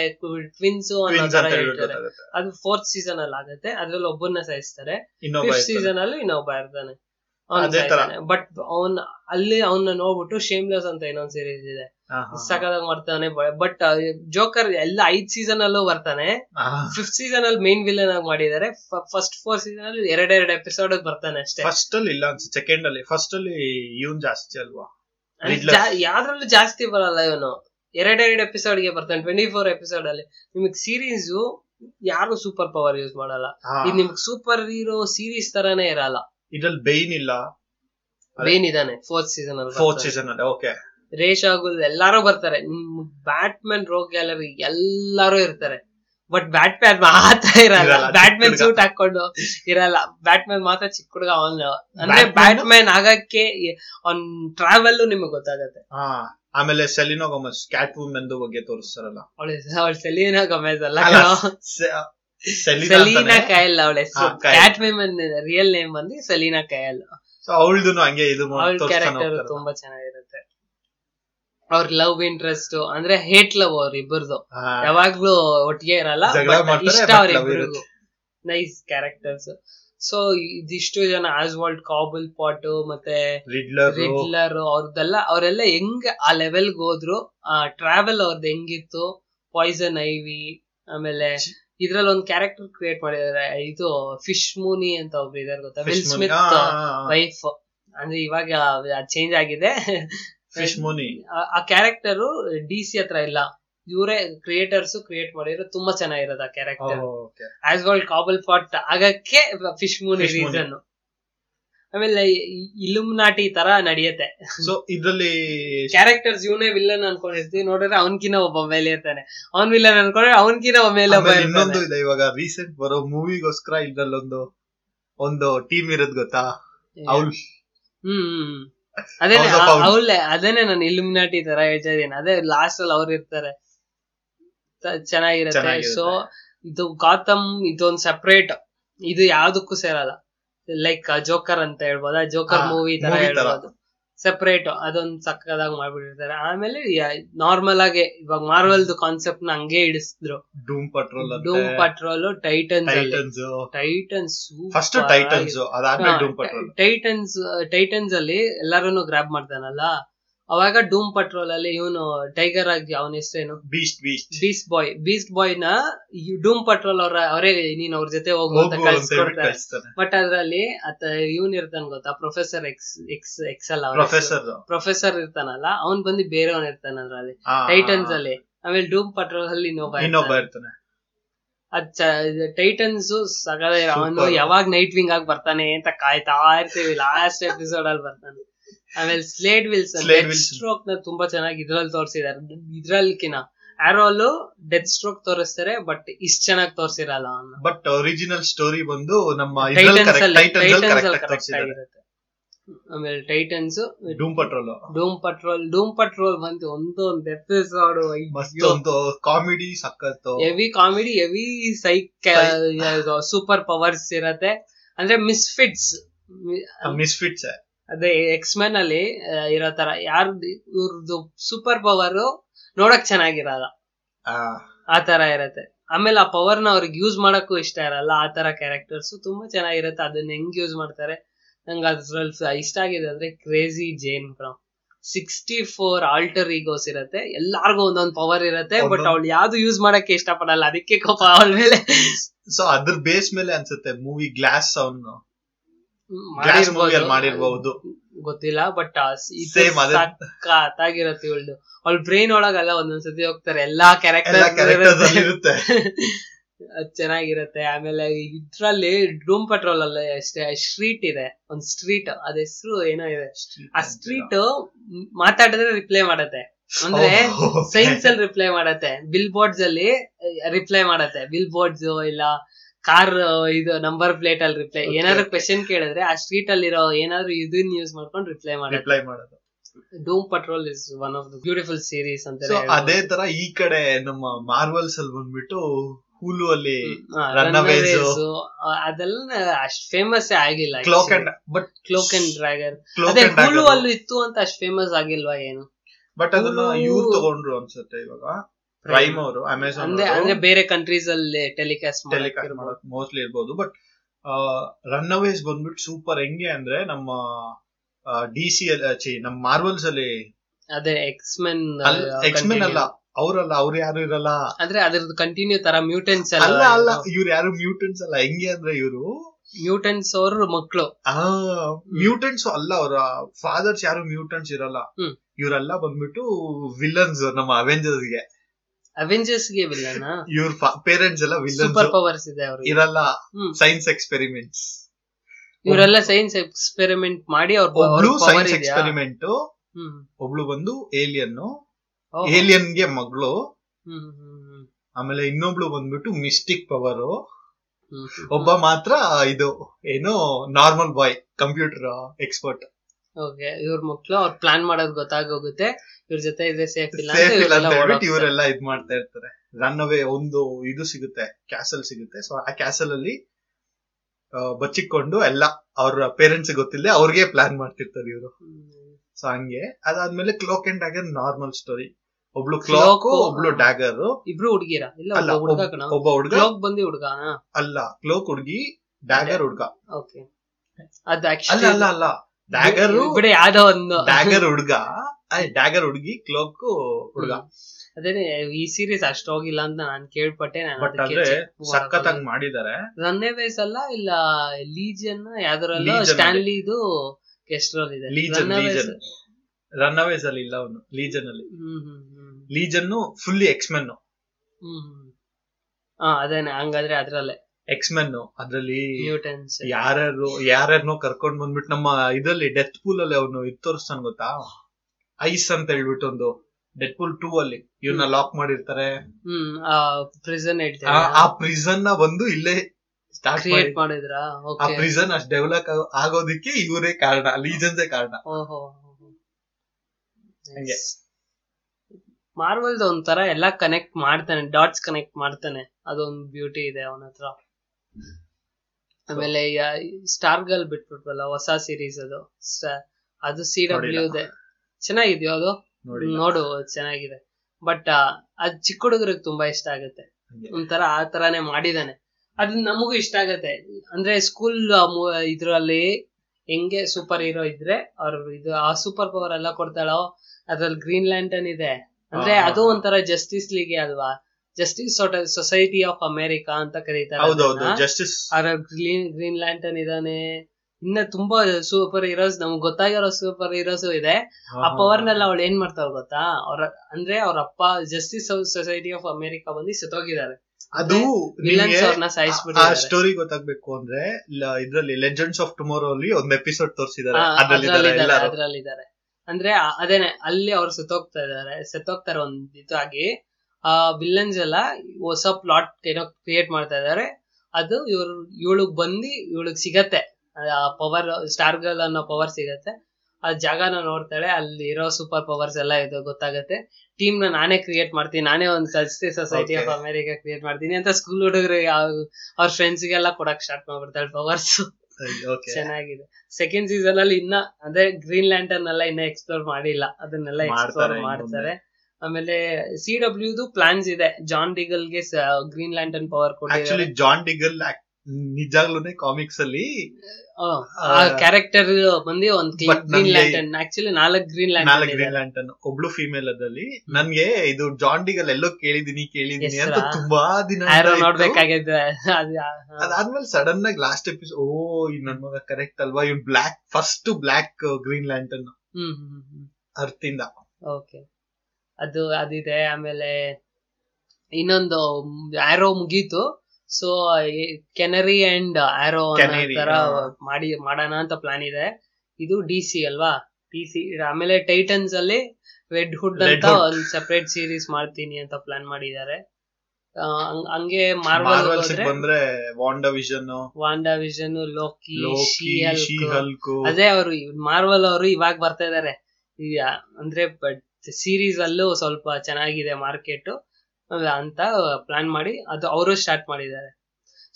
S1: ಟ್ವಿನ್ಸ್ ಅನ್ನೋ
S2: Twins
S1: ತರ
S2: ಅಂತ ಹೇಳಿ
S1: ಹೇಳ್ತಾರೆ
S2: ಗೊತ್ತಾಗುತ್ತೆ.
S1: ಅದು ಫೋರ್ತ್ ಸೀಸನ್ ಅಲ್ಲಿ ಆಗತ್ತೆ ಅದ್ರಲ್ಲಿ ಒಬ್ಬನ್ನ ಸಾಯಿಸ್ತಾರೆ
S2: ಇನ್ನೊಬ್ಬ
S1: ಫಿಫ್ತ್
S2: ಇರ್ತಾನೆ.
S1: ಸೀಸನ್ ಅಲ್ಲಿ ಇನ್ನೊಬ್ಬ ಇರ್ತಾನೆ
S2: ಅದೇ ತರ.
S1: ಬಟ್ ಅವನ್ ಅಲ್ಲಿ ಅವನ್ನ ನೋಡ್ಬಿಟ್ಟು ಶೇಮ್ಲೆಸ್ ಅಂತ ಇನ್ನೊಂದ್ ಸೀರೀಸ್ ಇದೆ
S2: ಹಾ, ಹಾ.
S1: ಸಖತ್ತಾಗಿ ಮಾಡ್ತಾನೆ ಬಟ್ ಜೋಕರ್ ಎಲ್ಲ ಐದ್ ಸೀಸನ್ ಅಲ್ಲೂ ಬರ್ತಾನೆ
S2: ಹಾ, ಹಾ.
S1: ಫಿಫ್ತ್ ಸೀಸನ್ ಅಲ್ಲಿ ಮೇನ್ ವಿಲನ್ ಆಗಿ ಮಾಡಿದ್ದಾರೆ ಫಸ್ಟ್ ಫೋರ್ ಸೀಸನ್ ಅಲ್ಲಿ ಎರಡೆರಡು ಎಪಿಸೋಡ್ ಬರ್ತಾನೆ ಅಷ್ಟೇ
S2: ಫಸ್ಟ್ ಅಲ್ಲಿ ಇಲ್ಲ ಅನ್ಸುತ್ತೆ ಸೆಕೆಂಡ್ ಅಲ್ಲಿ ಫಸ್ಟ್ ಅಲ್ಲಿ ಇವನ್ ಜಾಸ್ತಿ ಅಲ್ವಾ
S1: ಅಂದ್ರೆ
S2: Riddler.
S1: ಜಾ- ಯಾವ್ದ್ರಲ್ಲೂ ಜಾಸ್ತಿ ಬರಲ್ಲ ಇವನು ಎರಡೆರಡು ಎಪಿಸೋಡ್ ಗೆ ಬರ್ತಾನೆ ಟ್ವೆಂಟಿ ಫೋರ್ ಎಪಿಸೋಡ್ ಅಲ್ಲಿ ನಿಮಗ್ ಸೀರೀಸ್ ಯಾರು ಸೂಪರ್ ಪವರ್ ಯೂಸ್ ಮಾಡಲ್ಲ
S2: ಹಾ.
S1: ಇದು ನಿಮ್ಗೆ ಸೂಪರ್ ಹೀರೋ ಸೀರೀಸ್ ತರಾನೇ ಇರಲ್ಲ
S2: ಇದ್ರಲ್ಲಿ ಬೈನ್ ಇಲ್ಲ ಅದೇ.
S1: ಏನಿದಾನೆ ಫೋರ್ತ್ ಸೀಸನ್ ಅಲ್ಲಿ
S2: ಫೋರ್ತ್
S1: ಬರ್ತಾನೆ.
S2: ಸೀಸನ್ ಅಲ್ಲಿ ಓಕೆ
S1: ರೇಷ್ ಆಗುಲ್ ಎಲ್ಲಾರು ಬರ್ತಾರೆ ಬ್ಯಾಟ್ಮನ್ ರೋ ಗ್ಯಾಲರಿ ಎಲ್ಲಾರು ಇರ್ತಾರೆ ಬಟ್ ಬ್ಯಾಟ್ಮ್ಯಾನ್ ಮಾತ್ರ ಇರಲ್ಲ
S2: ಇರಲ್ಲ, ಚಿಕ್ಕ
S1: ಬ್ಯಾಟ್ಮನ್
S2: ಹುಡ್ಗ.
S1: ಸೂಟ್ ಹಾಕೊಂಡು ಇರಲ್ಲ ಬ್ಯಾಟ್ಮನ್ ಮಾತ್ರ ಚಿಕ್ಕ ಹುಡುಗ ಅವನು ಅಂದ್ರೆ
S2: Batman-
S1: ಬ್ಯಾಟ್ಮ್ಯಾನ್ ಆಗಕ್ಕೆ ಅವ್ನ್ ಟ್ರಾವೆಲ್ ನಿಮಗೆ ಗೊತ್ತಾಗತ್ತೆ
S2: ಹಾ ಆಮೇಲೆ ಸೆಲಿನೋ ಗೊಮಸ್ ಕ್ಯಾಟ್ ವುಮೆನ್ ಬಗ್ಗೆ ತೋರಿಸ್ತಾರಲ್ಲ
S1: ಅವಳ ಅವಳ ಸೆಲೀನಾ ಗಮೇಜ್ ಅಲ್ಲ
S2: ಅಲ್ಲ,
S1: ಕಣೋ.
S2: ಸೆ- ಸೆಲಿನಾ
S1: ಸೆಲೀನಾ
S2: ಅಂತಾನೆ.
S1: ಕಯಲ್ ಅವಳ ಹೆಸರು
S2: ಹಾ, ಕಯಲ್.
S1: ಬ್ಯಾಟ್ಮನ್ ರಿಯಲ್ ನೇಮ್ ಬಂದು ಸೆಲೀನಾ ಕಯಲ್
S2: So ಅವಳ್ದುನು ಹಂಗೆ ಇದು
S1: ಅವಳ
S2: ಮಾಡಿ ತೋರಿಸ್ತಾನೆ
S1: ಕ್ಯಾರೆಕ್ಟರ್
S2: ಹೋಗ್ತಾರೆ.
S1: ತುಂಬಾ ಚೆನ್ನಾಗಿರುತ್ತೆ ಅವ್ರ ಲವ್ ಇಂಟ್ರೆಸ್ಟ್ ಅಂದ್ರೆ ಹೇಟ್ ಲವ್ ಅವ್ರ ಇಬ್ಬರದು
S2: ಹಾ.
S1: ಯಾವಾಗ್ಲೂ ಒಟ್ಟಿಗೆ ಇರಲ್ಲ
S2: ಜಗಳ
S1: but
S2: ಮಾಡ್ತಾರೆ,
S1: ಇಷ್ಟ
S2: but love
S1: ಅವರಿಬ್ರಿಗೂ ನೈಸ್ ಕ್ಯಾರೆಕ್ಟರ್ಸ್ ಸೊ ಇದಿಷ್ಟು ಜನ ಆಸ್ವಾಲ್ಡ್ ಕಾಬಲ್ ಪಾಟ್ ಮತ್ತೆ
S2: ರಿಡ್ಲರ್
S1: ರಿಡ್ಲರ್ ಅವ್ರದ್ದೆಲ್ಲ ಅವರೆಲ್ಲ ಹೆಂಗ್ ಆ ಲೆವೆಲ್ಗೆ ಹೋದ್ರು ಆ ಟ್ರಾವೆಲ್ ಅವ್ರದ್ದು ಹೆಂಗಿತ್ತು ಪಾಯ್ಸನ್ ಐವಿ ಆಮೇಲೆ ಇದ್ರಲ್ಲಿ ಒಂದ್ ಕ್ಯಾರೆಕ್ಟರ್ ಕ್ರಿಯೇಟ್ ಮಾಡಿದಾರೆ ಇದು ಫಿಶ್ ಮೂನಿ ಅಂತ ಒಬ್ರು ಇದಾರೆ ಗೊತ್ತಾ ವಿಲ್ ಸ್ಮಿತ್ ವೈಫ್ ಅಂದ್ರೆ ಇವಾಗ ಚೇಂಜ್ ಆಗಿದೆ
S2: ಫಿಶ್ ಮುನಿ
S1: ಆ- ಆ ಕ್ಯಾರೆಕ್ಟರು ಡಿ ಸಿ ಹತ್ರ ಇಲ್ಲ ಇವರೇ ಕ್ರಿಯೇಟರ್ಸ್ ಕ್ರಿಯೇಟ್ ಮಾಡಿರೋ ತುಂಬಾ ಚೆನ್ನಾಗಿರೋದು ಆ character as well Cobblepot ಆಗಕ್ಕೆ Fish Moon
S2: Fish Moon.
S1: Reason ಆಮೇಲೆ ಇಲುಮ್ನಾಟಿ ತರ ನಡೆಯುತ್ತೆ
S2: ಸೊ ಇದ್ರಲ್ಲಿ
S1: ಕ್ಯಾರೆಕ್ಟರ್ಸ್ ಇವನೇ ವಿಲ್ಲನ್ ಅನ್ಕೊಂಡಿರ್ತೀವಿ ನೋಡಿದ್ರೆ ಅವನ್ಕಿನ ಒಬ್ಬ ಮೇಲೆ ಇರ್ತಾನೆ ಅವನ್ ವಿಲ್ಲನ್ ಅನ್ಕೊಂಡ್ರೆ ಅವನ್ಕಿನ ಒಬ್ಬ ಮೇಲೆ ಒಬ್ಬ
S2: ಆಮೇಲೆ
S1: ಇರ್ತಾನೆ.
S2: ಇನ್ನೊಂದು ಇದೆ ಇವಾಗ ರೀಸೆಂಟ್ ಬರೋ ಮೂವಿಗೋಸ್ಕರ ಇದ್ರಲ್ಲೊಂದು ಒಂದು ಟೀಮ್ ಇರೋದ್ ಗೊತ್ತಾ ಅವ್ಳು
S1: ಹ್ಮ್ ಹ್ಮ್, ಹ್ಮ್. ಅದೇನೆ
S2: House of Howl.
S1: ಅವಳೆ ಅದೇನೆ ನಾನು ಇಲ್ಯುಮಿನಾಟಿ ತರ ಹೇಳ್ತಾ ಇದ್ದೀನಿ ಅದೇ ಲಾಸ್ಟ್ ಅಲ್ಲಿ ಅವ್ರು ಇರ್ತಾರೆ ತ- ಚೆನ್ನಾಗಿರುತ್ತೆ
S2: ಚೆನ್ನಾಗಿರುತ್ತೆ.
S1: ಸೊ ಇದು ಗಾತಮ್ ಇದೊಂದ್ ಸೆಪರೇಟ್ ಇದು ಯಾವ್ದಕ್ಕೂ ಸೇರಲ್ಲ ಲೈಕ್ ಜೋಕರ್ ಅಂತ ಹೇಳ್ಬೋದಾ ಜೋಕರ್
S2: ಹಾ,
S1: ಮೂವಿ ತರ
S2: movie ತರ.
S1: ಹೇಳ್ಬೋದು ಸೆಪರೇಟ್ ಅದೊಂದ್ ಸಕ್ಕದಾಗಿ ಮಾಡ್ಬಿಟ್ಟಿರ್ತಾರೆ ಆಮೇಲೆ ನಾರ್ಮಲ್ ಆಗಿ ಇವಾಗ ಮಾರ್ವೆಲ್ದು ಕಾನ್ಸೆಪ್ಟ್ ನ ಹಂಗೆ ಇಡಿಸಿದ್ರು
S2: Doom Patrol
S1: Doom Patrol Titans
S2: Titans
S1: Titans
S2: first Titans ಅದಾದ್ಮೇಲೆ ಡೂಮ್ ಪಟ್ರೋಲ್
S1: ಟೈಟನ್ಸ್ ಟೈಟನ್ಸ್ ಅಲ್ಲಿ ಎಲ್ಲಾರನ್ನು ಗ್ರಾಬ್ ಮಾಡ್ತಾನಲ್ಲ ಅವಾಗ ಡೂಮ್ ಪಟ್ರೋಲ್ ಅಲ್ಲಿ ಇವನು ಟೈಗರ್ ಆಗಿ ಅವನ ಹೆಸರೇನು
S2: Beast Beast
S1: Beast Boy Beast Boy ನ ಡೂಮ್ ಪಟ್ರೋಲ್ ಅವರ ಅವರೇ ನೀನ್ ಅವ್ರ ಜೊತೆ ಹೋಗು ಅಂತ
S2: ಹೋಗು ಅಂತ ಹೇಳ್ಬಿಟ್ಟು
S1: ಕಳ್ಸ್ಕೊಡ್ತಾರೆ
S2: ಕಳಿಸ್ತಾನೆ
S1: ಬಟ್ ಅದ್ರಲ್ಲಿ ಅತ ಇವನ್ ಇರ್ತಾನ ಗೊತ್ತಾ ಪ್ರೊಫೆಸರ್ ಎಕ್ಸ್ ಎಕ್ಸ್ ಎಕ್ಸ್ ಅಲ್ಲ
S2: ಪ್ರೊಫೆಸರ್
S1: ಪ್ರೊಫೆಸರ್ ಇರ್ತಾನಲ್ಲ ಅವ್ನ್ ಬಂದು ಬೇರೆಯವನ್ ಇರ್ತಾನ ಅದ್ರಲ್ಲಿ ಟೈಟನ್ಸ್ ಅಲ್ಲಿ ಆಮೇಲೆ ಡೂಮ್ ಪಟ್ರೋಲ್ ಅಲ್ಲಿ ಇನ್ನೊಬ್ಬ
S2: ಇನ್ನೊಬ್ಬ
S1: ಇರ್ತಾನೆ.
S2: ಇರ್ತಾನೆ
S1: ಅದ್ ಟೈಟನ್ಸ್ ಸಗದ ಅವನು
S2: Super.
S1: ಯಾವಾಗ ನೈಟ್ ವಿಂಗ್ ಆಗಿ ಬರ್ತಾನೆ ಅಂತ ಕಾಯ್ತಾ ಇರ್ತೀವಿ ಲಾಸ್ಟ್ ಎಪಿಸೋಡ್ ಅಲ್ಲಿ ಬರ್ತಾನೆ ಆಮೇಲೆ Slade Wilson
S2: Slade
S1: death
S2: Wilson.
S1: Stroke ನ ತುಂಬಾ ಚೆನ್ನಾಗಿ ಇದ್ರಲ್ಲಿ ತೋರಿಸಿದ್ದಾರೆ ಇದ್ರಲ್ಕಿನ ಆರೋಲು ಡೆತ್ ಸ್ಟ್ರೋಕ್ ತೋರಿಸ್ತಾರೆ ಬಟ್ ಇಷ್ಟ್ ಚೆನ್ನಾಗಿ ತೋರಿಸಿರಲ್ಲ ಅವನು
S2: ಬಟ್ ಒರಿಜಿನಲ್ ಸ್ಟೋರಿ ಬಂದು ನಮ್ಮ
S1: ಟೈಟನ್ಸ್ ಅಲ್ಲಿ
S2: ಟೈಟನ್ಸ್ ಅಲ್ಲಿ
S1: ಟೈಟನ್ಸ್ ಅಲ್ಲಿ
S2: ಕರೆಕ್ಟ್
S1: ಕರೆಕ್ಟ್
S2: ತೋರಿಸಿದ್ದಾರೆ
S1: ಆಗಿರುತ್ತೆ ಆಮೇಲೆ Titans
S2: Doom Patrol
S1: Doom Patrol Doom Patrol ಬಂತು ಒಂದು ಒಂದು ಎಪಿಸೋಡ್
S2: ಮಸ್ತ್ ಒಂದು ಕಾಮಿಡಿ ಸಖತ್ತು
S1: heavy comedy heavy psych superpowers ಇರತ್ತೆ ಅಂದ್ರೆ ಮಿಸ್ಫಿಟ್ಸ್
S2: ಮಿಸ್ಫಿಟ್ಸ್
S1: ಅದೇ ಎಕ್ಸ್ಮೆನ್ ಅಲ್ಲಿ ಆ, ಇರೋ ತರ ಯಾರು ಇವ್ರದ್ದು ಸೂಪರ್ ಪವರ್ ನೋಡಕ್ ಚೆನ್ನಾಗಿರಲ್ಲ ಆ ತರ ಇರತ್ತೆ ಆಮೇಲೆ ಆ ಪವರ್ ನ ಅವ್ರಿಗೆ ಯೂಸ್ ಮಾಡಕ್ಕೂ ಇಷ್ಟ ಇರಲ್ಲ ಆ ತರ ಕ್ಯಾರೆಕ್ಟರ್ಸ್ ತುಂಬಾ ಚೆನ್ನಾಗಿರತ್ತೆ ಅದನ್ನ ಹೆಂಗ್ ಯೂಸ್ ಮಾಡ್ತಾರೆ ನಂಗೆ ಅದ್ರಲ್ಲಿ ಇಷ್ಟ ಆಗಿದೆ ಅಂದ್ರೆ Crazy Jane from sixty four alter egos ಇರತ್ತೆ ಎಲ್ಲಾರ್ಗೂ ಒಂದೊಂದು ಪವರ್ ಇರತ್ತೆ ಬಟ್
S2: ಒಂದೊಂದ್-
S1: ಅವಳು ಯಾವ್ದು ಯೂಸ್ ಮಾಡಕ್ಕೆ ಇಷ್ಟ ಪಡಲ್ಲ ಅದಕ್ಕೆ ಕೋಪ ಅವಳ ಮೇಲೆ
S2: ಸೊ ಅದ್ರ ಬೇಸ್ ಮೇಲೆ ಅನ್ಸುತ್ತೆ ಮೂವಿ ಗ್ಲಾಸ್ ಅವನು ಗ್ಲಾಸ್ ಮೂವಿ ಅಲ್ಲಿ
S1: ಮಾಡಿರ್ಬೋದು
S2: ಮಾಡಿರ್ಬಹುದು
S1: ಗೊತ್ತಿಲ್ಲ ಬಟ್
S2: Same ಅದೇ.
S1: ಸಖತ್ತಾಗಿರತ್ತೆ ಇವಳ್ದು ಅವ್ಳ ಬ್ರೈನ್ ಒಳಗಲ್ಲ ಒಂದೊಂದ್ಸತಿ ಹೋಗ್ತಾರೆ ಎಲ್ಲಾ
S2: ಎಲ್ಲ ಕ್ಯಾರೆಕ್ಟರ್ಸ್ ಅಲ್ಲಿ
S1: ಕ್ಯಾರೆಕ್ಟರ್
S2: ಇರುತ್ತೆ
S1: ಅದ್ ಚೆನ್ನಾಗಿರತ್ತೆ ಆಮೇಲೆ ಇದ್ರಲ್ಲಿ ಡೂಮ್ ಪೆಟ್ರೋಲ್ ಅಲ್ಲ ಅಷ್ಟೇ ಸ್ಟ್ರೀಟ್ ಇದೆ ಒಂದ್ ಸ್ಟ್ರೀಟ್ ಅದ ಹೆಸರು ಏನೋ ಇದೆ ಆ ಸ್ಟ್ರೀಟ್ ಮಾತಾಡಿದ್ರೆ ರಿಪ್ಲೈ ಮಾಡತ್ತೆ ಅಂದ್ರೆ ಸೈನ್ಸ್ ಅಲ್ಲಿ ರಿಪ್ಲೈ ಮಾಡತ್ತೆ ಬಿಲ್ ಬೋರ್ಡ್ಸ್ ಅಲ್ಲಿ ರಿಪ್ಲೈ ಮಾಡತ್ತೆ ಬಿಲ್ ಬೋರ್ಡ್ಸ್ ಇಲ್ಲ ಕಾರ್ ಇದು ನಂಬರ್ ಪ್ಲೇಟ್ ಅಲ್ಲಿ ರಿಪ್ಲೈ
S2: Okay.
S1: ಏನಾದ್ರು ಕ್ವೆಶನ್ ಕೇಳಿದ್ರೆ ಆ ಸ್ಟ್ರೀಟ್ ಅಲ್ಲಿರೋ ಏನಾದ್ರು ಇದನ್ನ ಯೂಸ್ ಮಾಡ್ಕೊಂಡು ರಿಪ್ಲೈ ಮಾಡತ್ತೆ
S2: ರಿಪ್ಲೈ ಮಾಡೋದು
S1: Doom Patrol is one of the beautiful series ಅಂತ
S2: ಸೊ ಅದೇ ತರ ಈ ಕಡೆ ನಮ್ಮ ಮಾರ್ವಲ್ಸ್ ಅಲ್ಲಿ ಬಂದ್ಬಿಟ್ಟು ಹೂಲು ಅಲ್ಲಿ
S1: ಆ,
S2: Runaways.
S1: Runaways, ಆ, ಅದೆಲ್ಲ ಅಷ್ಟ್ ಫೇಮಸ್ ಆಗಿಲ್ಲ
S2: Cloak and but
S1: Cloak and dragon
S2: Cloak
S1: ಅದೇ
S2: ಅಂಡ್
S1: ಹೂಲು ಅಲ್ಲೂ ಇತ್ತು ಅಂತ ಅಷ್ಟ್ ಫೇಮಸ್ ಆಗಿಲ್ವಾ ಏನು
S2: ಬಟ್ ಅದನ್ನ
S1: Hulu-
S2: ಇವ್ರು ತಗೊಂಡ್ರು ಅನ್ಸುತ್ತೆ ಇವಾಗ ಪ್ರೈಮ್ ಅವರು ಅಮೆಝಾನ್
S1: ಅಂದ್ರೆ ಅಂದ್ರೆ ಬೇರೆ ಕಂಟ್ರೀಸ್ ಅಲ್ಲಿ ಟೆಲಿಕಾಸ್ಟ್
S2: ಟೆಲಿಕಾಸ್ಟ್ ಮಾಡಕ್ ಮೋಸ್ಟ್ಲಿ ಇರ್ಬೋದು ಬಟ್ ರನ್ ಅವೇಸ್ ಬಂದ್ಬಿಟ್ಟು ಸೂಪರ್ ಹೆಂಗೆ ಅಂದ್ರೆ ನಮ್ಮ ಡಿ ಸಿ ಚಿ ನಮ್ಮ ಮಾರ್ವಲ್ಸ್ ಅಲ್ಲಿ
S1: ಅದೇ ಎಕ್ಸ್ ಮೆನ್
S2: ಎಕ್ಸ್ಮೆನ್ ಅಲ್ಲ ಅವ್ರಲ್ಲ ಅವ್ರು ಯಾರು ಇರಲ್ಲ
S1: ಅಂದ್ರೆ ಅದ್ರದ್ದು ಕಂಟಿನ್ಯೂ ತರ ಮ್ಯೂಟೆನ್ಸ್
S2: ಅಲ್ಲ ಅಲ್ಲ ಇವ್ರು ಯಾರು ಮ್ಯೂಟೆಂಟ್ಸ್ ಅಲ್ಲ ಹೆಂಗೆ ಅಂದ್ರೆ ಇವರು
S1: ಮ್ಯೂಟೆನ್ಸ್ ಅವ್ರ ಮಕ್ಕಳು
S2: ಮ್ಯೂಟೆಂಟ್ಸ್ ಅಲ್ಲ ಅವರ ಫಾದರ್ಸ್ ಯಾರು ಮ್ಯೂಟೆಂಟ್ಸ್ ಇರಲ್ಲ
S1: ಹ್ಮ್.
S2: ಇವರೆಲ್ಲ ಬಂದ್ಬಿಟ್ಟು ವಿಲನ್ಸ್ ನಮ್ಮ ಅವೆಂಜರ್ಸ್ ಗೆ
S1: ಅವೆಂಜರ್ಸ್ ಗೆ ವಿಲ್ಲನ
S2: ಇವ್ರ ಪೇರೆಂಟ್ಸ್ ಎಲ್ಲ
S1: ಸೂಪರ್
S2: ವಿಲನ್ಸ್
S1: ಪವರ್ಸ್ ಇದೆ ಅವ್ರಿಗೆ
S2: ಇರಲ್ಲ
S1: ಹ್ಮ್.
S2: ಸೈನ್ಸ್ ಎಕ್ಸ್ಪೆರಿಮೆಂಟ್ಸ್
S1: ಇವರೆಲ್ಲ ಸೈನ್ಸ್ ಎಕ್ಸ್ಪೆರಿಮೆಂಟ್ ಮಾಡಿ ಅವ್ರ
S2: ಒಬ್ಳು
S1: ಪವರ್
S2: ಸೈನ್ಸ್
S1: ಇದೆಯಾ
S2: ಎಕ್ಸ್ಪೆರಿಮೆಂಟ್
S1: ಹ್ಮ್.
S2: ಒಬ್ಳು ಬಂದು ಏಲಿಯನ್
S1: ಓ.
S2: ಏಲಿಯನ್ ಗೆ ಮಗಳು
S1: ಹ್ಮ್, ಹ್ಮ್, ಹ್ಮ್,
S2: ಆಮೇಲೆ ಇನ್ನೊಬ್ಳು ಬಂದ್ಬಿಟ್ಟು ಮಿಸ್ಟಿಕ್ ಪವರ್
S1: ಹ್ಮ್, ಹ್ಮ್.
S2: ಒಬ್ಬ ಮಾತ್ರ ಇದು ಏನು normal boy computer expert
S1: okay ಇವ್ರ ಮಕ್ಳು ಅವ್ರ ಪ್ಲಾನ್ ಮಾಡೋದ್ ಗೊತ್ತಾಗೋಗುತ್ತೆ ಇವ್ರ ಜೊತೆ ಇದ್ರೆ ಸೇಫ್ ಇಲ್ಲ ಅಂತ
S2: ಸೇಫ್ ಇಲ್ಲ
S1: ಇವ್ರೆಲ್ಲ
S2: ಅಂತ ಹೇಳ್ಬಿಟ್ಟು
S1: ಓಡೋಗ್ತಾರೆ.
S2: ಇವರೆಲ್ಲ ಇದ್ ಮಾಡ್ತಾ ಇರ್ತಾರೆ ರನ್ ಅವೇ ಒಂದು ಇದು ಸಿಗುತ್ತೆ ಕ್ಯಾಸಲ್ ಸಿಗುತ್ತೆ ಸೊ ಆ ಕ್ಯಾಸಲ್ ಅಲ್ಲಿ ಆ, ಬಚ್ಚಿಕೊಂಡು ಎಲ್ಲ ಅವ್ರ ಪೇರೆಂಟ್ಸ್ ಗೊತ್ತಿಲ್ಲದೆ ಅವ್ರಿಗೆ ಪ್ಲಾನ್ ಮಾಡ್ತಿರ್ತಾರೆ ಇವರು
S1: ಹ್ಮ್.
S2: ಸೊ ಹಂಗೆ ಅದಾದ್ಮೇಲೆ Cloak and Dagger normal story ಒಬ್ಳು
S1: Clock,
S2: ಕ್ಲಾಕ್ ಒಬ್ಳು ಡ್ಯಾಗರ್
S1: ಇಬ್ರು ಹುಡುಗಿರ ಇಲ್ಲ
S2: ಅಲ್ಲ
S1: ಒಬ್ಬ ಹುಡುಗ
S2: ಒಬ್-
S1: ಕಣ
S2: ಒಬ್ಬ ಹುಡುಗ
S1: ಕ್ಲೋಕ್ ಬಂದಿ ಹುಡುಗ
S2: ಅಲ್ಲ ಕ್ಲೋಕ್ ಹುಡುಗಿ ಡ್ಯಾಗರ್ ಹುಡುಗ
S1: ಓಕೆ ಅದ್
S2: ಅಲ್ಲ
S1: ಆಕ್ಚುಲಿ
S2: ಅಲ್ಲ ಅಲ್ಲ ಡ್ಯಾಗರ್
S1: ಬಿಡಿ ಯಾವ್ದೋ ಒಂದು
S2: ಡ್ಯಾಗರ್ ಹುಡುಗ ಡ್ಯಾಗರ್ ಹುಡುಗಿ ಕ್ಲೋಕ್ ಹುಡುಗ
S1: ಅದೇನೆ ಈ ಸೀರೀಸ್ ಅಷ್ಟು ಹೋಗಿಲ್ಲ ಅಂತ ನಾನ್ ಕೇಳ್ಪಟ್ಟೆ ನಾನು
S2: ಬಟ್ ಅಂದ್ರೆ ಸಖತ್ತಾಗಿ ಮಾಡಿದ್ದಾರೆ
S1: ರನ್ವೇಸ್ ಅಲ್ಲ ಇಲ್ಲ ಲೀಜನ್ ಯಾವ್ದ್ರಲ್ಲ
S2: Legion ಅಲ್ಲಿ.
S1: ಸ್ಟ್ಯಾನ್ಲಿ ಇದು ಕೆಸ್ಟ್ರೋಲ್ ಇದೆ
S2: ಲೀಜನ್
S1: Runaways-
S2: ಲೀಜನ್ ರನ್ಅವೇಸ್ ಅಲ್ಲಿ ಇಲ್ಲ ಅವನು ಲೀಜನ್ ಅಲ್ಲಿ
S1: ಹ್ಮ್ ಹ್ಮ್ ಹ್ಮ್
S2: ಲೀಜನ್ ಫುಲ್ಲಿ ಎಕ್ಸ್ಮೆನ್
S1: ಹ್ಮ್ ಹ್ಮ್. ಆ ಅದೇನೆ ಹಂಗಾದ್ರೆ ಅದ್ರಲ್ಲೇ
S2: ಎಕ್ಸ್ಮೆನ್ ಅದ್ರಲ್ಲಿ
S1: ನ್ಯೂಟನ್ಸ್
S2: ಯಾರ್ಯಾರು ಯಾರ್ಯಾರನೋ ಕರ್ಕೊಂಡ್ ಬಂದ್ಬಿಟ್ಟು ನಮ್ಮ ಇದರಲ್ಲಿ ಡೆತ್ ಪೂಲ್ ಅಲ್ಲಿ ಅವನು ಇದ್ ತೋರಿಸ್ತಾನೆ ಗೊತ್ತಾ ಐಸ್ ಅಂತ ಹೇಳ್ಬಿಟ್ಟು ಒಂದು ಡೆತ್ ಪೂಲ್ ಟೂ ಅಲ್ಲಿ ಇವನ್ನ ಲಾಕ್ ಮಾಡಿರ್ತಾರೆ
S1: ಹ್ಮ್ ಪ್ರಿಸನ್ ಇಡ್ತಾರೆ
S2: ಆ- ಆ ಪ್ರಿಸನ್ ನ ಬಂದು ಇಲ್ಲೇ ಸ್ಟಾರ್ಟ್
S1: ಕ್ರಿಯೇಟ್ ಮಾಡಿದ್ರ
S2: ಆ
S1: ಓಕೆ
S2: ಪ್ರಿಸನ್ ಅಷ್ಟು ಡೆವಲಪ್ ಆಗೋದಕ್ಕೆ ಇವರೇ ಕಾರಣ ಲೀಜನ್ಸೇ ಕಾರಣ
S1: ಓಹೋ
S2: ಹಂಗೆ.
S1: ಮಾರ್ವಲ್ದ ಒಂಥರ ಎಲ್ಲಾ ಕನೆಕ್ಟ್ ಮಾಡ್ತಾನೆ ಡಾಟ್ಸ್ ಕನೆಕ್ಟ್ ಮಾಡ್ತಾನೆ ಅದೊಂದು ಬ್ಯೂಟಿ ಇದೆ ಅವನ ಹತ್ರ ಆಮೇಲೆ ಸ್ಟಾರ್ ಗರ್ಲ್ ಬಿಟ್ಬಿಟ್ವಲ್ಲ ಹೊಸ ಸೀರೀಸ್ ಅದು ಸ- ಅದು ಸಿ ಡಬ್ಲ್ಯೂ
S2: ನೋಡಿಲ್ಲ.
S1: ಇದೆ ಚೆನ್ನಾಗಿದ್ಯೋ ಅದು
S2: ನೋಡಿ
S1: ನೋಡು ಚೆನ್ನಾಗಿದೆ ಬಟ್ ಅದ್ ಚಿಕ್ಕ ಹುಡುಗರಿಗೆ ತುಂಬಾ ಇಷ್ಟ ಆಗುತ್ತೆ
S2: ಹಂಗೆ.
S1: ಒಂಥರ ಆ ತರಾನೇ ಮಾಡಿದಾನೆ ಅದ್ ನಮಗೂ ಇಷ್ಟ ಆಗತ್ತೆ ಅಂದ್ರೆ ಸ್ಕೂಲ್ ಇದ್ರಲ್ಲಿ ಹೆಂಗೆ ಸೂಪರ್ ಹೀರೋ ಇದ್ರೆ ಅವ್ರು ಇದು ಆ ಸೂಪರ್ ಪವರ್ ಎಲ್ಲ ಕೊಡ್ತಾಳೋ ಅದ್ರಲ್ಲಿ ಗ್ರೀನ್ ಲ್ಯಾಂಟನ್ ಇದೆ ಅಂದ್ರೆ
S2: ಹಾ, ಹಾ,
S1: ಅದು
S2: ಹಾ.
S1: ಒಂಥರ ಜಸ್ಟಿಸ್ ಲೀಗ್ ಅಲ್ವಾ ಜಸ್ಟಿಸ್ ಸೊಸೈಟಿ ಆಫ್ ಅಮೆರಿಕಾ ಅಂತ
S2: ಹೌದೌದು
S1: ಕರೀತಾರೆ
S2: ಜಸ್ಟಿಸ್
S1: ಅದ್ರ ಗ್ರೀನ್ ಗ್ರೀನ್ ಲ್ಯಾಂಟನ್ ಇದಾನೆ ಇನ್ನ ತುಂಬಾ ಸೂಪರ್ ಹೀರೋಸ್ ನಮ್ಗೆ ಗೊತ್ತಾಗಿರೋ ಸೂಪರ್ ಹೀರೋಸ್ ಇದೆ ಆ ಪವರ್ನೆಲ್ಲ ಅವಳು ಏನ್ ಮಾಡ್ತಾವ್ ಗೊತ್ತಾ ಅವ್ರ ಅಂದ್ರೆ ಅವ್ರ ಅಪ್ಪ ಜಸ್ಟಿಸ್ ಸೊಸೈಟಿ ಆಫ್ ಅಮೆರಿಕಾ ಬಂದು ಸತ್ತೋಗಿದ್ದಾರೆ
S2: ಅದು
S1: ವಿಲನ್ಸ್
S2: ನಿಮ್ಗೆ
S1: ಅವ್ರನ್ನ
S2: ಆ
S1: ಸಾಯಿಸ್ಬಿಟ್ಟಿದ್ದಾರೆ
S2: ಸ್ಟೋರಿ ಗೊತ್ತಾಗ್ಬೇಕು ಅಂದ್ರೆ ಲ- ಇದ್ರಲ್ಲಿ ಲೆಜೆಂಡ್ಸ್ ಆಫ್ ಟುಮಾರೋ ಅಲ್ಲಿ ಒಂದ್ ಎಪಿಸೋಡ್ ತೋರಿಸಿದ್ದಾರೆ
S1: ಆ,
S2: ಅದ್ರಲ್ಲಿ
S1: ಅದ್ರಲ್ಲಿದ್ದಾರೆ,
S2: ಎಲ್ಲರೂ
S1: ಅದ್ರಲ್ಲಿದ್ದಾರೆ ಅಂದ್ರೆ ಆ- ಅದೇನೆ ಅಲ್ಲಿ ಅವ್ರು ಸತ್ತೋಗ್ತಾ ಇದಾರೆ ಸತ್ತೋಗ್ತಾರೆ ಒಂದ್ ಇದಾಗಿ ಆ ವಿಲ್ಲನ್ಸ್ ಎಲ್ಲ ಹೊಸ ಪ್ಲಾಟ್ ಏನೋ ಕ್ರಿಯೇಟ್ ಮಾಡ್ತಾ ಇದಾರೆ ಅದು ಇವ್ರು ಇವಳಗ್ ಬಂದು ಇವಳಗ್ ಸಿಗತ್ತೆ ಆ ಪವರ್ ಸ್ಟಾರ್ ಗರ್ಲ್ ಅನ್ನೋ ಪವರ್ ಸಿಗತ್ತೆ ಆ ಜಾಗನ ನೋಡ್ತಾಳೆ ಅಲ್ಲಿ ಇರೋ ಸೂಪರ್ ಪವರ್ಸ್ ಎಲ್ಲ ಇದು ಗೊತ್ತಾಗತ್ತೆ ಟೀಮ್ ನ ನಾನೇ ಕ್ರಿಯೇಟ್ ಮಾಡ್ತೀನಿ ನಾನೇ ಒಂದ್ ಕಲ್ಸ್ತಿ society of
S2: Okay.
S1: America create ಮಾಡ್ತೀನಿ ಅಂತ ಸ್ಕೂಲ್ ಹುಡುಗರಿಗೆ ಅವ್ರ ಫ್ರೆಂಡ್ಸ್ಗೆಲ್ಲ ಕೊಡಕ್ ಸ್ಟಾರ್ಟ್ ಮಾಡ್ಬಿಡ್ತಾಳೆ ಪವರ್ಸ್
S2: Okay.
S1: ಚೆನ್ನಾಗಿದೆ ಸೆಕೆಂಡ್ ಸೀಸನ್ ಅಲ್ಲಿ ಇನ್ನ ಅಂದ್ರೆ ಗ್ರೀನ್ ಲ್ಯಾಂಟರ್ನ್ ಎಲ್ಲ ಇನ್ನ ಎಕ್ಸ್ಪ್ಲೋರ್ ಮಾಡಿಲ್ಲ ಅದನ್ನೆಲ್ಲ ಎಕ್ಸ್ಪ್ಲೋರ್
S2: ಮಾಡ್ತಾರೆ ಇನ್ನು
S1: ಮಾಡ್ತಾರೆ ಆಮೇಲೆ ಸಿ ಡಬ್ಲ್ಯೂದು ಪ್ಲಾನ್ಸ್ ಇದೆ ಜಾನ್ ಡಿಗಲ್ ಗೆ ಗ್ರೀನ್ ಲ್ಯಾಂಟರ್ನ್ ಪವರ್
S2: ಆಕ್ಚುಲಿ
S1: ಕೊಟ್ಟಿದ್ದಾರೆ
S2: ಜಾನ್ ಡಿಗಲ್ ನಿಜಾಗ್ಲೂನೆ ಕಾಮಿಕ್ಸ್ ಅಲ್ಲಿ
S1: ಹ್ಮ್.
S2: ಆ,
S1: ಆ ಕ್ಯಾರೆಕ್ಟರ್ ಬಂದು ಒಂದ್
S2: But
S1: ಗ್ರೀನ್
S2: ನಮ್ಗೆ-
S1: ಲ್ಯಾಂಟರ್ನ್ ಆಕ್ಚುಲಿ ನಾಲ್ಕ್ ಗ್ರೀನ್
S2: ನಾಲ್ಕು
S1: ಲ್ಯಾಂಟರ್ನ್
S2: ಗ್ರೀನ್ ಲ್ಯಾಂಟನ್ ಒಬ್ಳು ಫಿಮೇಲ್ ಅದಲ್ಲಿ ನನ್ಗೆ ಇದು ಜಾನ್ ಡಿಗಲ್ ಎಲ್ಲೋ ಕೇಳಿದೀನಿ ಕೇಳಿದೀನಿ ಅಂತ
S1: ಹೆಸ್ರಾ?
S2: ತುಂಬಾ ದಿನ
S1: ಆರೋ
S2: ಆಯ್ತು.
S1: ನೋಡ್ಬೇಕಾಗಿದೆ ಅದ್ ಯಾ- ಹಾ.
S2: ಅದಾದ್ಮೇಲೆ ಸಡನ್ ಆಗಿ ಲಾಸ್ಟ್ ಎಪಿಸೋಡ್ ಓ ಈ ನನ್ ಮಗ ಕರೆಕ್ಟ್ ಅಲ್ವಾ ಇವ್ black first black Green Lantern
S1: ಹ್ಮ್ ಹ್ಮ್ ಹ್ಮ್
S2: ಅರ್ತ್ ಇಂದ
S1: ಓಕೆ ಅದು ಅದಿದೆ ಆಮೇಲೆ ಇನ್ನೊಂದು ಆರೋ ಮುಗೀತು so Canary and Arrow
S2: Canary,
S1: ತರ
S2: ಹಾ.
S1: ಮಾಡಿ ಮಾಡೋಣ ಅಂತ ಪ್ಲಾನ್ ಇದೆ ಇದು ಡಿ ಸಿ ಅಲ್ವಾ ಡಿ ಸಿ ಆಮೇಲೆ ಟೈಟನ್ಸ್ ಅಲ್ಲಿ ರೆಡ್ ಹುಡ್
S2: Red
S1: ಅಂತ
S2: Hood.
S1: ಒಂದು ಸೆಪರೇಟ್ ಸೀರೀಸ್ ಮಾಡ್ತೀನಿ ಅಂತ ಪ್ಲಾನ್ ಮಾಡಿದ್ದಾರೆ ಆ, ಹಂಗ್- ಹಂಗೆ ಮಾರ್ವಲ್
S2: ಮಾರ್ವೆಲ್ಸ್ ಬಂದ್ರೆ WandaVision
S1: WandaVision Loki
S2: Loki she
S1: ಶಿಯಲ್
S2: ಹಲ್ಕ್
S1: ಅದೇ ಅವರು ಮಾರ್ವಲ್ ಅವರು ಇವಾಗ ಬರ್ತಾ ಇದಾರೆ ಈ, ಆ, ಅಂದ್ರೆ ಬಟ್ ಸೀರೀಸ್ ಅಲ್ಲೂ ಸ್ವಲ್ಪ ಚೆನ್ನಾಗಿದೆ ಮಾರ್ಕೆಟ್ ಅಲ್ಲ ಅಂತ ಪ್ಲಾನ್ ಮಾಡಿ ಅದು ಅವರು ಸ್ಟಾರ್ಟ್ ಮಾಡಿದ್ದಾರೆ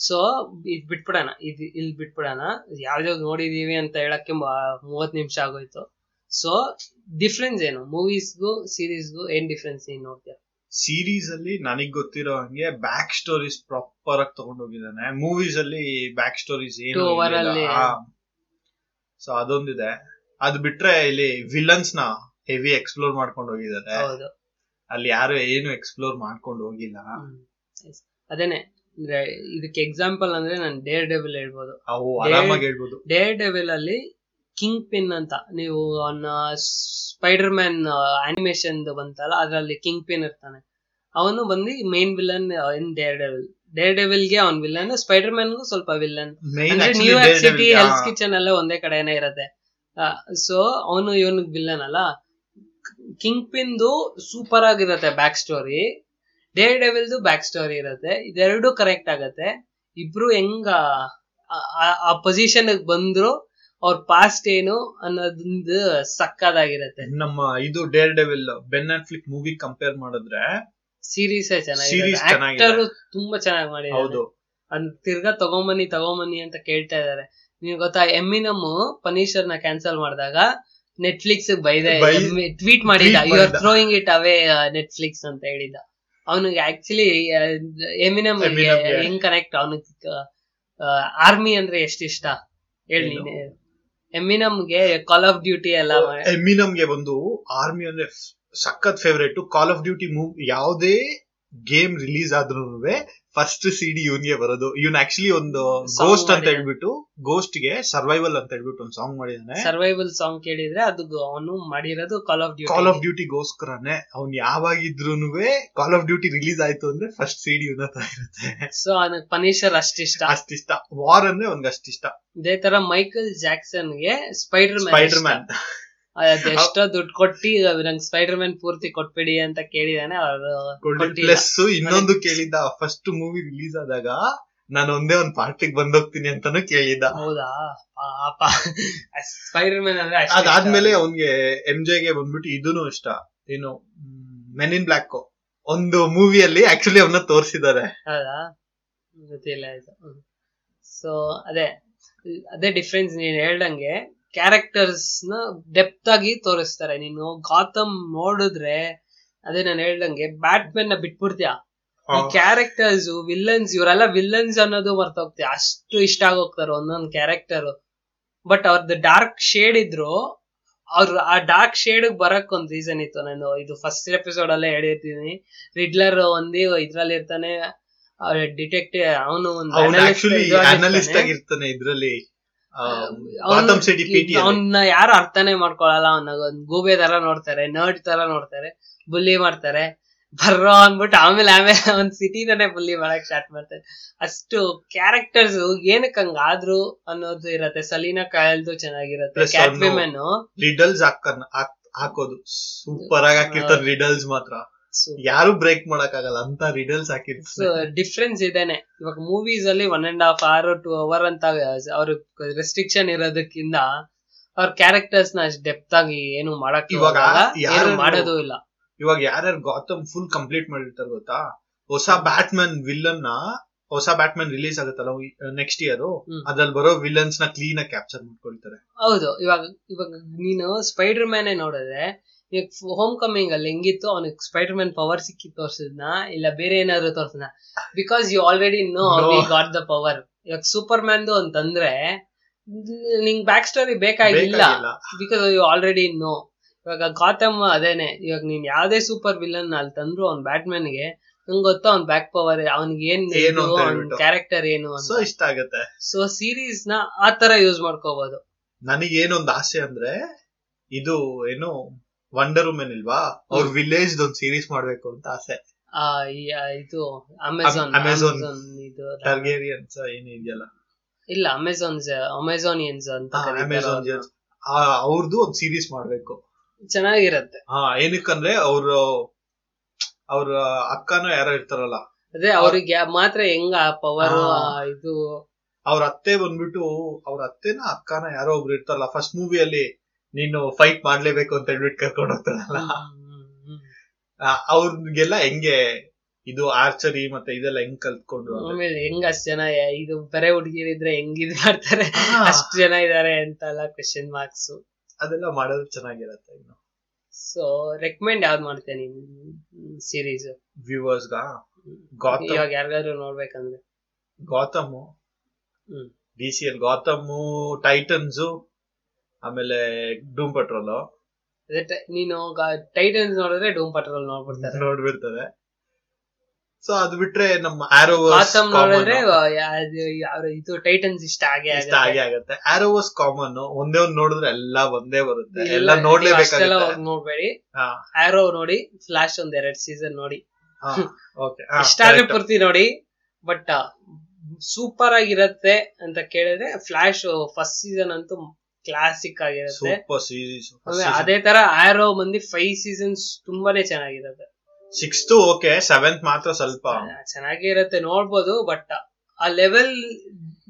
S1: ಸೊ ಇದು ಬಿಟ್ಬಿಡೋಣ ಇದು ಇಲ್ಲಿ ಬಿಟ್ಬಿಡೋಣ ಯಾವ್ದ್ಯಾವ್ದು ನೋಡಿದೀವಿ ಅಂತ ಹೇಳಕ್ಕೆ ಮೂವತ್ತು ನಿಮಿಷ ಆಗೋಯ್ತು ಸೊ ಡಿಫ್ರೆನ್ಸ್ ಏನು ಮೂವೀಸ್ಗೂ ಸೀರೀಸ್ಗೂ ಏನ್ ಡಿಫ್ರೆನ್ಸ್ ನೀನ್ ನೋಡ್ತೀಯ
S2: ಸೀರೀಸ್ ಅಲ್ಲಿ ನನಗ್ ಗೊತ್ತಿರೋ ಹಂಗೆ ಬ್ಯಾಕ್ ಸ್ಟೋರೀಸ್ ಪ್ರಾಪರ್ ಆಗಿ ತಗೊಂಡೋಗಿದ್ದಾನೆ ಮೂವೀಸ್ ಅಲ್ಲಿ ಬ್ಯಾಕ್ ಸ್ಟೋರೀಸ್ ಏನು
S1: Two hour ಅಲ್ಲಿ.
S2: ಸೊ ಅದೊಂದಿದೆ ಅದ್ ಬಿಟ್ರೆ ಇಲ್ಲಿ ವಿಲನ್ಸ್ ನ ಹೆವಿ ಎಕ್ಸ್ಪ್ಲೋರ್ ಮಾಡ್ಕೊಂಡು ಹೋಗಿದ್ದಾರೆ
S1: ಹೌದು
S2: ಅಲ್ಲಿ ಯಾರು ಏನು ಎಕ್ಸ್ಪ್ಲೋರ್ ಮಾಡ್ಕೊಂಡು ಹೋಗಿಲ್ಲ
S1: ಹ್ಮ್. Yes. ಅದೇನೆ ಅಂದ್ರೆ ಇದಕ್ಕೆ ಎಕ್ಸಾಂಪಲ್ ಅಂದ್ರೆ ನಾನು ಡೇರ್ ಡೆವಿಲ್ ಹೇಳ್ಬೋದು
S2: ಅವು ಆರಾಮಾಗಿ ಹೇಳ್ಬೋದು
S1: ಡೇರ್ ಡೆವಿಲ್ ಅಲ್ಲಿ ಕಿಂಗ್ ಪಿನ್ ಅಂತ ನೀವು ಅವನ ಸ್ಪೈಡರ್ ಮ್ಯಾನ್ ಅನಿಮೇಷನ್ ಬಂತಲ್ಲ ಅದ್ರಲ್ಲಿ ಕಿಂಗ್ ಪಿನ್ ಇರ್ತಾನೆ ಅವನು ಬಂದು main villain in Daredevil Deere ಡೆವಿಲ್ಗೆ ಅವನ್ ವಿಲನ್ ಸ್ಪೈಡರ್ ಮ್ಯಾನ್ಗೂ ಸ್ವಲ್ಪ ವಿಲನ್
S2: ಮೇನ್
S1: ಅಂದ್ರೆ New York city Hell's
S2: uh,
S1: Kitchen ಅಲ್ಲೇ ಒಂದೇ ಕಡೆನೇ ಇರತ್ತೆ ಸೊ ಅವನು ಇವನು ವಿಲ್ಲನ್ ಅಲ್ಲ ಕಿಂಗ್ ಪಿನ್ದು ಸೂಪರ್ ಆಗಿರತ್ತೆ ಬ್ಯಾಕ್ ಸ್ಟೋರಿ ಡೇ ಡೆವಿಲ್ದು ಬ್ಯಾಕ್ ಸ್ಟೋರಿ ಇರತ್ತೆ ಇದೆರಡು ಕರೆಕ್ಟ್ ಆಗತ್ತೆ ಇಬ್ರು ಹೆಂಗ ಆ- ಆ- ಆ ಪೊಸಿಷನ್ ಬಂದ್ರು ಅವ್ರ ಪಾಸ್ಟ್ ಏನು ಅನ್ನೋದೊಂದು ಸಕ್ಕದಾಗಿರತ್ತೆ
S2: ನಮ್ಮ ಇದು Daredevil Ben Affleck movie compare ಮಾಡಿದ್ರೆ
S1: ಸೀರೀಸೇ ಚೆನ್ನಾಗಿದೆ
S2: Series ಚೆನ್ನಾಗಿದೆ.
S1: ಆಕ್ಟರ್ ತುಂಬಾ ಚೆನ್ನಾಗಿ ಮಾಡಿದ್ದಾರೆ
S2: ಹೌದು
S1: ಅದ್ ತಿರ್ಗಾ ತಗೊಂಬನ್ನಿ ತಗೊಂಬನ್ನಿ ಅಂತ ಕೇಳ್ತಾ ಇದಾರೆ ನಿನ್ ಗೊತ್ತಾ ಎಮ್ಮಿನಮ್ ಪನೀಶರ್ ನ ಕ್ಯಾನ್ಸಲ್ ಮಾಡಿದಾಗ ನೆಟ್ಫ್ಲಿಕ್ಸ್ ಬೈದೆ
S2: ಬೈ-
S1: ಟ್ವೀಟ್ ಮಾಡಿದ
S2: tweet
S1: ಯು ಆರ್
S2: ಮಾಡಿದ.
S1: ಥ್ರೋಯಿಂಗ್ ಇಟ್ ಅವೇ ನೆಟ್ಫ್ಲಿಕ್ಸ್ ಅಂತ ಹೇಳಿದ ಅವನಿಗೆ ಆಕ್ಚುಲಿ ಎಮಿನಮ್
S2: Eminem ಗೆ.
S1: ಹೆಂಗ್ ಕನೆಕ್ಟ್ ಅವನಿಗೆ ಆರ್ಮಿ ಅಂದ್ರೆ ಎಷ್ಟ್ ಇಷ್ಟ ಹೇಳಿ
S2: ಏನು?
S1: ನೀನು ಎಮಿನಮ್ಗೆ ಕಾಲ್ ಆಫ್ ಡ್ಯೂಟಿ ಎಲ್ಲ ಮಾಡ್-
S2: ಎಮಿನಮ್ಗೆ ಬಂದು ಆರ್ಮಿ ಅಂದ್ರೆ ಸಖತ್ favourite Call of Duty move ಯಾವುದೇ ಗೇಮ್ ರಿಲೀಸ್ ಆದ್ರೂ ಫಸ್ಟ್ ಸಿಡಿ ಇವನ್ಗೆ ಬರೋದು ಇವನ್ ಆಕ್ಚುಲಿ ಒಂದು
S1: Song
S2: ಗೋಸ್ಟ್ ಅಂತ
S1: ಮಾಡಿದ.
S2: ಹೇಳ್ಬಿಟ್ಟು ಗೋಸ್ಟ್ ಗೆ ಸರ್ವೈವಲ್ ಅಂತ ಹೇಳ್ಬಿಟ್ಟು ಒಂದು ಸಾಂಗ್ ಮಾಡಿದಾನೆ
S1: ಸರ್ವೈವಲ್ ಸಾಂಗ್ ಕೇಳಿದ್ರೆ ಅದು ಅವನು ಮಾಡಿರೋದು Call of
S2: Call of
S1: Duty
S2: ಡ್ಯೂಟಿಗೋಸ್ಕರನೇ ಅವ್ನ್ ಯಾವಾಗಿದ್ರು ಕಾಲ್ ಆಫ್ ಡ್ಯೂಟಿ ರಿಲೀಸ್ ಆಯ್ತು ಅಂದ್ರೆ ಫಸ್ಟ್ ಸಿಡಿ ಇವನ್ ಹತ್ರ ಇರುತ್ತೆ
S1: ಸೊ ಅವನಿಗೆ ಪನೀಶರ್ ಅಷ್ಟಿಷ್ಟ
S2: ಅಷ್ಟಿಷ್ಟ ವಾರ್ ಅಂದ್ರೆ ಅವ್ನ್ಗೆ ಅಷ್ಟಿಷ್ಟ
S1: ಇದೇ ತರ ಮೈಕಲ್ ಜಾಕ್ಸನ್ ಗೆ ಸ್ಪೈಡರ್
S2: ಸ್ಪೈಡರ್ ಮ್ಯಾನ್
S1: ಅದೆಷ್ಟೋ ದುಡ್ಡು ಕೊಟ್ಟಿ ನಂಗೆ ಸ್ಪೈಡರ್ ಮ್ಯಾನ್ ಪೂರ್ತಿ ಕೊಟ್ಬಿಡಿ ಅಂತ ಕೇಳಿದಾನೆ ಅವ್ರು
S2: ಗೋಲ್ಡನ್
S1: ಕೊಟ್ಟಿಲ್ಲ.
S2: ಪ್ಲಸ್ ಇನ್ನೊಂದು ಕೇಳಿದ್ದ ಫಸ್ಟ್ ಮೂವಿ ರಿಲೀಸ್ ಆದಾಗ ನಾನು ಒಂದೇ ಒಂದ್ ಪಾರ್ಟಿಗೆ ಬಂದೋಗ್ತೀನಿ ಅಂತಾನು ಕೇಳಿದ್ದ
S1: ಹೌದಾ ಪಾಪ ಸ್ಪೈಡರ್ ಮ್ಯಾನ್ ಅಂದ್ರೆ ಅಷ್ಟ್
S2: ಅದಾದ್ಮೇಲೆ
S1: ಇಷ್ಟ.
S2: ಅವನ್ಗೆ ಎಂ ಗೆ ಬಂದ್ಬಿಟ್ಟು ಇದೂನು ಇಷ್ಟ ಏನು ಮೆನ್ ಇನ್ ಬ್ಲಾಕ್ ಒಂದು ಮೂವಿಯಲ್ಲಿ ಆಕ್ಚುಲಿ ಅವನ್ನ ತೋರಿಸಿದ್ದಾರೆ
S1: ಹೌದಾ ಗೊತ್ತಿಲ್ಲ ಆಯ್ತು ಸೊ ಅದೇ ಅದೇ ಡಿಫ್ರೆನ್ಸ್ ನೀನ್ ಹೇಳ್ದಂಗೆ ಕ್ಯಾರೆಕ್ಟರ್ಸ್ ನ ಡೆಪ್ತ್ ಆಗಿ ತೋರಿಸ್ತಾರೆ ನೀನು ಗಾತಮ್ ನೋಡಿದ್ರೆ ಅದೇ ನಾನು ಹೇಳ್ದಂಗೆ ಬ್ಯಾಟ್ಮನ್ ನ ಬಿಟ್ಬಿಡ್ತೀಯ ಈ ಕ್ಯಾರೆಕ್ಟರ್ಸ್ ವಿಲ್ಲನ್ಸ್ ಇವರೆಲ್ಲ ವಿಲ್ಲನ್ಸ್ ಅನ್ನೋದು ಮರ್ತೋಗ್ತೀವಿ ಅಷ್ಟು ಇಷ್ಟ ಆಗೋಗ್ತಾರೆ ಒಂದೊಂದು ಕ್ಯಾರೆಕ್ಟರ್ ಬಟ್ ಅವ್ರದ್ದು ಡಾರ್ಕ್ ಶೇಡ್ ಇದ್ರು ಅವ್ರು ಆ ಡಾರ್ಕ್ ಶೇಡ್ ಬರಕ್ ಒಂದ್ ರೀಸನ್ ಇತ್ತು ನಾನು ಇದು ಫಸ್ಟ್ ಎಪಿಸೋಡ್ ಅಲ್ಲೇ ಹೇಳಿರ್ತೀನಿ ರಿಡ್ಲರ್ ಒಂದೇ ಇದ್ರಲ್ಲಿ ಇರ್ತಾನೆ ಡಿಟೆಕ್ಟಿವ್ ಅವನು
S2: ಅವನು ಆಕ್ಚುಲಿ ಅನಲಿಸ್ಟ್ ಆಗಿರ್ತಾನೆ ಇದ್ರಲ್ಲಿ ಬಾತಮ್ ಸಿಟಿ ಪಿಟಿ
S1: ಅವನ್ನ ಯಾರು ಅರ್ಥನೇ ಮಾಡ್ಕೊಳಲ್ಲ ಅವನ ಗೂಬೆ ತರ ನೋಡ್ತಾರೆ ನರ್ಡ್ ತರ ನೋಡ್ತಾರೆ ಬುಲ್ಲಿ ಮಾಡ್ತಾರೆ ಬರ್ರೋ ಅಂದ್ಬಿಟ್ಟು ಆಮೇಲೆ ಆಮೇಲೆ ಅವನ್ ಸಿಟಿನೇ ಬುಲ್ಲಿ ಮಾಡಕ್ ಸ್ಟಾರ್ಟ್ ಮಾಡ್ತಾರೆ ಅಷ್ಟು ಕ್ಯಾರೆಕ್ಟರ್ಸ್ ಏನಕ್ಕೆ ಹಂಗಾದ್ರು ಅನ್ನೋದು ಇರತ್ತೆ ಸಲೀನಾ ಕಾಯಲ್ದು ಚೆನ್ನಾಗಿರತ್ತೆ
S2: Plus
S1: ಕ್ಯಾಟ್
S2: ಅವ್ನು-
S1: ವಿಮೆನ್
S2: ರಿಡಲ್ಸ್ ಹಾಕ ಹಾಕೋದು ಸೂಪರ್ ಆಗಿ ಹಾಕಿರ್ತಾರೆ ರಿಡಲ್ಸ್ ಮಾತ್ರ ಯಾರು ಬ್ರೇಕ್ ಮಾಡಕ್ ಆಗಲ್ಲ ಅಂತ ರಿಡಲ್ಸ್ ಹಾಕಿರ್ತಾರೆ
S1: ಡಿಫ್ರೆನ್ಸ್ ಇದೇನೆ ಇವಾಗ ಮೂವೀಸ್ ಅಲ್ಲಿ one and half hour two hour ಅಂತ ಅವ್ರ ರೆಸ್ಟ್ರಿಕ್ಷನ್ ಇರೋದಕ್ಕಿಂತ ಅವ್ರ ಕ್ಯಾರೆಕ್ಟರ್ಸ್ ನ ಅಷ್ಟು ಡೆಪ್ತ್ ಆಗಿ ಏನು ಮಾಡಕ್
S2: ಇವಾಗ ಯಾರು
S1: ಏನು ಮಾಡೋದು ಇಲ್ಲ
S2: ಇವಾಗ ಯಾರ್ಯಾರು ಗೌತಮ್ ಫುಲ್ ಕಂಪ್ಲೀಟ್ ಮಾಡಿರ್ತಾರೆ ಗೊತ್ತಾ ಹೊಸ ಬ್ಯಾಟ್ಮನ್ ವಿಲನ್ ನ ಹೊಸ ಬ್ಯಾಟ್ಮನ್ ರಿಲೀಸ್ ಆಗುತ್ತಲ್ಲ ನೆಕ್ಸ್ಟ್ ಇಯರ್
S1: ಹ್ಮ್.
S2: ಅದ್ರಲ್ಲಿ ಬರೋ ವಿಲನ್ಸ್ ನ ಕ್ಲೀನ್ ಆಗಿ ಕ್ಯಾಪ್ಚರ್ ಮಾಡ್ಕೊಳ್ತಾರೆ
S1: ಹೌದು ಇವಾಗ ಇವಾಗ ನೀನು ಸ್ಪೈಡರ್ ಮ್ಯಾನೇ ನೋಡಿದ್ರೆ ಹೋಮ್ ಕಮಿಂಗ್ ಅಲ್ಲಿ ಹೆಂಗಿತ್ತು ಅವನಿಗೆ ಸ್ಪೈಡರ್ ಮ್ಯಾನ್ ಪವರ್ ಸಿಕ್ಕಿ ತೋರ್ಸದ್ನ ಇಲ್ಲ ಬೇರೆ ಏನಾದ್ರು ತೋರ್ಸದ್ನ because you already know
S2: No.
S1: Got the power ಇವಾಗ ಸೂಪರ್ ಮ್ಯಾನ್ದು ಅಂತಂದ್ರೆ ನಿಂಗ್ ಬ್ಯಾಕ್ ಸ್ಟೋರಿ ಬೇಕಾಗಿಲ್ಲ
S2: ಬೇಕಾಗಿಲ್ಲ.
S1: ಬಿಕಾಸ್ ಯು ಆಲ್ರೆಡಿ ನೋ ಇವಾಗ ಗೌತಮ್ ಅದೇನೆ ಇವಾಗ ನೀನ್ ಯಾವ್ದೇ ಸೂಪರ್ ವಿಲನ್ ಅಲ್ಲಿ ತಂದ್ರು ಅವ್ನ್ ಬ್ಯಾಟ್ಮನ್ ಗೆ ನಂಗೆ ಗೊತ್ತಾ ಅವ್ನ್ ಬ್ಯಾಕ್ ಪವರ್ ಅವ್ನಿಗೆ ಏನ್
S2: ಏನು
S1: ಇದು,
S2: ಅಂತ
S1: ಅವ್ನ್
S2: ಹೇಳ್ಬಿಟ್ಟು.
S1: ಕ್ಯಾರೆಕ್ಟರ್ ಏನು
S2: ಸೊ
S1: ಅಂತ
S2: ಇಷ್ಟ ಆಗತ್ತೆ
S1: ಸೊ ಸೀರೀಸ್ ನ ಆ ತರ ಯೂಸ್ ಮಾಡ್ಕೋಬಹುದು
S2: ನನಗೇನೊಂದ್ ಆಸೆ ಅಂದ್ರೆ ಇದು ಏನು ವಂಡರ್ ವುಮೆನ್ ಇಲ್ವಾ ಅವ್ರ ವಿಲೇಜ್ ಒಂದ್ ಸೀರೀಸ್ ಮಾಡ್ಬೇಕು ಅಂತ ಆಸೆ
S1: ಆ, ಈ, ಆ, ಇದು ಅಮೆಝಾನ್
S2: Amazon.
S1: ಇದು
S2: ಟರ್ಗೇರಿಯನ್ಸ್ ಏನು ಇದೆಯಲ್ಲ
S1: ಇಲ್ಲ ಅಮೆಝಾನ್ಸ್ ಅಮೆಝಾನಿಯನ್ಸ್ ಅಂತ ಕರೀತಾರೆ
S2: ಅಮೆಝಾನ್
S1: ಅವ್ರ್ನ.
S2: ಅವ್ರದ್ದು ಒಂದ್ ಸೀರೀಸ್ ಮಾಡ್ಬೇಕು
S1: ಚೆನ್ನಾಗಿರತ್ತೆ
S2: ಹಾ ಏನಕ್ಕಂದ್ರೆ ಅವ್ರ ಅವ್ರ ಅಕ್ಕನೋ ಯಾರೋ ಇರ್ತಾರಲ್ಲ
S1: ಅದೇ ಅವ್ರಿಗೆ ಮಾತ್ರ ಹೆಂಗ ಪವರ್
S2: ಹಾ.
S1: ಇದು
S2: ಅವ್ರ ಅತ್ತೆ ಬಂದ್ಬಿಟ್ಟು ಅವ್ರ ಅತ್ತೆನ ಅಕ್ಕನ ಯಾರೋ ಒಬ್ರು ಇರ್ತಾರಲ್ಲ ಫಸ್ಟ್ ಮೂವಿಯಲ್ಲಿ ನೀನು ಫೈಟ್ ಮಾಡ್ಲೇಬೇಕು ಅಂತ ಹೇಳ್ಬಿಟ್ಟು ಕರ್ಕೊಂಡು ಹೋಗ್ತಾರಲ್ಲ
S1: ಹ್ಮ್, ಹ್ಮ್, ಹ್ಮ್.
S2: ಆ, ಅವ್ರಿಗೆಲ್ಲ ಹೆಂಗೆ ಇದು ಆರ್ಚರಿ ಮತ್ತೆ ಇದೆಲ್ಲ ಹೆಂಗ್ ಕಲ್ತ್ಕೊಂಡು ಅಂತ.
S1: ಆಮೇಲೆ ಹೆಂಗ್ ಅಷ್ಟ್ ಜನ ಯ- ಇದು ಬರೇ ಹುಡುಗಿರಿದ್ರೆ ಹೆಂಗ್ ಇದ್ ಮಾಡ್ತಾರೆ
S2: ಆ,
S1: ಅಷ್ಟ್ ಜನ ಇದಾರೆ ಅಂತ ಎಲ್ಲ ಕ್ವೆಶನ್ ಮಾರ್ಕ್ಸ್
S2: ಅದೆಲ್ಲ ಮಾಡೋದು ಚೆನ್ನಾಗಿರತ್ತೆ ಇನ್ನು
S1: ಸೊ ರೆಕಮೆಂಡ್ ಯಾವ್ದು ಮಾಡ್ತೇನೆ ನೀನು ಸೀರೀಸ್
S2: ವ್ಯೂವರ್ಸ್ ಗೌತಮ್
S1: ಇವಾಗ ಯಾರಿಗಾದ್ರು ನೋಡ್ಬೇಕಂದ್ರೆ
S2: ಗೌತಮ್
S1: ಹ್ಮ್.
S2: D C L Gotham Titans ಆಮೇಲೆ ಡೂಮ್ ಪೆಟ್ರೋಲ್
S1: ಅದೇ ಟ- ನೀನು ಟೈಟನ್ಸ್ ನೋಡಿದ್ರೆ ಡೂಮ್ ಪಟ್ರೋಲ್ ನೋಡ್ಬಿಡ್ತಾರೆ
S2: ನೋಡ್ಬಿಡ್ತದೆ ಸೊ ಅದ್ ಬಿಟ್ರೆ ನಮ್ಮ ಆರೋ
S1: ಗೌತಮ್ ನೋಡಿದ್ರೆ ಯಾ- ಅದು- ಯಾವ- ಇದು ಟೈಟನ್ಸ್ ಇಷ್ಟ ಆಗೇ
S2: ಇಷ್ಟ
S1: ಆಗತ್ತೆ.
S2: ಆಗೇ ಆಗತ್ತೆ ಆರೋವಸ್ ಕಾಮನ್ ಒಂದೇ ಒಂದ್ ನೋಡಿದ್ರೆ ಎಲ್ಲಾ ಒಂದೇ ಬರುತ್ತೆ
S1: ಇಲ್ಲ,
S2: ಎಲ್ಲ
S1: ನೀವು ಅಷ್ಟೆಲ್ಲ
S2: ನೋಡ್ಲೇಬೇಕಾಗುತ್ತೆ
S1: ಹೋಗ್ ನೋಡ್ಬೇಡಿ
S2: ಹಾ,
S1: ಆರೋ ನೋಡಿ ಫ್ಲಾಶ್ ಒಂದ್ ಎರಡ್ ಸೀಸನ್ ನೋಡಿ
S2: ಹಾ, okay, ಹಾ,
S1: ಇಷ್ಟ ಆದ್ರೆ
S2: correct.
S1: ಪೂರ್ತಿ ನೋಡಿ ಬಟ್ ಸೂಪರ್ ಆಗಿರತ್ತೆ ಅಂತ ಕೇಳಿದ್ರೆ ಫ್ಲಾಶ್ ಫಸ್ಟ್ ಸೀಸನ್ ಅಂತೂ ಕ್ಲಾಸಿಕ್ ಆಗಿರತ್ತೆ
S2: Super series, super
S1: ಆಮೇಲೆ
S2: season.
S1: ಅದೇ ತರ ಆರೋ ಮಂದಿ ಫೈವ್ ಸೀಸನ್ಸ್ ತುಂಬಾನೇ ಚೆನ್ನಾಗಿರತ್ತೆ
S2: ಸಿಕ್ಸ್ತ್ ಓಕೆ ಸೆವೆಂತ್ ಮಾತ್ರ ಸ್ವಲ್ಪ
S1: ಚೆನ್ನಾಗೇ ಇರತ್ತೆ ನೋಡ್ಬೋದು ಬಟ್ ಆ ಲೆವೆಲ್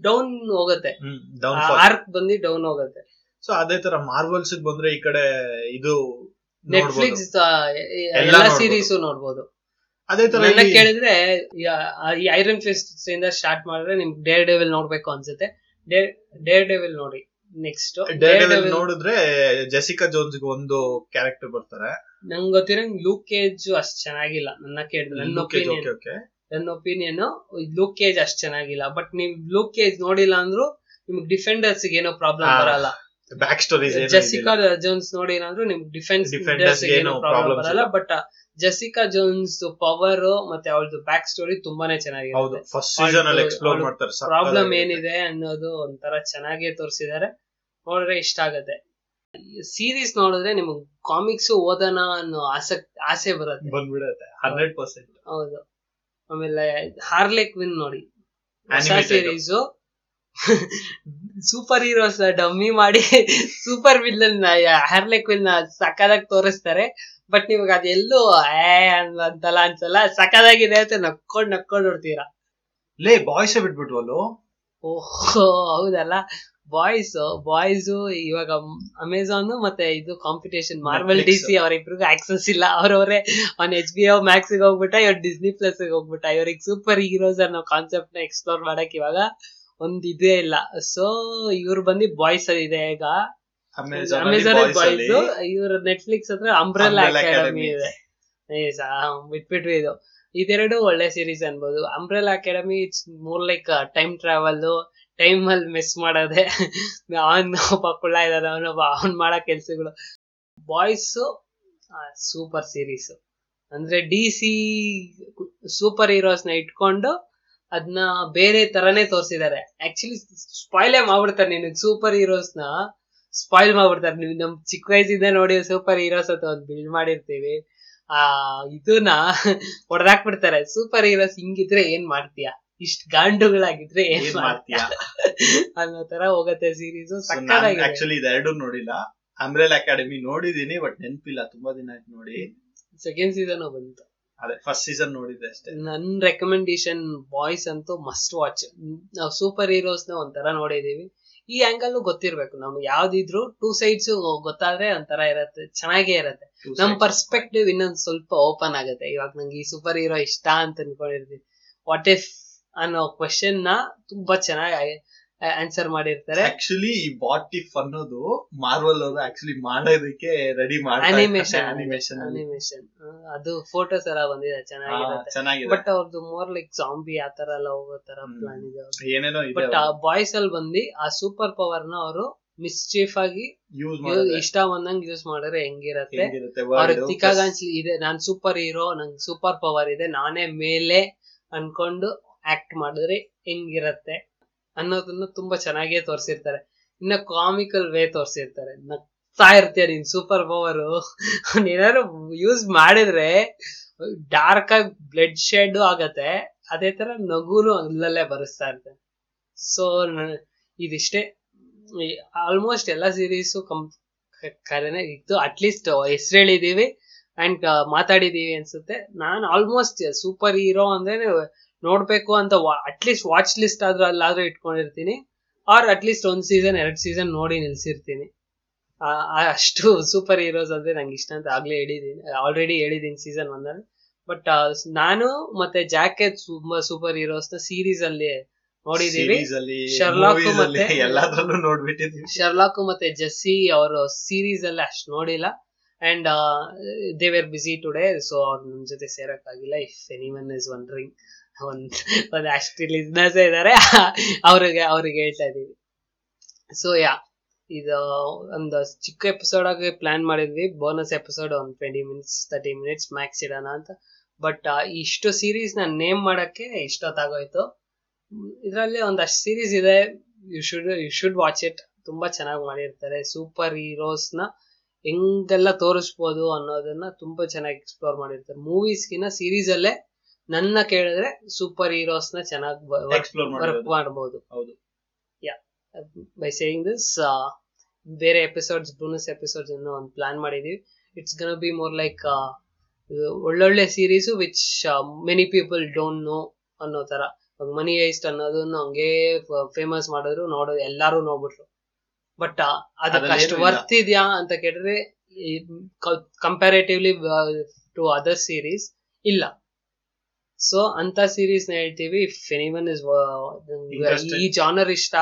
S1: ಡೌನ್ ಹೋಗತ್ತೆ
S2: ಡೌನ್
S1: ಆರ್ಕ್ ಬಂದು ಡೌನ್ ಹೋಗತ್ತೆ
S2: ಸೊ ಅದೇ ತರ ಮಾರ್ವಲ್ಸ್ ಬಂದ್ರೆ ಈ ಕಡೆ ಇದು ನೋಡ್ಬೋದು
S1: ನೆಟ್ಫ್ಲಿಕ್ಸ್ ಎಲ್ಲಾ
S2: ನೋಡ್ಬೋದು.
S1: ಸೀರೀಸ್ ನೋಡ್ಬೋದು
S2: ಅದೇ ತರ
S1: ನನ್ನ
S2: ಇಲ್ಲಿ-
S1: ಕೇಳಿದ್ರೆ ಯಾ- ಆ ಈ ಐರನ್ ಫಿಸ್ಟ್ ಇಂದ ಸ್ಟಾರ್ಟ್ ಮಾಡಿದ್ರೆ ನಿಮ್ಗೆ ಡೇರ್ ಡೆವಿಲ್ ನೋಡ್ಬೇಕು ಅನ್ಸುತ್ತೆ ಡೇರ್ ಡೆವಿಲ್ ನೋಡಿ ನೆಕ್ಸ್ಟ್
S2: ಡೇರ್ಡೆವಿಲ್ ನೋಡಿದ್ರೆ ಜೆಸಿಕಾ ಜೋನ್ಸ್ಗೆ ಒಂದು ಕ್ಯಾರೆಕ್ಟರ್ ಬರ್ತಾರೆ
S1: ನಂಗೆ ಗೊತ್ತಿರಂಗ್ ಲೂಕ್ ಕೇಜ್ ಅಷ್ಟ್ ಚೆನ್ನಾಗಿಲ್ಲ ನನ್ನ ಕೇಳಿದ್ರೆ ನನ್ನ
S2: Okay,
S1: ಒಪಿನಿಯನ್
S2: okay, okay.
S1: ನನ್ನ ಒಪಿನಿಯನ್ ಲೂಕ್ ಕೇಜ್ ಅಷ್ಟ್ ಚೆನ್ನಾಗಿಲ್ಲ ಬಟ್ ನೀವು ಲೂಕ್ ಕೇಜ್ ನೋಡಿಲ್ಲ ಅಂದ್ರು ನಿಮ್ಗೆ ಡಿಫೆಂಡರ್ಸ್ ಏನೋ ಪ್ರಾಬ್ಲಮ್
S2: ಆ,
S1: ಬರಲ್ಲ
S2: Back stories ಏನು
S1: ಜೆಸಿಕಾ
S2: ಇದಿಲ್ಲ.
S1: ಜೋನ್ಸ್ ನೋಡಿ ಅಂದ್ರೆ ನಿಮ್ಗೆ ಡಿಫೆನ್ಸ್
S2: Defenders ಗೆ
S1: ಏನೋ
S2: ಏನೂ
S1: ಪ್ರಾಬ್ಲಮ್
S2: problems
S1: ಬರಲ್ಲ ಬಟ್ ಜೆಸಿಕಾ ಜೋನ್ಸ್ ಪವರ್ ಮತ್ತೆ ಅವಳದು ಬ್ಯಾಕ್ ಸ್ಟೋರಿ ತುಂಬಾನೇ
S2: ಹೌದು
S1: ಚೆನ್ನಾಗಿದೆ
S2: ಫಸ್ಟ್ ಸೀಸನ್ ಅಲ್ಲಿ
S1: ಅವ್ಳ್ದು-
S2: ಎಕ್ಸ್ಪ್ಲೋರ್
S1: ಅವ್ಳ್ದು
S2: ಮಾಡ್ತಾರೆ
S1: ಪ್ರಾಬ್ಲಮ್
S2: ಸಕ್ಕತ್ತಾಗಿರುತ್ತೆ.
S1: ಏನಿದೆ ಅನ್ನೋದು ಒಂಥರ ಚೆನ್ನಾಗೇ ತೋರಿಸಿದ್ದಾರೆ ನೋಡಿದ್ರೆ ಇಷ್ಟ ಆಗತ್ತೆ ಸೀರೀಸ್ ನೋಡಿದ್ರೆ ನಿಮ್ಗೆ ಕಾಮಿಕ್ಸ್ ಓದೋಣ ಅನ್ನೋ ಆಸಕ್ತಿ ಆಸೆ ಬರುತ್ತೆ
S2: ಬಂದ್ಬಿಡುತ್ತೆ ಹಂಡ್ರೆಡ್ ಪರ್ಸೆಂಟ್
S1: ಹೌದು ಆಮೇಲೆ ಹಾರ್ಲೆ ಕ್ವಿನ್ ನೋಡಿ ಹೊಸ
S2: Animated.
S1: Series super heroes dummy ಮಾಡಿ ಸೂಪರ್ ವಿಲ್ಲನ್ ಹಾರ್ಲೆ ಕ್ವಿನ್ ಸಕ್ಕದಾಗಿ ತೋರಿಸ್ತಾರೆ ಬಟ್ ನಿಮಗೆ ಅದೆಲ್ಲೂ ಏ ಅನ್- ಅಂತಲ್ಲ ಅನ್ಸಲ್ಲ ಸಕ್ಕದಾಗಿದೆ ಅಂತ ನಕ್ಕೊಂಡ್ ನಕ್ಕೊಂಡ್ ನೋಡ್ತೀರಾ
S2: ಲೇ ಬಾಯ್ಸ್ ಬಿಟ್ಬಿಟ್ವಲ್ಲು
S1: ಓಹೋ ಹೌದಲ್ಲ ಬಾಯ್ಸ್ ಬಾಯ್ಸು ಇವಾಗ ಅಮೆಝಾನ್ ಮತ್ತೆ ಇದು competition Marvel D
S2: Netflix.
S1: C ಅವರಿಬ್ರಿಗೂ ಆಕ್ಸೆಸ್ ಇಲ್ಲ ಅವ್ರವರೇ ಅವ್ನ್ ಎಚ್ ಬಿ ಓ ಮ್ಯಾಕ್ಸ್ ಗೆ ಹೋಗ್ಬಿಟ್ಟ ಇವ್ರು ಡಿಸ್ನಿ ಪ್ಲಸ್ ಗೆ ಹೋಗ್ಬಿಟ್ಟ ಇವ್ರಿಗೆ ಸೂಪರ್ ಹೀರೋಸ್ ಅನ್ನೋ ಕಾನ್ಸೆಪ್ಟ್ ನ ಎಕ್ಸ್ಪ್ಲೋರ್ ಮಾಡಕ್ ಇವಾಗ ಒಂದ್ ಇದೇ ಇಲ್ಲ ಸೊ ಇವ್ರು ಬಂದು ಬಾಯ್ಸ್ ಇದೆ ಈಗ ಅಮೆಝಾನ್ ಬಾಯ್ಸ್ ಇವ್ರ ನೆಟ್ಫ್ಲಿಕ್ಸ್ ಹತ್ರ ಅಂಬ್ರೆಲ್ಲಾ
S2: Umbrella
S1: ಅಕಾಡೆಮಿ
S2: Academy.
S1: ಇದೆ ನೈಸ್ ಬಿಟ್ಬಿಟ್ರಿ ಇದು ಇದೆರಡು ಒಳ್ಳೆ ಸೀರೀಸ್ ಅನ್ಬೋದು Umbrella Academy it's more like time travel time ಅಲ್ಲಿ ಮಿಸ್ ಮಾಡೋದೆ ಅವನ್ ಒಬ್ಬ ಕುಳ್ಳ ಇದ್ದಾನೆ ಅವನೊಬ್ಬ ಅವ್ನ್ ಮಾಡೋ ಕೆಲ್ಸಗಳು ಬಾಯ್ಸ್ ಸೂಪರ್ ಸೀರೀಸ್ ಅಂದ್ರೆ ಡಿ ಸಿ ಸೂಪರ್ ಹೀರೋಸ್ ನ ಇಟ್ಕೊಂಡು ಅದನ್ನ ಬೇರೆ ತರನೇ ತೋರಿಸಿದ್ದಾರೆ ಆಕ್ಚುಲಿ ಸ್ಪಾಯ್ಲೇ ಮಾಡ್ಬಿಡ್ತಾರೆ ನಿನಗೆ ಸೂಪರ್ ಹೀರೋಸ್ ನ ಸ್ಪಾಯ್ಲ್ ಮಾಡ್ಬಿಡ್ತಾರೆ ನೀವು ನಮ್ ಚಿಕ್ಕ ವಯಸ್ಸಿಂದ ನೋಡಿ ಸೂಪರ್ ಹೀರೋಸ್ ಅಂತ ಒಂದು ಬಿಲ್ಡ್ ಮಾಡಿರ್ತೀವಿ ಆ ಇದನ್ನ ಹೊಡೆದಾಕ್ಬಿಡ್ತಾರೆ ಸೂಪರ್ ಹೀರೋಸ್ ಹಿಂಗಿದ್ರೆ ಏನ್ ಮಾಡ್ತೀಯ ಇಷ್ಟ್ ಗಾಂಡುಗಳಾಗಿದ್ರೆ ಏನ್
S2: ಏನ್
S1: ಮಾಡ್ತೀಯ
S2: ಮಾಡ್ತೀಯಾ
S1: ಅನ್ನೋ ತರ ಹೋಗತ್ತೆ ಸೀರೀಸ್ ಸಕ್ಕತ್ತಾಗಿದೆ
S2: ಆಕ್ಚುಲಿ ಇದೆರಡು ನೋಡಿಲ್ಲ ಅಂಬ್ರೆಲ್ ಅಕಾಡೆಮಿ ನೋಡಿದೀನಿ ಬಟ್ ನೆನ್ಪಿಲ್ಲ ತುಂಬಾ ದಿನ ಆಯ್ತು ನೋಡಿ
S1: ಸೆಕೆಂಡ್ ಸೀಸನ್ ಬಂತು
S2: ಅದೇ ಫಸ್ಟ್ ಸೀಸನ್ ನೋಡಿದ್ದೆ ಅಷ್ಟೇ
S1: ನನ್ ರೆಕಮೆಂಡೇಶನ್ ಬಾಯ್ಸ್ ಅಂತೂ ಮಸ್ಟ್ ವಾಚ್ ನಾವು ಸೂಪರ್ ಹೀರೋಸ್ ನ ಒಂಥರ ನೋಡಿದೀವಿ ಈ ಆಂಗಲ್ ಗೊತ್ತಿರ್ಬೇಕು ನಮ್ಗೆ ಯಾವ್ದಿದ್ರು ಟೂ ಸೈಡ್ಸ್ ಗೊತ್ತಾದ್ರೆ ಒಂಥರ ಇರತ್ತೆ ಚೆನ್ನಾಗೇ ಇರತ್ತೆ
S2: Two
S1: ನಮ್
S2: sides.
S1: ಪರ್ಸ್ಪೆಕ್ಟಿವ್ ಇನ್ನೊಂದ್ ಸ್ವಲ್ಪ ಓಪನ್ ಆಗುತ್ತೆ ಇವಾಗ ನಂಗೆ ಈ ಸೂಪರ್ ಹೀರೋ ಇಷ್ಟ ಅಂತ ಅನ್ಕೊಂಡಿರ್ತೀನಿ ವಾಟ್ ಇಫ್ ಅನ್ನೋ ಕ್ವಶನ್ ನ ತುಂಬಾ ಚೆನ್ನಾಗಿ ಆನ್ಸರ್ ಮಾಡಿರ್ತಾರೆ
S2: ಆಕ್ಚುಲಿ ಈ ವಾಟ್ ಇಫ್ ಅನ್ನೋದು ಮಾರ್ವಲ್ ಅವರು ಆಕ್ಚುಲಿ ಮಾಡೋದಕ್ಕೆ ರೆಡಿ
S1: ಅನಿಮೇಷನ್
S2: ಅನಿಮೇಷನ್
S1: ಅನಿಮೇಷನ್ ಅದು ಫೋಟೋಸ್ ಎಲ್ಲ ಬಂದಿದೆ ಚೆನ್ನಾಗಿರುತ್ತೆ
S2: ಚೆನ್ನಾಗಿದೆ
S1: ಬಟ್ ಅವ್ರದ್ದು ಮೋರ್ ಲೈಕ್ ಜಾಂಬಿ ಆ ತರ ಎಲ್ಲ ಹೋಗೋ ತರ
S2: ಹ್ಮ್.
S1: ಪ್ಲಾನ್ ಇದೆ
S2: ಏನೇನೋ ಇದೆ
S1: ಬಟ್ ಆ ಬಾಯ್ಸ್ ಅಲ್ಲಿ ಬಂದು ಆ ಸೂಪರ್ ಪವರ್ ನ ಅವರು ಮಿಸ್ಚೀಫ್ ಆಗಿ
S2: ಯೂಸ್
S1: ಯು- ಇಷ್ಟ ಬಂದಂಗ್ ಯೂಸ್ ಮಾಡಿದ್ರೆ ಹೆಂಗಿರತ್ತೆ
S2: ಮಾಡಿರುತ್ತೆ
S1: ಅವ್ರಿಗೆ ತಿಕ್ಕಾಗನ್ಸ್ಲಿ ಇದೆ ನಾನ್ ಸೂಪರ್ ಹೀರೋ ನಂಗೆ ಸೂಪರ್ ಪವರ್ ಇದೆ ನಾನೇ ಮೇಲೆ ಅನ್ಕೊಂಡು ಆಕ್ಟ್ ಮಾಡಿದ್ರೆ ಹೆಂಗಿರತ್ತೆ ಅನ್ನೋದನ್ನ ತುಂಬಾ ಚೆನ್ನಾಗೇ ತೋರಿಸಿರ್ತಾರೆ ಇನ್ನ ಕಾಮಿಕಲ್ ವೇ ತೋರಿಸಿರ್ತಾರೆ ನಗ್ತಾ ಇರ್ತೀಯ ನೀನ್ ಸೂಪರ್ ಪವರ್ ಏನಾದ್ರು ಯೂಸ್ ಮಾಡಿದ್ರೆ ಡಾರ್ಕ್ ಆಗಿ ಬ್ಲಡ್ ಶೆಡ್ ಆಗತ್ತೆ ಅದೇ ತರ ನಗುನು ಅಲ್ಲಲ್ಲೇ ಬರಿಸ್ತಾ ಇರ್ತಾರೆ ಸೊ ಇದಿಷ್ಟೇ ಆಲ್ಮೋಸ್ಟ್ ಎಲ್ಲಾ ಸೀರೀಸು ಕಂ ಕರೆನೆ ಇತ್ತು ಅಟ್ಲೀಸ್ಟ್ ಹೆಸರು ಹೇಳಿದೀವಿ ಅಂಡ್ ಮಾತಾಡಿದೀವಿ ಅನ್ಸುತ್ತೆ ನಾನು ಆಲ್ಮೋಸ್ಟ್ ಸೂಪರ್ ಹೀರೋ ಅಂದ್ರೆ ನೋಡ್ಬೇಕು ಅಂತ ಅಟ್ಲೀಸ್ಟ್ ವಾಚ್ ಲಿಸ್ಟ್ ಆದ್ರೂ ಅಲ್ಲಾದ್ರೂ ಇಟ್ಕೊಂಡಿರ್ತೀನಿ ಆರ್ ಅಟ್ಲೀಸ್ಟ್ ಒಂದ್ ಸೀಸನ್ ಎರಡ್ ಸೀಸನ್ ನೋಡಿ ನಿಲ್ಸಿರ್ತೀನಿ ಆ, ಆ, ಅಷ್ಟು ಸೂಪರ್ ಹೀರೋಸ್ ಅಂದ್ರೆ ನಂಗೆ ಇಷ್ಟ ಅಂತ ಆಗ್ಲೇ ಹೇಳಿದೀನಿ ಆಲ್ರೆಡಿ ಹೇಳಿದೀನಿ ಸೀಸನ್ ಒಂದಲ್ಲಿ ಬಟ್ ನಾನು ಮತ್ತೆ ಜಾಕೆಟ್ ಸೂಪರ್ ಹೀರೋಸ್ ನ ಸೀರೀಸ್ ಅಲ್ಲಿ ನೋಡಿದೀವಿ
S2: Series ಅಲ್ಲಿ
S1: Sherlock
S2: movies ಅಲ್ಲಿ
S1: ಮತ್ತೆ-
S2: ಎಲ್ಲಾದ್ರಲ್ಲೂ ನೋಡ್ಬಿಟ್ಟಿದೀವಿ
S1: ಶರ್ಲಾಕ್ ಮತ್ತೆ ಜೆಸ್ಸಿ ಅವರು ಸೀರೀಸ್ ಅಲ್ಲಿ ಅಷ್ಟು ನೋಡಿಲ್ಲ uh, and they were busy today so ಅವ್ರು ನಮ್ ಜೊತೆ ಸೇರಕ್ಕಾಗಿಲ್ಲ if any one is wondering ಒಂದ್ ಒಂದ್ ಅಷ್ಟು ಲಿಸ್ನರ್ಸ್ ಇದಾರೆ ಅವ್ರಿಗೆ ಅವ್ರಿಗೆ ಹೇಳ್ತಾ ಇದೀವಿ ಸೊ ಯಾ ಇದು ಒಂದು ಚಿಕ್ಕ ಎಪಿಸೋಡ್ ಆಗಿ ಪ್ಲಾನ್ ಮಾಡಿದ್ವಿ ಬೋನಸ್ ಎಪಿಸೋಡ್ ಒಂದು twenty minutes thirty minutes max ಇಡೋಣ ಅಂತ ಬಟ್ uh, ಇಷ್ಟು ಸೀರೀಸ್ ನ ನೇಮ್ ಮಾಡಕ್ಕೆ ಇಷ್ಟೊತ್ತಾಗೋಯ್ತು ಇದರಲ್ಲಿ ಒಂದಷ್ಟು ಸೀರೀಸ್ ಇದೆ you should you should watch it ತುಂಬಾ ಚೆನ್ನಾಗಿ ಮಾಡಿರ್ತಾರೆ ಸೂಪರ್ ಹೀರೋಸ್ ನ ಹೆಂಗೆಲ್ಲ ತೋರಿಸ್ಬೋದು ಅನ್ನೋದನ್ನ ತುಂಬಾ ಚೆನ್ನಾಗಿ ಎಕ್ಸ್ಪ್ಲೋರ್ ಮಾಡಿರ್ತಾರೆ ಮೂವೀಸ್ಗಿನ ಸೀರೀಸ್ ಅಲ್ಲೇ ನನ್ನ ಕೇಳಿದ್ರೆ ಸೂಪರ್ ಹೀರೋಸ್ ನ ಚೆನ್ನಾಗಿ
S2: ಎಕ್ಸ್ಪ್ಲೋರ್
S1: ವರ್ಕ್
S2: ಮಾಡಿರೋದು
S1: ಮಾಡಬಹುದು
S2: ಹೌದು
S1: ಬೈ ಸೇಯಿಂಗ್ ದಿಸ್ uh, ಬೇರೆ ಎಪಿಸೋಡ್ಸ್ ಬೋನಸ್ ಎಪಿಸೋಡ್ಸ್ ಅನ್ನು ಒಂದು ಪ್ಲಾನ್ ಮಾಡಿದೀವಿ it's gonna be more like uh, ಒಳ್ಳೊಳ್ಳೆ uh, series which many people don't know ಅನ್ನೋ ತರ ಮನಿ ಐಸ್ಟ್ ಅನ್ನೋದನ್ನು ಹಂಗೆ ಫೇಮಸ್ ಮಾಡಿದ್ರು ನೋಡೋದು ಎಲ್ಲಾರು ನೋಡ್ಬಿಟ್ರು uh, ಬಟ್ ಅದಕ್ಕೆ
S2: ಅದ್ರಲ್ಲಿ
S1: ಅಷ್ಟು
S2: ಏನೂ ಇಲ್ಲ.
S1: ವರ್ತ್ ಇದೆಯಾ ಅಂತ ಕೇಳಿದ್ರೆ ಕಂಪ್ಯಾರೇಟಿವ್ಲಿ ಟು ಅದರ್ ಸೀರೀಸ್ ಇಲ್ಲ ಸೊ ಅಂತ ಸೀರೀಸ್ ನ ಹೇಳ್ತೀವಿ if anyone is
S2: Interested.
S1: uh, ಈ ಜಾನರ್ ಇಷ್ಟ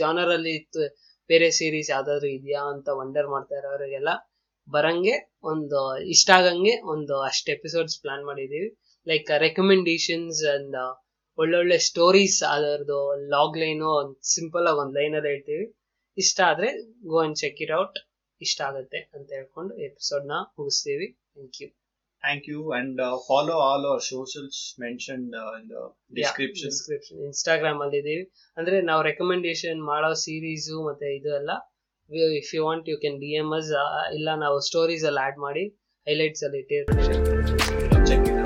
S1: ಜಾನರ್ ಅಲ್ಲಿ ಇತ್ತು ಬೇರೆ ಸೀರೀಸ್ ಯಾವ್ದಾದ್ರು ಇದೆಯಾ ಅಂತ ವಂಡರ್ ಮಾಡ್ತಾ ಇರೋರಿಗೆಲ್ಲ ಬರಂಗೆ ಒಂದು ಇಷ್ಟ ಆಗಂಗೆ ಒಂದು ಅಷ್ಟು ಎಪಿಸೋಡ್ಸ್ ಪ್ಲಾನ್ ಮಾಡಿದೀವಿ ಲೈಕ್ ರೆಕಮೆಂಡೇಶನ್ಸ್ ಅಂಡ್ uh, ಒಳ್ಳೊಳ್ಳೆ ಸ್ಟೋರೀಸ್ ಅದರದ್ದು ಲಾಗ್ ಲೈನು ಒಂದು ಸಿಂಪಲ್ ಆಗಿ ಒಂದು ಲೈನಲ್ಲಿ ಹೇಳ್ತೀವಿ ಇಷ್ಟ ಆದ್ರೆ go and check it out ಇಷ್ಟ ಆಗುತ್ತೆ ಅಂತ ಹೇಳ್ಕೊಂಡು ಎಪಿಸೋಡ್ ನ ಮುಗಿಸ್ತೀವಿ thank you
S2: thank you and follow all our socials mentioned in the description
S1: description Instagram ಅಲ್ಲಿ ಇದೀವಿ ಅಂದ್ರೆ ನಾವು ರೆಕಮೆಂಡೇಶನ್ ಮಾಡೋ ಸೀರೀಸು ಮತ್ತೆ ಇದು ಎಲ್ಲ if you want you can D M S ಇಲ್ಲ ನಾವು ಸ್ಟೋರೀಸ್ ಅಲ್ಲಿ ಆಡ್ ಮಾಡಿ ಹೈಲೈಟ್ಸ್ ಅಲ್ಲಿ ಇಟ್ಟಿರ್ತೀವಿ
S2: ಚೆಕ್ ಇಟ್